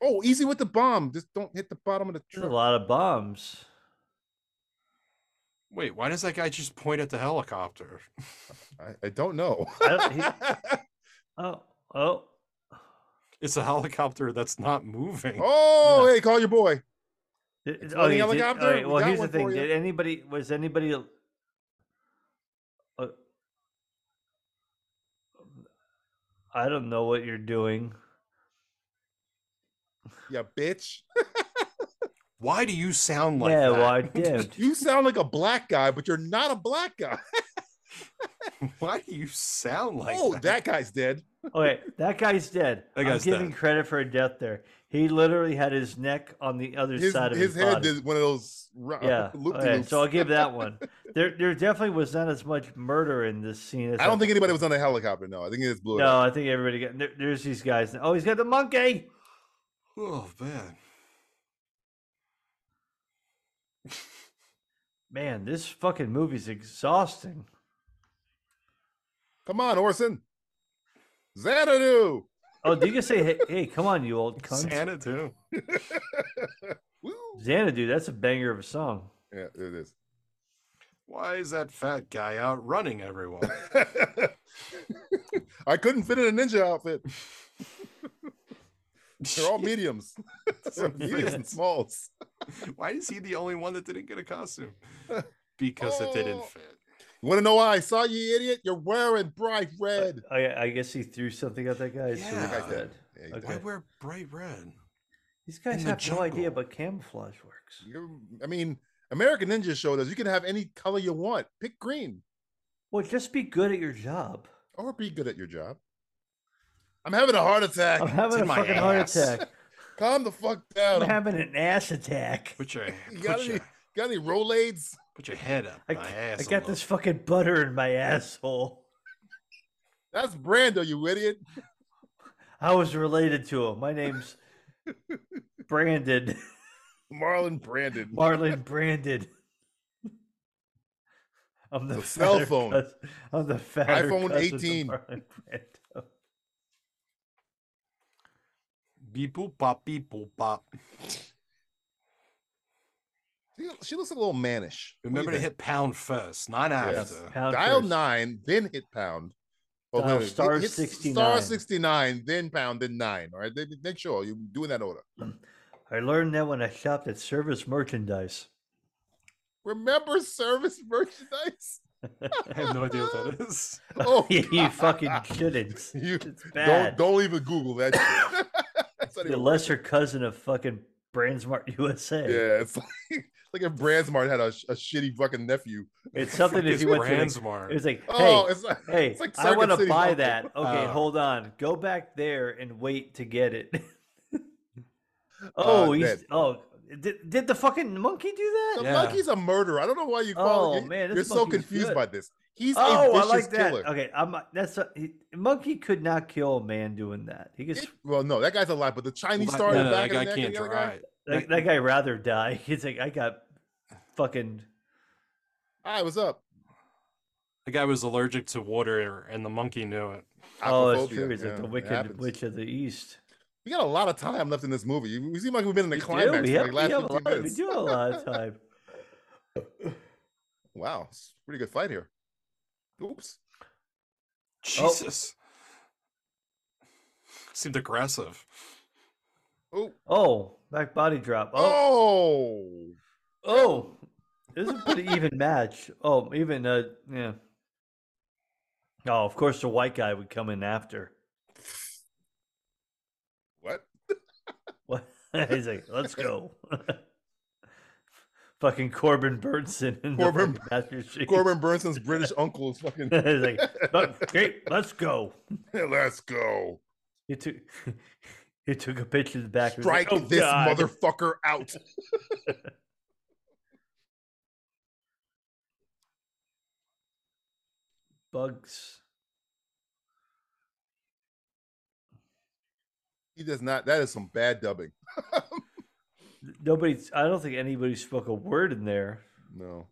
S3: Oh, easy with the bomb. Just don't hit the bottom of the
S4: There's a
S3: truck.
S4: lot of bombs.
S5: Wait, why does that guy just point at the helicopter?
S3: I, I don't know.
S4: I don't- he- oh, oh,
S5: It's a helicopter that's not moving.
S3: oh, hey, call your boy.
S4: Did- oh, did-
S3: floating
S4: okay, did-
S3: helicopter?
S4: alright,
S3: We
S4: well,
S3: got
S4: here's the
S3: one
S4: thing.
S3: for ya.
S4: Did anybody was anybody? al- Uh, I don't know what you're doing.
S3: Yeah, bitch.
S5: Why do you sound like
S4: yeah,
S5: that?
S4: well, I did.
S3: You sound like a black guy, but you're not a black guy.
S5: Why do you sound like
S3: oh,
S5: that?
S3: that guy's dead.
S4: okay, that guy's dead.
S5: That guy's
S4: I'm giving
S5: dead.
S4: credit for a death there. He literally had his neck on the other
S3: His,
S4: side of his,
S3: his head uh,
S4: body.
S3: did one of those ru-
S4: yeah. Okay,
S3: loop-de-loops.
S4: so I'll give that one. There, there definitely was not as much murder in this scene. As
S3: I don't think anybody was on a helicopter. No, I think it just blew it
S4: No,
S3: up.
S4: I think everybody got. There, there's these guys. Oh, he's got the monkey.
S5: Oh man.
S4: Man, this fucking movie's exhausting.
S3: Come on, Orson. Xanadu.
S4: Oh, did you just say, hey, hey, come on, you old cunt?
S5: Santa too.
S3: Woo.
S4: Xanadu, that's a banger of a song.
S3: Yeah, it is.
S5: Why is that fat guy out running everyone?
S3: I couldn't fit in a ninja outfit. They're all mediums. They're mediums and smalls.
S5: Why is he the only one that didn't get a costume? Because it
S3: Oh.
S5: didn't fit.
S3: You want to know why I saw you, idiot? You're wearing bright red.
S4: I, I guess he threw something at that guy. so
S5: Yeah.
S4: we're
S5: Guy's
S4: dead.
S3: dead. Yeah, he's
S5: Why
S4: Okay.
S5: wear bright red?
S4: These guys
S5: In the
S4: have no idea
S5: jungle.
S4: but camouflage works.
S3: You're- I mean, American Ninja showed us you can have any color you want. Pick green
S4: Well, just be good at your job.
S3: or be good at your job. I'm having a heart attack.
S4: I'm having
S5: in
S4: a
S5: my
S4: fucking heart
S5: ass.
S4: attack.
S3: Calm the fuck
S4: I'm
S3: down. I'm-
S4: having an ass attack.
S5: Put your
S3: you got
S5: put
S3: any,
S5: your,
S3: got any Rolades?
S5: put your head up.
S4: I,
S5: my
S4: I
S5: ass a
S4: got
S5: little.
S4: this fucking butter in my asshole.
S3: That's Brando, you idiot.
S4: I was related to him. My name's Brandon.
S3: Marlon Brandon.
S4: Marlon Brandon. I'm the,
S3: The cell
S4: fatter
S3: phone.
S4: cous- I'm the fatter
S3: iPhone
S4: cousin to
S3: 18.
S4: Marlon Brando.
S5: beep boop bop beep boop bop.
S3: She, she looks a little mannish. What do you
S5: Remember to
S3: think?
S5: hit pound first, not
S3: Yes.
S5: after.
S4: Pound
S3: dial
S4: first.
S3: nine, then hit pound. Oh,
S4: Dial
S3: no, no, hit-
S4: star
S3: hit
S4: 69.
S3: Star sixty nine, then pound, then nine. All right, They- they- make sure you do in that order.
S4: I learned that when I shopped at Service Merchandise.
S3: Remember service merchandise.
S5: I have no idea what that is.
S3: Oh,
S4: you
S3: God.
S4: fucking shouldn't.
S3: You
S4: It's bad.
S3: don't don't even Google that. shit. That's not
S4: the
S3: even-
S4: lesser cousin of fucking Brandsmart USA.
S3: yeah, it's like, like if Brandsmart had a, sh- a shitty fucking nephew.
S4: It's something if
S5: It's
S4: you went to. Like,
S5: Brandsmart.
S4: it was like, hey,
S3: Oh, it's like
S4: hey,
S3: it's like
S4: I want to
S3: Circuit City
S4: buy
S3: Market.
S4: that. Okay,
S5: Oh.
S4: hold on. Go back there and wait to get it. oh, he's
S3: that-
S4: oh. Did, did the fucking monkey do that?
S3: The
S5: Yeah.
S3: monkey's a murderer. I don't know why you call.
S4: Oh,
S3: you-
S4: man, this
S3: you're so
S4: monkey was
S3: confused
S4: good.
S3: by this. He's
S4: oh,
S3: a
S4: I
S3: vicious
S4: like that.
S3: killer.
S4: Okay, I'm uh, that's a, he, monkey could not kill a man doing that. He could
S3: It- well, no, that guy's alive, but the Chinese
S5: Well,
S3: star
S5: no,
S3: in the
S5: no,
S3: back
S5: that guy
S3: of the neck
S5: can't
S3: and the other guy.
S5: drive.
S4: that, that guy rather die. He's like, I got fucking
S3: Hi, what's up?
S5: The guy was allergic to water, and the monkey knew it.
S4: oh, it's
S3: Aquaphobia,
S4: true. He's
S3: yeah,
S4: like the
S3: it
S4: wicked
S3: happens.
S4: witch of the east.
S3: We got a lot of time left in this movie. We seem like we've been in the
S4: We do,
S3: climax for
S4: we have-
S3: like
S4: we
S3: last
S4: have a
S3: 15
S4: lot- we
S3: minutes.
S4: do have a lot of time.
S3: Wow, it's a pretty good fight here. Oops.
S5: Jesus. Seemed aggressive.
S3: Oh,
S4: Oh, back body drop. Oh,
S3: oh,
S4: oh, this is a pretty even match. Oh, even uh, yeah. Oh, of course the white guy would come in after.
S3: what?
S4: What? He's like, let's go. fucking Corbin Burnson and
S3: Corbin-
S4: the fucking Master Chief.
S3: Corbin Burnson's British uncle is fucking.
S4: He's like, "Fuck, great, let's go.
S3: Let's go.
S4: He took he took a pitch in the back. He was like,
S3: Strike
S4: "Oh,
S3: this
S4: God."
S3: motherfucker out.
S4: bugs.
S3: He does not. That is some bad dubbing.
S4: Nobody. I don't think anybody spoke a word in there.
S3: No.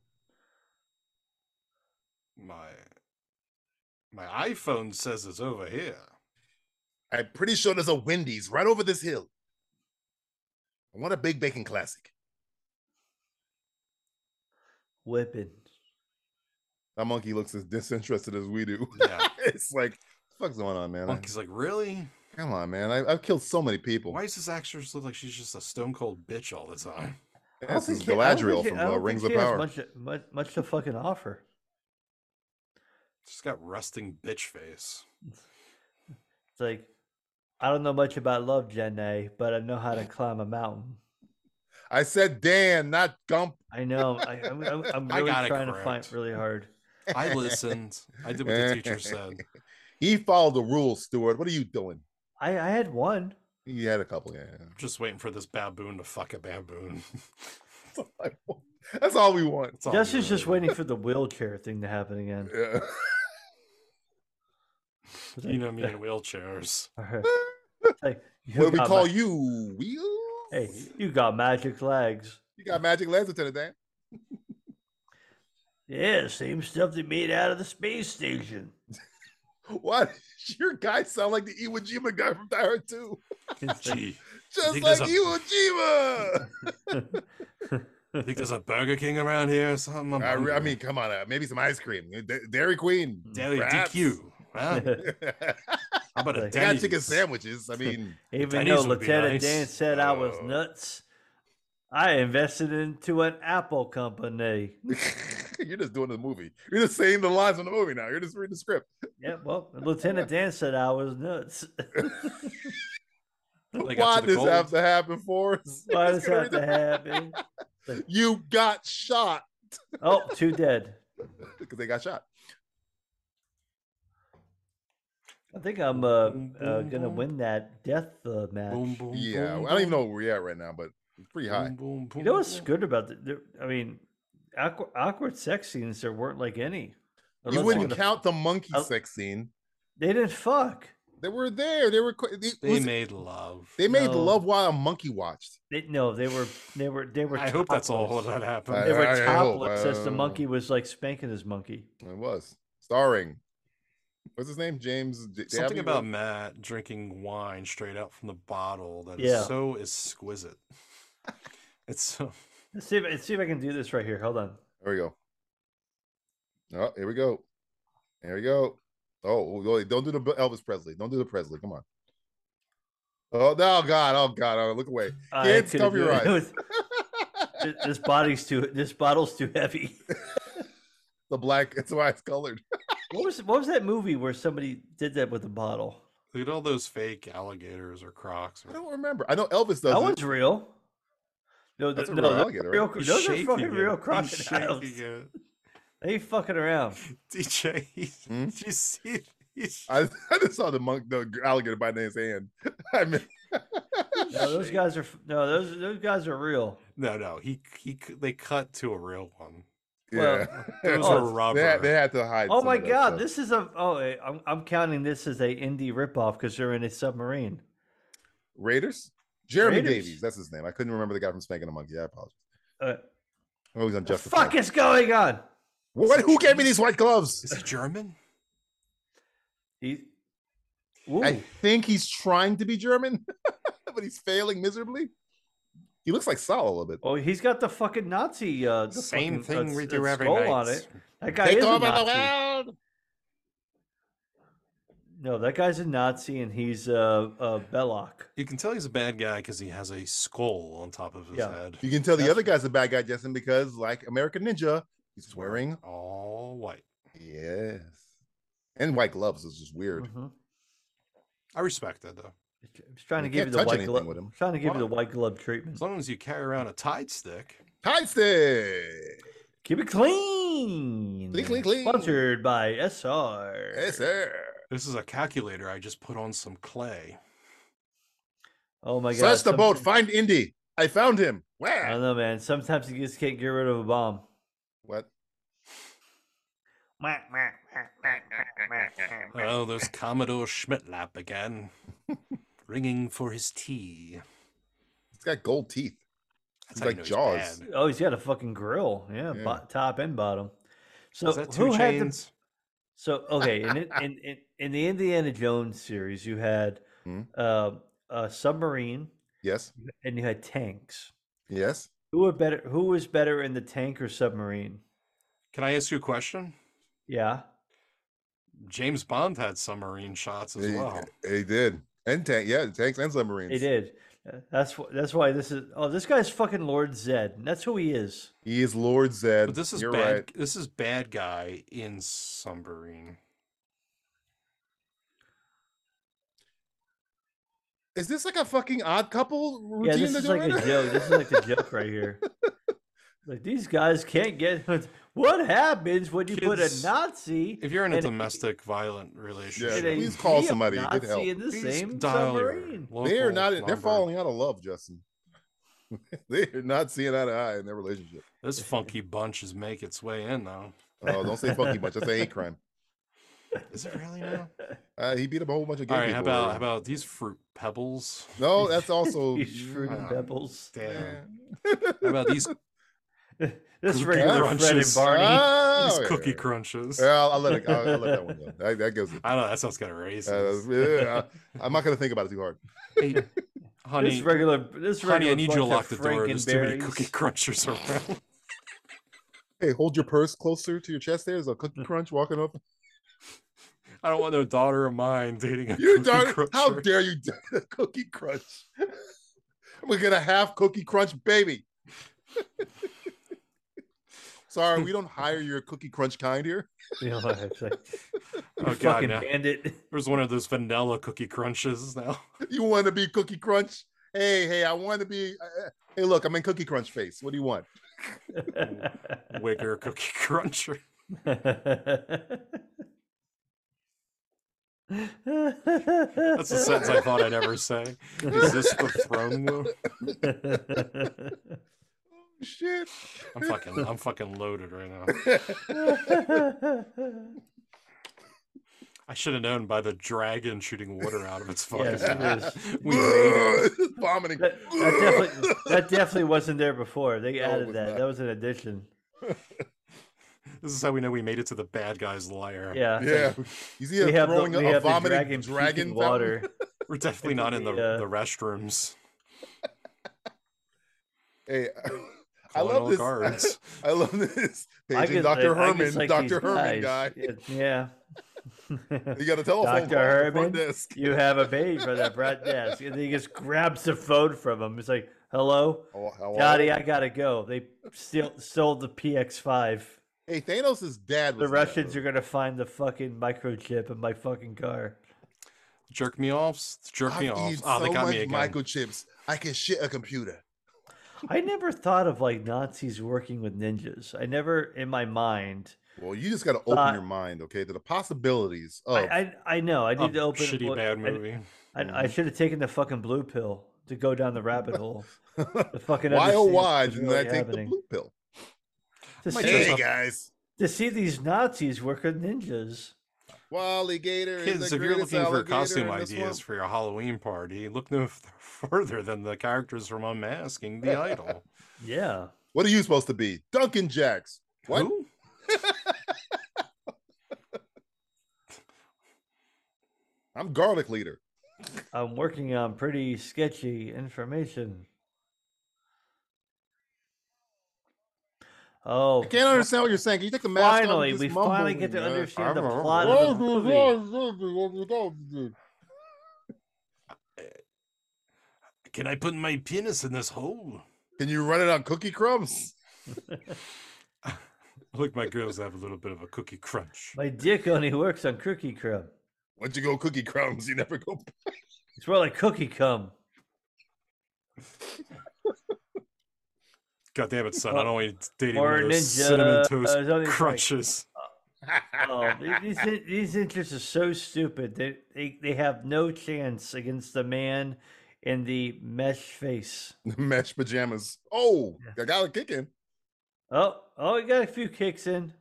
S5: My my iPhone says it's over here.
S3: I'm pretty sure there's a Wendy's right over this hill. I want a big bacon classic.
S4: Whipping.
S3: That monkey looks as disinterested as we do.
S5: Yeah.
S3: it's like, fuck's going on, man? I-
S5: Monkey's like, really?
S3: Come on, man. I, I've killed so many people.
S5: Why does this actress look like she's just a stone cold bitch all the time?
S4: I don't
S3: This is
S4: think she- I don't
S3: Galadriel
S4: think she-
S3: from
S4: I don't
S3: uh,
S4: think
S3: Rings
S4: she
S3: of
S4: has
S3: Power.
S4: Much, much, much to fucking offer.
S5: She's got rusting bitch face.
S4: It's like, I don't know much about love, Jenna, but I know how to climb a mountain.
S3: I said Dan, not Gump.
S4: I know. I, I'm, I'm, I'm
S5: I
S4: really
S5: got it
S4: trying to find
S5: correct.
S4: really hard.
S5: I listened. I did what the teacher said.
S3: He followed the rules, Stuart. What are you doing?
S4: I, I had one.
S3: He had a couple, yeah.
S5: Just waiting for this baboon to fuck a baboon.
S3: That's all I want. That's all we want.
S5: That's all
S4: Justin's
S5: we
S4: just
S5: really
S4: waiting for the wheelchair thing to happen again.
S3: Yeah.
S5: want. You know me in wheelchairs.
S4: Alright. It's like, you
S3: What do we
S4: got
S3: call
S4: ma-
S3: you? Wheels?
S4: Hey, you got magic legs.
S3: You got magic legs, Lieutenant Dan.
S4: Yeah, same stuff they made out of the space station.
S3: Why does your guy sound like the Iwo Jima guy from Die Hard 2?
S4: It's like,
S5: Gee,
S3: Just
S5: think
S3: like
S5: there's a-
S3: Iwo Jima!
S5: I think there's a Burger King around here or something. I'm
S3: I, re- I
S5: hungry.
S3: mean, come on, uh, maybe some ice cream. D- Dairy Queen.
S5: Deli
S3: perhaps.
S5: DQ. Huh? How about a
S3: they got
S4: Like-
S5: Denny's?
S3: chicken sandwiches. I mean,
S4: Even
S5: Denny's
S4: though
S5: would be
S4: Lieutenant
S5: nice.
S4: Dan said I was
S3: Oh.
S4: nuts, I invested into an Apple company.
S3: you're just doing the movie. You're just saying the lines from the movie now. You're just reading the script.
S4: Yeah, well, Lieutenant Dan said I was nuts.
S5: They got
S3: Why
S5: to the
S3: does
S5: gold.
S3: this have to happen for us?
S4: Why
S3: You're
S4: does
S3: just gonna
S4: that
S3: read
S4: happen?
S3: the- You got shot
S4: Oh, two dead.
S3: because they got shot.
S4: I think I'm uh,
S5: Boom,
S4: uh,
S5: boom,
S4: gonna
S5: boom.
S4: win that death uh, match.
S5: Boom, boom,
S3: Yeah,
S5: boom,
S3: I don't even know
S5: boom, Mm.
S3: where we're at right now, but it's pretty high.
S5: boom, boom, boom,
S4: You know what's
S5: boom.
S4: good about the, there I mean, awkward, awkward sex scenes. There weren't like any. Unless
S3: You
S4: you're
S3: wouldn't
S4: gonna-
S3: count the monkey
S4: I'll-
S3: sex scene.
S4: They didn't fuck.
S3: They were there. They were. qu- They,
S5: They
S3: was-
S5: made love.
S3: they made
S4: No.
S3: love while a monkey watched.
S4: They, no, they were. They were. They were.
S5: I hope that's all
S4: topless.
S5: that happened.
S3: I-
S4: They were
S3: I- I hope,
S4: topless as
S3: uh,
S4: the monkey was like spanking his monkey.
S3: It was starring. What's his name? James. J-
S5: Something
S3: Dabney?
S5: about Matt drinking wine straight out from the bottle that is
S4: Yeah.
S5: so exquisite. It's so
S4: Let's see if let's see if I can do this right here. Hold on.
S3: There we go. Oh, here we go. There we go. Oh, oh, wait, don't do the B- Elvis Presley. Don't do the Presley. Come on. Oh no, God! Oh God! Oh, look away.
S4: I
S3: Kids,
S4: couldn't
S3: cover
S4: do
S3: your
S4: it.
S3: eyes.
S4: Th- this body's too. This bottle's too heavy.
S3: The black. It's why it's colored.
S4: What was what was that movie where somebody did that with a bottle?
S5: look at all those fake alligators or crocs.
S3: I
S5: Or,
S3: don't remember. I know Elvis does
S4: that
S3: it.
S4: one's real. No, th-
S3: That's a
S4: no,
S3: real
S4: those,
S3: alligator,
S4: are
S3: right?
S4: real, cro-
S5: He's
S4: those are
S5: shaking
S4: fucking
S5: it.
S4: real
S5: He's
S4: crocodiles.
S5: shaking it.
S4: They ain't fucking around.
S5: DJ,
S3: Hmm?
S5: did you see? He's
S3: I, I just saw the monk, the alligator biting his hand. I mean,
S4: No, those guys are f- no, those those guys are real.
S5: No, no, he he. c- They cut to a real one.
S3: yeah,
S4: Well,
S5: Those
S4: Oh,
S5: are
S4: it's-
S5: rubber.
S3: they, had, they had to hide.
S4: Oh
S3: some
S4: my
S3: of that
S4: god,
S3: stuff.
S4: this is a oh, eh, I'm I'm counting this as a indie ripoff because they're in a submarine.
S3: Raiders. Jeremy
S4: Raiders.
S3: Davies, that's his name. I couldn't remember the guy from Spanking the Monkey. I apologize. Oh,
S4: Uh,
S3: I was
S4: the
S3: unjustified.
S4: fuck is going on?
S3: What? Who gave me these white gloves?
S5: Is he German?
S4: He, ooh,
S3: I think he's trying to be German, but he's failing miserably. He looks like Saul a little bit.
S4: oh, he's got the fucking Nazi. Uh, the
S5: Same
S4: fucking, uh,
S5: thing we
S4: s-
S5: do
S4: uh,
S5: every
S4: skull
S5: night.
S4: on it. That guy
S3: Take
S4: is a
S3: over the
S4: Nazi.
S3: world.
S4: No, that guy's a Nazi and he's uh, uh Belloc.
S5: You can tell he's a bad guy because he has a skull on top of his
S4: Yeah.
S5: head.
S3: You can tell the other guy's a bad guy, Justin, because like American Ninja, he's wearing
S5: all white.
S3: yes, and white gloves. It's just weird.
S4: Mhm.
S5: I respect that though.
S4: I'm just trying to
S3: You
S4: give
S3: can't
S4: you the
S3: touch
S4: white
S3: anything
S4: glove.
S3: with him.
S4: Trying to give
S5: Why
S4: you the
S5: not?
S4: white glove treatment.
S5: As long as you carry around a Tide stick,
S4: Mm-hmm.
S3: Tight stick.
S4: Keep it clean.
S3: Clean, clean, clean.
S4: Sponsored by SR.
S3: Yes, sir.
S5: this is a calculator. I just put on some clay.
S4: Oh my god.
S3: Search the boat.
S4: sometimes-
S3: Find Indy. I found him.
S4: I
S3: Where?
S4: don't know, man. Sometimes you just can't get rid of a bomb.
S3: What?
S5: Oh, there's Commodore Schmitlap again, ringing for his tea.
S3: He's got gold teeth.
S5: That's
S3: He's
S5: how you
S3: like
S5: know
S3: Jaws.
S5: bad.
S4: Oh, he's got a fucking grill. Yeah,
S3: Yeah.
S4: bo- top and bottom. So
S5: Is that two
S4: who had the
S5: chains?
S4: So okay, in it, in, in in the Indiana Jones series, you had
S5: Hmm?
S3: Mhm.
S4: um, a submarine
S3: Yes.
S4: and you had tanks.
S3: Yes.
S4: Who were better? Who was better in the tank or submarine?
S5: Can I ask you a question?
S4: Yeah,
S5: James Bond had submarine shots as
S3: He- uh,
S5: well.
S3: He, did. And tank, yeah, tanks and submarines.
S4: they did. Uh, That's wh- that's why this is. Oh, this guy's fucking Lord Zed. and That's who he is.
S3: He is Lord Zed.
S5: But this is
S3: You're
S5: bad.
S3: right.
S5: This is bad guy in submarine.
S3: Is this like a fucking odd couple routine?
S4: yeah, this
S3: they're
S4: is like
S3: doing
S4: a
S3: right now?
S4: joke. This is like a joke right here. Like these guys can't get. What happens when you put a
S5: Kids,
S4: Nazi?
S5: If you're in a
S4: and
S5: domestic violent
S3: Yeah,
S5: relationship,
S4: and a
S3: please call somebody, get
S4: neo-Nazi
S3: help.
S4: in the
S5: please
S4: same
S5: dial your
S4: submarine.
S3: They are
S5: local
S3: not. They're
S5: number.
S3: falling out of love, Justin. they are not seeing eye to eye in their relationship.
S5: This funky bunch is make its way in though.
S3: Oh, don't say funky bunch. That's a hate crime.
S5: Is it really now?
S3: Uh, he beat up a whole bunch of gay
S5: All right,
S3: people.
S5: how about how
S3: already.
S5: about these fruit pebbles?
S3: No, that's also.
S4: These fruity
S5: Ah,
S4: pebbles.
S5: Damn.
S3: Yeah.
S5: How about these
S4: This
S5: Cookie
S4: regular Fred and
S5: Crunches.
S4: Barney.
S3: Oh,
S5: these
S3: yeah,
S5: cookie
S3: yeah.
S5: crunches?
S3: Yeah, I'll, I'll let it. I'll, I'll let that one go. That, that goes.
S5: I don't know. That sounds kind of
S3: Uh,
S5: racist.
S3: yeah, I'm not gonna think about it too hard.
S5: Hey, honey,
S4: This regular. This regular.
S5: honey, I need you to
S4: bunch of
S5: lock the door. There's too many
S4: Frankenberries.
S5: cookie crunchers around.
S3: Hey, hold your purse closer to your chest. There's a cookie crunch walking up.
S5: I don't want no daughter of mine dating a
S3: You
S5: cookie
S3: don't. How
S5: cruncher.
S3: dare you, date a cookie crunch? I'm gonna get a half cookie crunch baby. Sorry, we don't hire your cookie crunch kind here.
S4: You know, it's like,
S5: Oh
S4: you
S5: god,
S4: fucking
S5: no.
S4: bandit.
S5: there's one of those vanilla cookie crunches now.
S3: You want to be cookie crunch? Hey, hey, I want to be. Uh, hey, look, I'm in cookie crunch face. What do you want?
S5: Wigger cookie cruncher. That's
S4: That's
S5: a sentence I thought I'd ever say. Is this the throne room?
S3: Shit.
S5: I'm fucking I'm fucking loaded right now. I should have known by the dragon shooting water out of its fucking
S4: Yes, it
S5: mouth.
S4: is.
S5: We made it.
S3: Vomiting.
S4: that, that definitely, that definitely wasn't there before. They
S3: it
S4: added
S3: was
S4: that.
S3: not.
S4: That was an addition.
S5: This is how we know we made it to the bad guy's lair.
S4: Yeah. it's like,
S3: Yeah. You see,
S4: We
S3: a
S4: have, the,
S3: throwing
S4: we
S3: a, a
S4: have the
S3: vomiting
S4: dragon,
S3: dragon,
S4: dragon
S3: fountain?
S4: water.
S5: We're definitely not in the,
S4: the, uh,
S5: the restrooms.
S3: Hey, I
S5: Calling
S3: love
S5: all
S3: this.
S5: guards.
S3: I love this.
S4: I
S3: Paging
S4: could,
S3: Dr.
S4: like- I could
S3: Herman,
S4: psych these
S3: Dr. Herman guy.
S4: guys. Yeah. yeah.
S3: You got a telephone call
S4: Dr.
S3: at Oh, the front
S4: Herman?
S3: desk.
S4: you have a page for that front desk, and then he just grabs the phone from him. It's like, "Hello,
S3: How- Oh, how-
S4: Daddy, I gotta go." They steal sold the PX5.
S3: Hey, Thanos' dad
S4: The
S3: was
S4: Russians are gonna find the fucking microchip in my fucking car.
S5: Jerk me offs. Jerk
S3: I
S5: me offs.
S3: eat
S5: Ah, they
S3: so
S5: got
S3: much
S5: me again.
S3: microchips. I can shit a computer.
S4: I never thought of like Nazis working with ninjas. I never in my mind.
S3: Well, you just got to open
S4: Uh,
S3: your mind, okay, to the possibilities of.
S4: I, I I know I
S5: Oh,
S4: need to open
S5: shitty
S4: well,
S5: bad
S4: I-
S5: movie.
S4: I, I should have taken the fucking blue pill to go down the rabbit hole. The fucking
S3: why oh
S4: understand
S3: why
S4: what's
S3: didn't I
S4: really
S3: take
S4: happening.
S3: the blue pill?
S4: To
S5: Might
S4: see-
S5: just
S3: Hey
S5: up-
S3: guys,
S4: to see these Nazis work with ninjas.
S3: Wally Gator. is
S5: Kids,
S3: the
S5: if you're
S3: greatest
S5: looking for
S3: alligator
S5: costume
S3: in the
S5: ideas
S3: swamp.
S5: for your Halloween party, look no f- further than the characters from Unmasking the Idol.
S4: Yeah.
S3: what are you supposed to be, Duncan Jacks? What?
S5: Who?
S3: I'm garlic leader.
S4: I'm working on pretty sketchy information. Oh,
S3: I can't understand what you're saying. Can you take the mask
S4: finally,
S3: off?
S4: we finally get to understand the
S5: I'm a-
S4: plot of the movie.
S3: understand.
S5: Can I put my penis in this hole?
S3: Can you run it on cookie crumbs?
S5: Look, my girls have a little bit of a cookie crunch.
S4: My dick only works on cookie crumb.
S3: Once you go cookie crumbs, you never go.
S4: It's more like cookie cum.
S5: God damn it, son! I
S4: Oh,
S5: don't want you dating
S4: or
S5: one of those
S4: ninja,
S5: cinnamon
S4: uh,
S5: toast
S4: something like-
S5: crunches.
S4: Oh, th- these in- these interests are so stupid. They, they they have no chance against the man in the mesh face.
S3: Mesh pajamas. Oh, I got a kick in.
S4: Oh, oh, he got a few kicks in.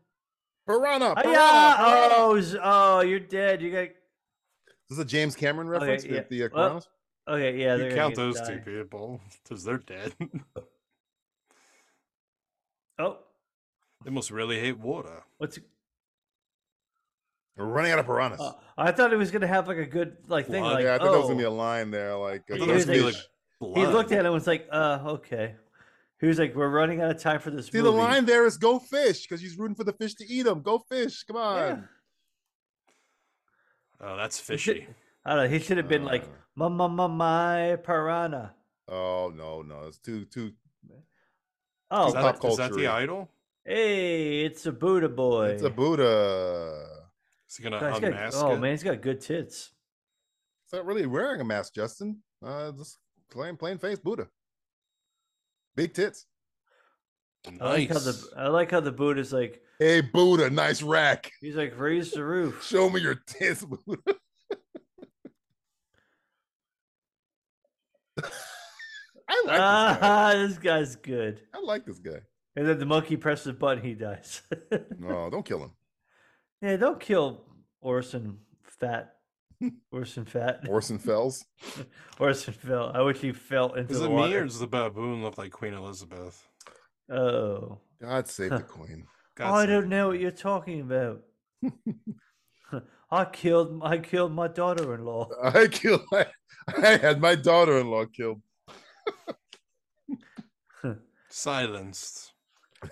S3: Piranha. Piranha.
S4: Hiya!
S3: Piranha!
S4: Oh, z- oh, you're dead. You got
S3: Is this a James Cameron reference
S4: Oh, yeah.
S3: with the uh,
S4: Well,
S3: Piranhas?
S4: okay. Yeah,
S5: you
S4: they're
S5: count
S4: gonna
S5: those
S4: get
S5: two
S4: die.
S5: people because they're dead.
S4: Oh,
S5: they must really hate water.
S4: what's?
S3: We're running out of piranhas.
S4: Uh, I thought it was gonna have like a good like thing.
S5: Blood.
S4: Like,
S3: yeah, I thought
S4: oh.
S3: that was gonna be a line there. Like, uh,
S5: I
S4: He
S5: thought it was
S4: was
S5: gonna be
S4: like-
S5: like
S3: see
S5: blood.
S4: He looked at it and was like, "Uh, okay." He was like, "We're running out of time for this
S3: the
S4: movie."
S3: line there is "Go fish" because he's rooting for the fish to eat them. Go fish! Come
S4: Yeah.
S3: on.
S5: Oh, that's
S4: He should-
S5: fishy.
S4: I don't know. He should have been like,
S3: Uh.
S4: "Ma ma ma my piranha."
S3: Oh no, no, it's too too.
S4: Oh,
S5: Is that,
S3: pop
S5: is that the
S3: culture-y.
S5: idol?
S4: hey, it's a Buddha boy.
S3: It's a Buddha.
S5: Is he gonna
S4: God, he's got-
S5: unmask
S4: oh
S5: it?
S4: man, he's got good tits.
S3: It's not really wearing a mask, Justin. Uh, just plain plain face Buddha. Big tits.
S4: I like how the
S5: Nice.
S4: I like how the Buddha's like
S3: Hey Buddha, nice rack.
S4: he's like raise the roof.
S3: Show me your tits, Buddha. I like this guy.
S4: Ah, this guy's good.
S3: I like this guy.
S4: And then the monkey presses the button, he dies.
S3: No, don't kill him.
S4: yeah, don't kill Orson Fat. Orson Fat.
S3: Orson Fells.
S4: Orson fell. I wish he fell into
S5: Is
S4: the
S5: it
S4: water.
S5: me or does the baboon look like Queen Elizabeth?
S4: Oh.
S3: God save the queen.
S5: God
S4: I
S5: save
S4: don't
S5: the
S4: know what
S5: queen.
S4: you're talking about. I killed I killed my daughter-in-law.
S3: I killed. I, I had my daughter-in-law killed.
S5: Silenced.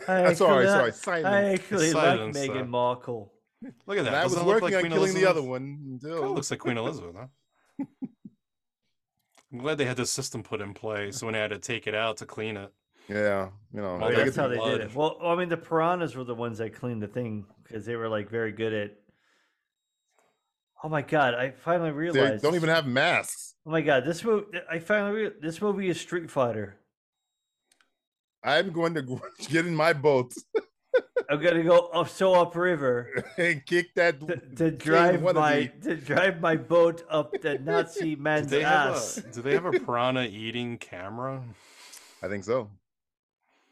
S4: I
S3: I'm sorry,
S4: actually-
S3: sorry.
S4: I
S3: Silence.
S4: actually
S5: Silence,
S4: like
S5: uh,
S4: Meghan Markle.
S5: Look at that.
S3: And I was
S5: Doesn't that look
S3: working
S5: like
S3: on
S5: Queen
S3: killing the
S5: Elizabeth?
S3: other one.
S5: Kind of
S3: Until...
S5: looks like Queen Elizabeth, huh? I'm glad they had this system put in place so when they had to take it out to clean it.
S3: Yeah, you know.
S5: Oh,
S3: I
S5: yeah,
S3: get
S4: that's how
S3: the-
S4: they did it.
S5: blood.
S4: Well, I mean, the piranhas were the ones that cleaned the thing because they were like very good at. Oh my god! I finally
S3: they
S4: realized.
S3: don't even have masks.
S4: Oh my god! This movie. I finally real this movie is Street Fighter.
S3: I'm going to get in my boat
S4: I'm gonna go up so upriver
S3: and kick that
S4: to, to
S3: chain
S4: drive
S3: wannabe.
S4: my to drive my boat up the Nazi
S5: Do
S4: man's
S5: they, have
S4: ass.
S5: a, do they have a piranha eating camera?
S3: I think so.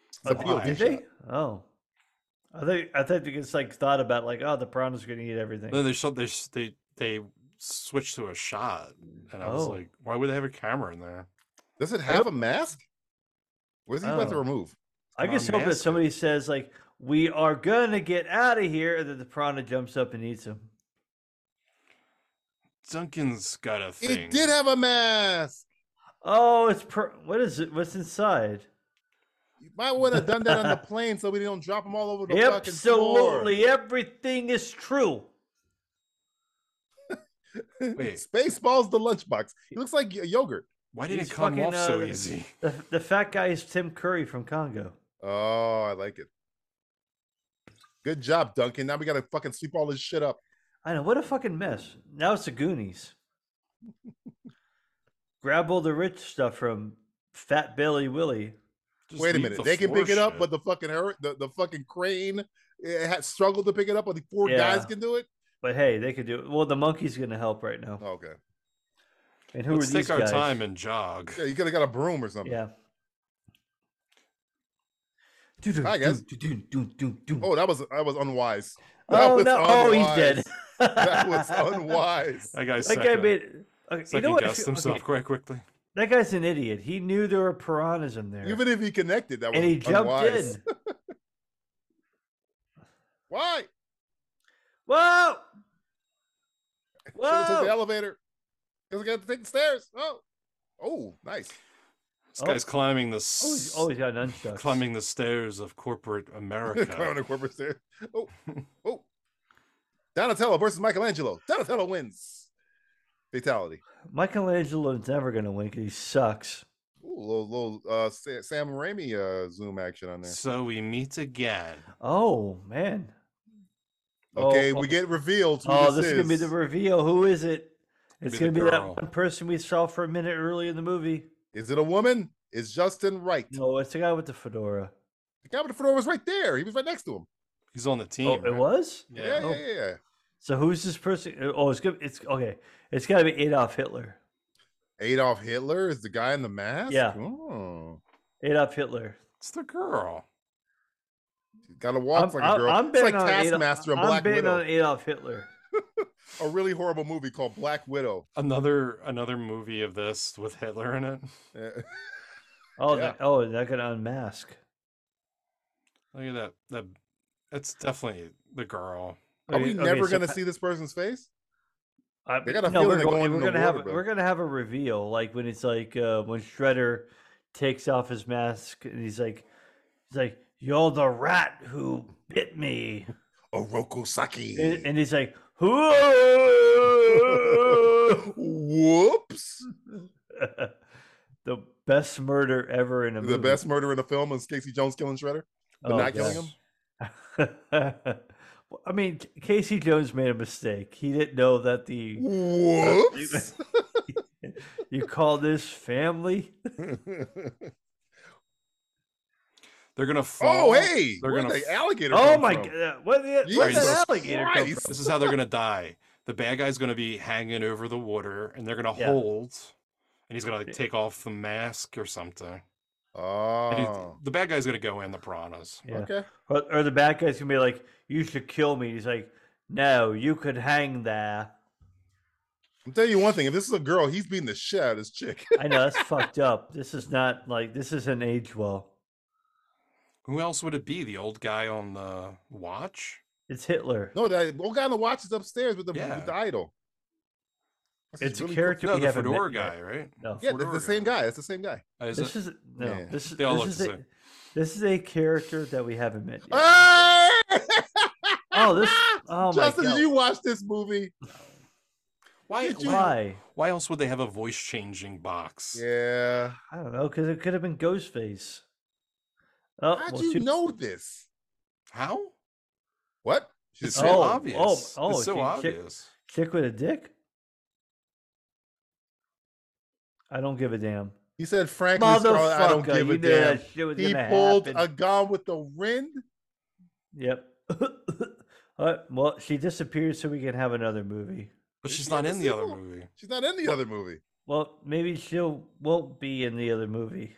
S3: It's
S4: Oh,
S3: a POV
S4: did
S3: shot.
S4: they? Oh, I think I think they just like thought about like, oh, the piranhas are gonna eat everything.
S5: No, they shot. They s- they they switched to a shot, and I was
S4: Oh.
S5: like, why would they have a camera in there?
S3: Does it have a mask? Where's he about to
S4: Oh.
S3: remove?
S4: I
S5: Ron
S4: just hope that
S5: Masked.
S4: somebody says like, "We are gonna get out of here," and then the piranha jumps up and eats him.
S5: Duncan's got a thing.
S3: It did have a mask.
S4: Oh, it's per- what is it? What's inside?
S3: You might want to have done that on the plane so we don't drop them all over the fucking floor.
S4: Absolutely, everything is true.
S5: Wait.
S3: Spaceballs the lunchbox. He looks like y- yogurt.
S5: Why did it
S4: He's
S5: come
S4: fucking,
S5: off
S4: uh,
S5: so
S4: the-
S5: easy?
S4: The, the fat guy is Tim Curry from Congo.
S3: Oh, I like it. Good job, Duncan. Now we gotta fucking sweep all this shit up.
S4: I know what a fucking mess. Now it's the Goonies. Grab all the rich stuff from Fat Billy Willie.
S5: Just
S3: Wait a
S5: leave
S3: minute.
S5: the
S3: they can
S5: floor
S3: pick it up,
S5: shit.
S3: but the fucking her- the, the fucking crane it had struggled to pick it up, but the four guys
S4: Yeah.
S3: can do it.
S4: But hey, they could do it. Well, the monkey's gonna help right now.
S3: Okay.
S4: And who
S5: let's
S4: are these
S5: take our
S4: guys?
S5: time and jog.
S3: Yeah, you could have got a broom or something.
S4: Yeah.
S3: Hi, guys. Oh, that was that was unwise. That
S4: Oh
S3: was
S4: no! Oh, he's dead.
S3: unwise. that was unwise.
S5: That guy
S4: That
S5: second,
S4: guy made. Okay, you
S5: second
S4: know what? if
S5: guessed
S4: you-
S5: himself
S4: okay,
S5: quite quickly.
S4: that guy's an idiot. He knew there were piranhas in there,
S3: Even if he connected, that was
S4: and he jumped
S3: unwise.
S4: in.
S3: Why?
S4: Whoa!
S3: Should have took the
S4: Whoa!
S3: elevator. Because I got to take the stairs. Oh, oh, nice.
S5: This
S4: Oh.
S5: guy's climbing the
S4: Oh, he's,
S5: s-
S4: oh, he's got an unstuck.
S5: climbing the stairs of corporate
S3: Climbing
S5: America.
S3: the corporate stairs. Oh, oh. Donatello versus Michelangelo. Donatello wins. Fatality.
S4: Michelangelo's never gonna win 'cause he sucks.
S3: Ooh, little, little uh, Sa- Sam Raimi uh, zoom action on there.
S5: so we meet again.
S4: Oh man. Oh,
S3: Okay,
S4: oh.
S3: we get revealed. Who
S4: Oh,
S3: this,
S4: this is gonna be the reveal. Who is it? It's
S5: be the
S4: gonna be that
S5: girl.
S4: one person we saw for a minute early in the movie.
S3: Is it a woman? Is Justin right?
S4: No, it's the guy with the fedora.
S3: The guy with the fedora was right there. He was right next to him.
S5: He's on the team.
S4: Oh, it
S5: right?
S4: was.
S5: Yeah.
S3: Yeah,
S4: Oh.
S3: yeah, yeah. yeah.
S4: So who's this person? uh, Oh, it's good. It's okay. It's got to be Adolf Hitler.
S3: Adolf Hitler is the guy in the mask.
S4: Yeah.
S3: Oh.
S4: Adolf Hitler.
S5: It's the girl.
S3: She's got to walk like a girl. it's like
S4: betting on Adolf-
S3: Taskmaster and
S4: I'm
S3: Black
S4: betting
S3: Widow.
S4: on Adolf Hitler.
S3: A really horrible movie called Black Widow.
S10: Another another movie of this with Hitler in it.
S3: Eh,
S4: Oh,
S3: Yeah.
S4: that, oh, that could unmask.
S10: Look at that. That it's definitely the girl.
S3: Are we
S4: Okay,
S3: never
S4: so
S3: going to
S4: pa-
S3: see this person's face?
S4: I,
S3: They got a
S4: no,
S3: feeling
S4: we're
S3: they're
S4: going,
S3: going
S4: we're
S3: in the
S4: gonna have
S3: water, bro.
S4: we're gonna have a reveal, like when it's like uh, when Shredder takes off his mask and he's like, he's like, "You're the rat who bit me,"
S3: Oroko Saki.
S4: and, and he's like, "Whoa!"
S3: Whoops.
S4: the best murder ever in a movie. Oh,
S3: The best murder in the film is Casey Jones killing Shredder. but not killing
S4: gosh. Well, I mean, C- Casey Jones made a mistake. He didn't know that the
S3: Whoops.
S4: you call this family.
S10: They're gonna fall.
S3: oh, hey.
S10: They're
S3: Where'd
S10: gonna
S3: the
S10: f-
S3: alligator
S4: Oh
S3: come
S4: my
S3: from?
S4: god! What the, where'd
S3: Jesus
S4: that alligator come from?
S3: Christ.
S10: This is how they're gonna die. The bad guy's gonna be hanging over the water, and they're gonna
S4: Yeah.
S10: hold, and he's gonna like, take off the mask or something. And he's-
S3: Oh.
S10: the bad guy's gonna go in the piranhas.
S4: Yeah.
S3: Okay.
S4: Or, or the bad guy's gonna be like, "You should kill me." He's like, "No, you could hang there."
S3: I'm telling you one thing. If this is a girl, he's beating the shit out of this chick.
S4: I know that's fucked up. This is not like this isn't age well.
S10: Who else would it be? The old guy on the watch?
S4: It's Hitler.
S3: No, that old guy on the watch is upstairs with the,
S10: Yeah.
S3: with the idol. This is
S4: it's a
S3: really cool.
S4: character.
S10: no,
S4: we
S10: the
S4: haven't met
S10: fedora
S4: yet.
S10: guy, right?
S4: No,
S3: Yeah, the,
S10: fedora
S3: the same guy. It's the same guy.
S10: Uh, Is
S4: this
S10: it?
S4: is no.
S3: Yeah.
S4: This is
S10: They all
S4: this
S10: look
S4: is
S10: the
S4: a,
S10: same.
S4: this is a character that we haven't met yet.
S3: oh,
S4: oh, this. Oh my
S3: Justin,
S4: god!
S3: did you watch this movie?
S10: Why,
S3: Did you-
S10: why?
S4: Why?
S10: Why else would they have a voice changing box?
S3: Yeah.
S4: I don't know because it could have been Ghostface. Oh,
S3: How'd
S4: well,
S3: you
S4: too-
S3: know this?
S10: How?
S3: What?
S10: It's
S4: Oh,
S10: so
S4: oh,
S10: obvious.
S4: oh,
S10: it's so
S4: she- she-
S10: obvious.
S4: Chick with a dick? I don't give a damn.
S3: He said, "Frankly, Scarlett, I don't
S4: Motherfucker,
S3: give
S4: you
S3: a
S4: knew
S3: damn."
S4: that shit was
S3: He
S4: gonna
S3: pulled
S4: happen.
S3: a gun with the wind.
S4: Yep. All right, well, she disappeared so we can have another movie.
S10: But
S3: Did
S10: she's
S3: she
S10: not
S3: have a
S10: in the other
S3: sequel?
S10: movie.
S3: She's not in the other movie.
S4: Well, maybe she'll won't be in the other movie.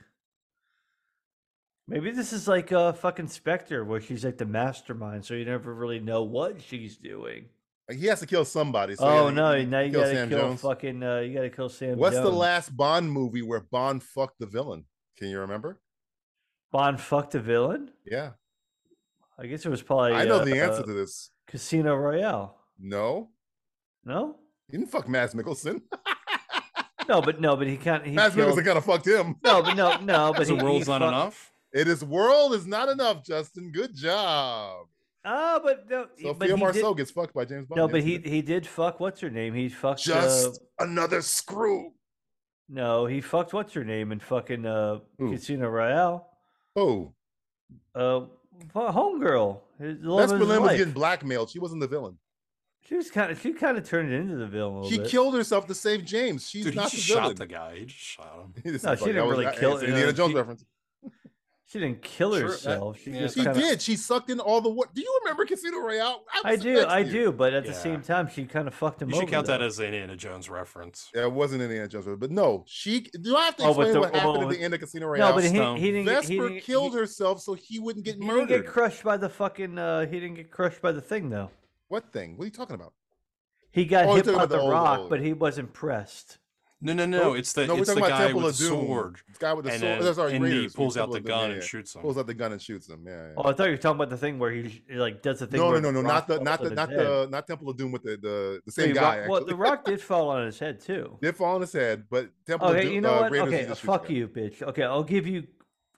S4: Maybe this is like uh, fucking Spectre, where she's like the mastermind, so you never really know what she's doing.
S3: Like, He has to kill somebody. So
S4: oh
S3: yeah,
S4: no!
S3: he-
S4: Now you
S3: kill
S4: gotta
S3: Sam
S4: kill
S3: Jones.
S4: fucking. Uh, you gotta kill Sam.
S3: What's the
S4: Jones.
S3: last Bond movie where Bond fucked the villain? Can you remember?
S4: Bond fucked a villain.
S3: Yeah,
S4: I guess it was probably.
S3: I know
S4: uh,
S3: the answer
S4: uh,
S3: to this.
S4: Casino Royale.
S3: No,
S4: No,
S3: he didn't fuck Mads Mikkelsen.
S4: no, but no, but he can't. He
S3: Mads
S4: killed,
S3: Mikkelsen kind of fucked him.
S4: no, but no, no, but
S10: Because the
S4: he, he
S10: world's not
S4: fuck-
S10: enough.
S3: It is world is not enough, Justin. Good job.
S4: Ah, but no, he- but
S3: Sophia
S4: he
S3: Marceau
S4: did,
S3: gets fucked by James Bond.
S4: no, but
S3: Yes,
S4: he
S3: did.
S4: he did fuck. What's her name? He fucked. uh,
S3: just another screw.
S4: no, he fucked. What's her name? And fucking uh,
S3: Who?
S4: Casino Royale.
S3: Oh,
S4: Uh, fu- homegirl. his- the love
S3: Bess
S4: of his
S3: Berlin was
S4: life.
S3: getting blackmailed. She wasn't the villain.
S4: She was kind of. She kind of turned into the villain. A little
S3: She
S4: bit.
S3: killed herself to save James. She's
S10: Dude, he
S3: not
S10: just
S3: the villain.
S10: shot the guy. He just shot him.
S3: This is
S4: No, she
S3: fucking-
S4: didn't
S3: that was-
S4: really
S3: that-
S4: kill-
S3: it's an Indiana
S4: no,
S3: Jones
S4: she-
S3: reference.
S4: She didn't kill
S10: Sure, that-
S4: herself. she
S10: yeah.
S4: just
S3: She
S4: kinda,
S3: did. She sucked in all the water. Do you remember Casino Royale?
S4: I
S3: was
S4: do.
S3: next
S4: I
S3: to you.
S4: do. But at the
S10: Yeah.
S4: same time, she kind of fucked him
S10: You
S4: over.
S10: should count that
S4: though.
S10: as an Indiana Jones reference.
S3: Yeah, it wasn't Indiana Jones, but no, she. Do I have to
S4: Oh, but
S3: explain
S4: the-
S3: what happened
S4: oh,
S3: at the end of Casino Royale?
S4: no, but he,
S10: Stone.
S4: he didn't. get- he
S3: Vesper
S4: didn't, get-
S3: killed
S4: he,
S3: herself so he wouldn't get
S4: He
S3: murdered.
S4: didn't get crushed by the fucking. Uh, he didn't get crushed by the thing though.
S3: what thing? What are you talking about?
S4: He got
S3: Oh, you're
S4: hit
S3: talking
S4: by
S3: about
S4: the,
S3: the old-
S4: rock,
S3: old-
S4: but he wasn't pressed.
S10: No, no, no. It's the
S3: no, we're
S10: it's the
S3: talking about
S10: guy
S3: Temple
S10: with
S3: of
S10: the
S3: Doom.
S10: sword.
S3: The guy with the
S10: and
S3: sword.
S10: then
S3: oh, sorry,
S10: Indy
S3: Raiders.
S10: pulls out
S3: Temple
S10: the
S3: of Doom,
S10: gun
S3: yeah,
S10: and
S3: yeah.
S10: shoots him.
S3: Pulls out the gun and shoots him. Yeah. yeah.
S4: Oh, I thought you were talking about the thing where he like does the thing.
S3: no, no,
S4: where
S3: no, no,
S4: the
S3: not
S4: rock
S3: the,
S4: falls
S3: not
S4: on
S3: the,
S4: his
S3: not
S4: head.
S3: the, not Temple of Doom with the the, the
S4: Wait,
S3: same
S4: rock-
S3: guy.
S4: well,
S3: actually.
S4: the rock did fall on his head too.
S3: Did fall on his head, but Temple of
S4: Okay,
S3: Doom.
S4: you know
S3: uh,
S4: what?
S3: Raiders
S4: Okay,
S3: just shoot the
S4: fuck
S3: guy.
S4: you, bitch. Okay, I'll give you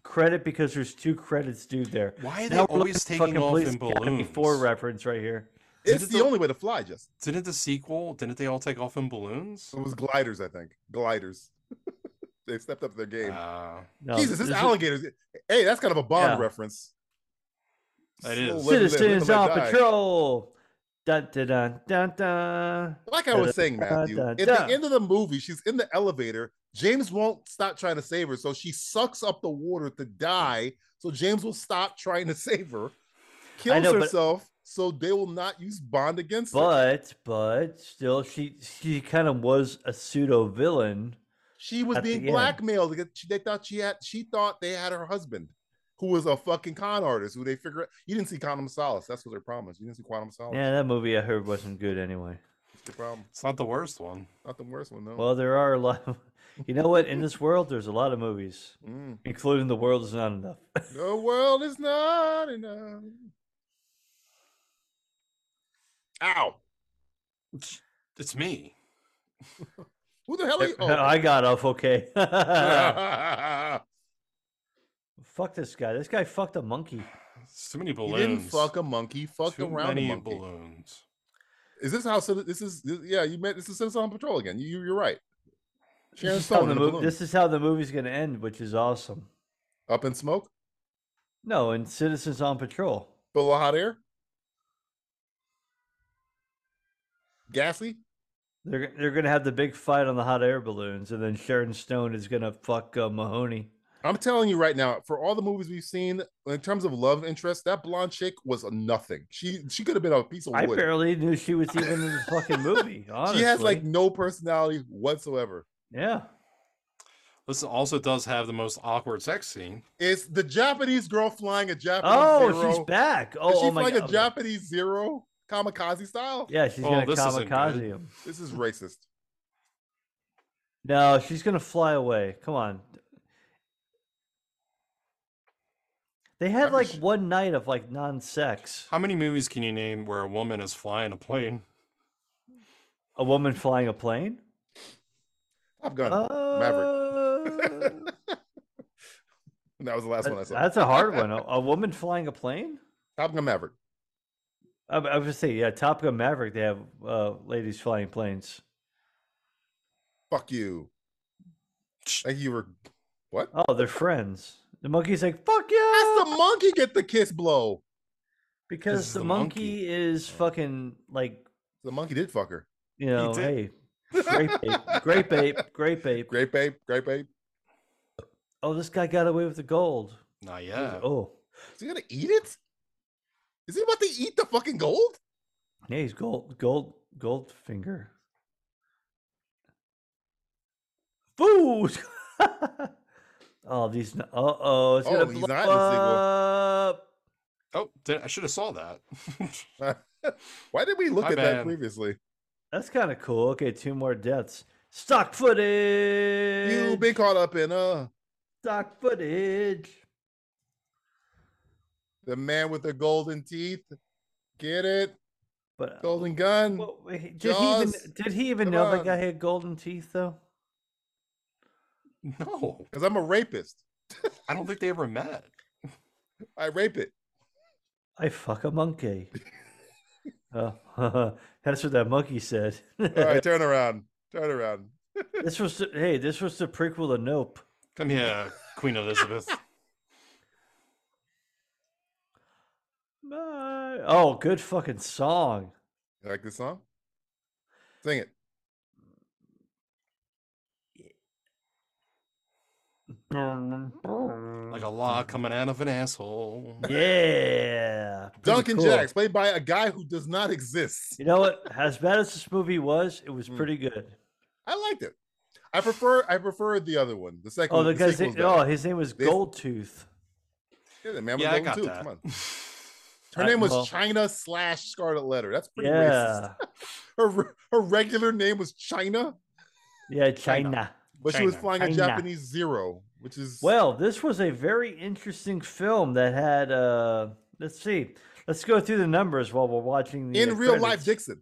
S4: credit because there's two credits due there.
S10: Why are they
S4: Now we're
S10: always
S4: looking at
S10: taking
S4: fucking
S10: off
S4: Police
S10: in
S4: Academy Four
S10: balloons?
S4: reference right here.
S3: It's
S10: Did
S3: the
S10: the-
S3: only way to fly, Justin.
S10: Didn't the sequel? Didn't they all take off in balloons?
S3: It was gliders, I think. Gliders. they stepped up their game.
S10: Uh,
S4: No,
S3: Jesus, this
S4: is-
S3: alligators. Hey, that's kind of a Bond
S4: Yeah.
S3: reference.
S10: That is.
S3: let it live, let
S4: citizens
S3: it
S4: on
S3: die.
S4: patrol. Dun dun dun dun dun.
S3: Like I was saying, Matthew,
S4: Da, da,
S3: at
S4: da.
S3: the end of the movie, she's in the elevator. James won't stop trying to save her, so she sucks up the water to die. So James will stop trying to save her, kills
S4: know, but-
S3: herself, so they will not use Bond against her.
S4: But but still, she she kind of was a pseudo villain.
S3: She was
S4: at the
S3: being
S4: end.
S3: blackmailed. because She, they thought she had. She thought they had her husband. who was a fucking con artist who they figure you didn't see Quantum Solace. That's what their problem is. You didn't see Quantum Solace.
S4: Yeah, that movie I heard wasn't good anyway.
S3: That's the problem.
S10: It's not the worst one.
S3: Not the worst one, no.
S4: Well, there are a lot. Of, you know what? In this world, there's a lot of movies, mm. including The World Is Not Enough.
S3: the world is not enough.
S10: Ow! It's, it's me.
S3: Who the hell are you? oh.
S4: Oh. I got off okay. Fuck this guy. This guy fucked a monkey.
S10: It's too many balloons.
S3: He didn't fuck a monkey. Fucked
S10: too
S3: around
S10: many
S3: a monkey.
S10: balloons.
S3: Is this how? This is this, yeah. You met. This is Citizen on Patrol again. You, you're right. Sharon this Stone.
S4: Is
S3: mo-
S4: this is how the movie's going to end, which is awesome.
S3: Up in smoke.
S4: No, and Citizens on Patrol.
S3: Full of hot air. Gassy.
S4: They're they're gonna have the big fight on the hot air balloons, and then Sharon Stone is gonna fuck uh, Mahoney.
S3: I'm telling you right now, for all the movies we've seen in terms of love interest, that blonde chick was nothing. She she could have been a piece of wood.
S4: I barely knew she was even in the fucking movie. Honestly.
S3: She has like no personality whatsoever.
S4: Yeah.
S10: This also does have the most awkward sex scene.
S3: It's the Japanese girl flying a Japanese.
S4: Oh,
S3: zero.
S4: she's back. Oh,
S3: Is she
S4: oh my
S3: flying
S4: God.
S3: a Japanese zero kamikaze style?
S4: Yeah, she's
S10: Oh,
S4: gonna
S10: this isn't
S4: kamikaze
S10: good.
S4: him.
S3: This is racist.
S4: No, she's gonna fly away. Come on. They had
S3: That
S4: like
S3: was-
S4: one night of like non-sex.
S10: How many movies can you name where a woman is flying a plane?
S4: A woman flying a plane.
S3: Top Gun, Maverick.
S4: Uh,
S3: That was the last one I saw.
S4: that's a hard one. A, a woman flying a plane.
S3: Top Gun Maverick.
S4: I, I would say yeah. Top Gun Maverick. They have uh, ladies flying planes.
S3: Fuck you. Thank you for what?
S4: Oh, they're friends. The monkey's like fuck yeah.
S3: That's the monkey get the kiss blow.
S4: Because
S10: is
S4: the
S10: the
S4: monkey,
S10: monkey.
S4: is fucking like
S3: The monkey did fuck her.
S4: you know hey
S10: did.
S4: grape ape grape ape grape ape.
S3: Great babe, great babe.
S4: Oh, this guy got away with the gold.
S10: Not yet.
S4: Oh,
S3: Is he gonna eat it? Is he about to eat the fucking gold?
S4: yeah, he's gold gold gold finger. Food. oh, these. Uh oh, it's
S3: Oh,
S4: gonna
S3: he's
S4: blow
S3: not in the sequel.
S4: up.
S10: Oh, did, I should have saw that.
S3: Why did we look
S10: My
S3: at that
S10: bad.
S3: previously?
S4: That's kind of cool. Okay, two more deaths. Stock footage.
S3: You've been caught up in uh
S4: stock footage.
S3: the man with the golden teeth. Get it?
S4: But
S3: Golden gun.
S4: Well, wait, did he even
S3: Jaws,
S4: did he even
S3: come
S4: know that
S3: on.
S4: guy had golden teeth though?
S10: no,
S3: Because I'm a rapist.
S10: I don't think they ever met.
S3: I rape it.
S4: I fuck a monkey. oh, that's what that monkey said.
S3: All right, turn around. Turn around.
S4: this was the, hey, this was the prequel to Nope.
S10: Come here, Queen Elizabeth.
S4: My- Oh, good fucking song.
S3: You like this song? Sing it.
S10: like a law coming out of an asshole.
S4: Yeah, pretty
S3: Duncan
S4: cool.
S3: Jacks, played by a guy who does not exist.
S4: You know what? As bad as this movie was, it
S3: Hmm.
S4: was pretty good.
S3: I liked it. I prefer I prefer the other one. The second
S4: Oh,
S3: one,
S4: the guy's oh,
S3: sequel's
S4: name,
S3: better.
S4: oh, his name was
S3: This-
S4: Goldtooth.
S3: Yeah, the man with
S10: Yeah,
S3: the
S10: I
S3: golden
S10: got
S3: tooth.
S10: that.
S3: Come on.
S4: Uh,
S3: Her name was
S4: well-
S3: China slash Scarlet Letter. That's pretty racist.
S4: Yeah,
S3: Her re- her regular name was China,
S4: yeah,
S10: China.
S4: China.
S3: but she was
S10: China.
S3: flying a
S4: China.
S3: Japanese Zero, which is
S4: Well, this was a very interesting film that had. Uh, let's see. Let's go through the numbers while we're watching the
S3: in
S4: uh,
S3: real life
S4: credits.
S3: Dixon.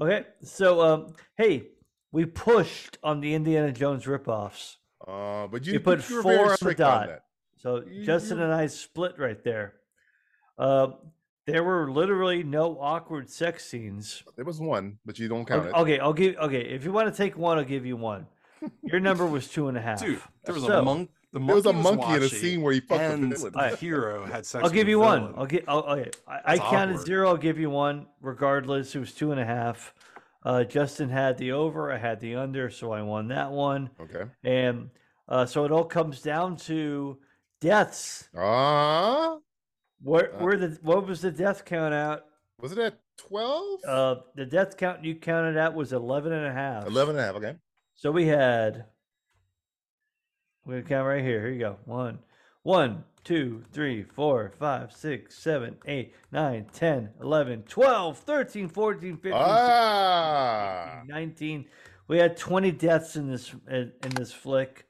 S4: Okay, so um, hey, we pushed on the Indiana Jones ripoffs.
S3: Uh, but you
S4: You put
S3: you were
S4: four
S3: very
S4: on the
S3: strict
S4: dot.
S3: on that.
S4: So
S3: You-
S4: Justin
S3: you-
S4: and I split right there. Uh, there were literally no awkward sex scenes.
S3: There was one, but you don't count
S4: Okay,
S3: it.
S4: okay, I'll give. Okay, if you want to take one, I'll give you one. Your number was two and a half.
S10: Dude, there was
S4: So,
S10: a monk. The monkey
S3: There was a
S10: was
S3: monkey in a
S10: watching,
S3: scene where he fucked
S10: and
S3: the villain.
S10: the hero had sex.
S4: I'll
S10: with
S4: give
S10: the
S4: you one.
S10: villain.
S4: I'll get. I'll, okay, I, I
S10: That's
S4: counted
S10: awkward.
S4: zero. I'll give you one, regardless. It was two and a half. Uh, Justin had the over. I had the under, so I won that one.
S3: Okay.
S4: And uh, so it all comes down to deaths.
S3: Ah,
S4: Where,
S3: Uh,
S4: where the what was the death count out?
S3: was it at 12?
S4: Uh, the death count you counted out was 11 and a half.
S3: 11 and a half, okay.
S4: So we had. We're gonna count right here. Here you go. One, one, two, three, four, five, six, seven, eight, nine, 10, 11, 12, 13, 14, 15, 16,
S3: Ah.
S4: 18, 19. We had 20 deaths in this in, in this flick.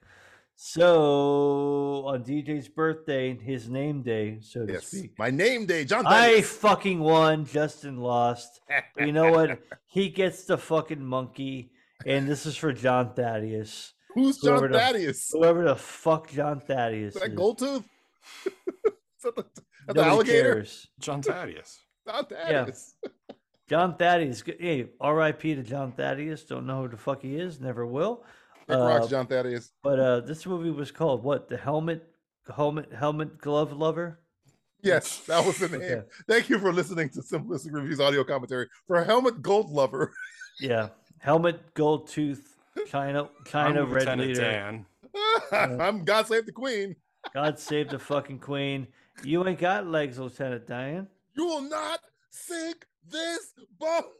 S4: So on DJ's birthday, his name day, so to
S3: Yes.
S4: speak.
S3: My name day, John.
S4: I
S3: Dennis.
S4: fucking won. Justin lost. But you know what? He gets the fucking monkey, and this is for John Thaddeus.
S3: Who's John
S4: whoever the-
S3: Thaddeus?
S4: Whoever the fuck John Thaddeus
S3: Is
S4: is.
S3: that gold tooth? is that the, is that the
S4: nobody
S3: alligator?
S4: cares.
S10: John Thaddeus.
S3: Not
S4: Yeah. Uh,
S3: Thaddeus.
S4: John Thaddeus. g- Hey, R.I.P. to John Thaddeus. Don't know who the fuck he is. Never will.
S3: Rick Rocks,
S4: Uh,
S3: John Thaddeus.
S4: But uh, this movie was called what? The helmet, helmet, helmet glove lover.
S3: Yes, that was the name.
S4: Okay.
S3: Thank you for listening to Simplistic Reviews audio commentary for Helmet Gold Lover.
S4: Yeah, helmet, gold tooth, China, China
S10: I'm
S4: red
S10: Lieutenant
S4: leader.
S10: Dan.
S4: Uh,
S3: I'm God Save the Queen.
S4: God save the fucking queen. You ain't got legs, Lieutenant Dan.
S3: You will not sink this boat.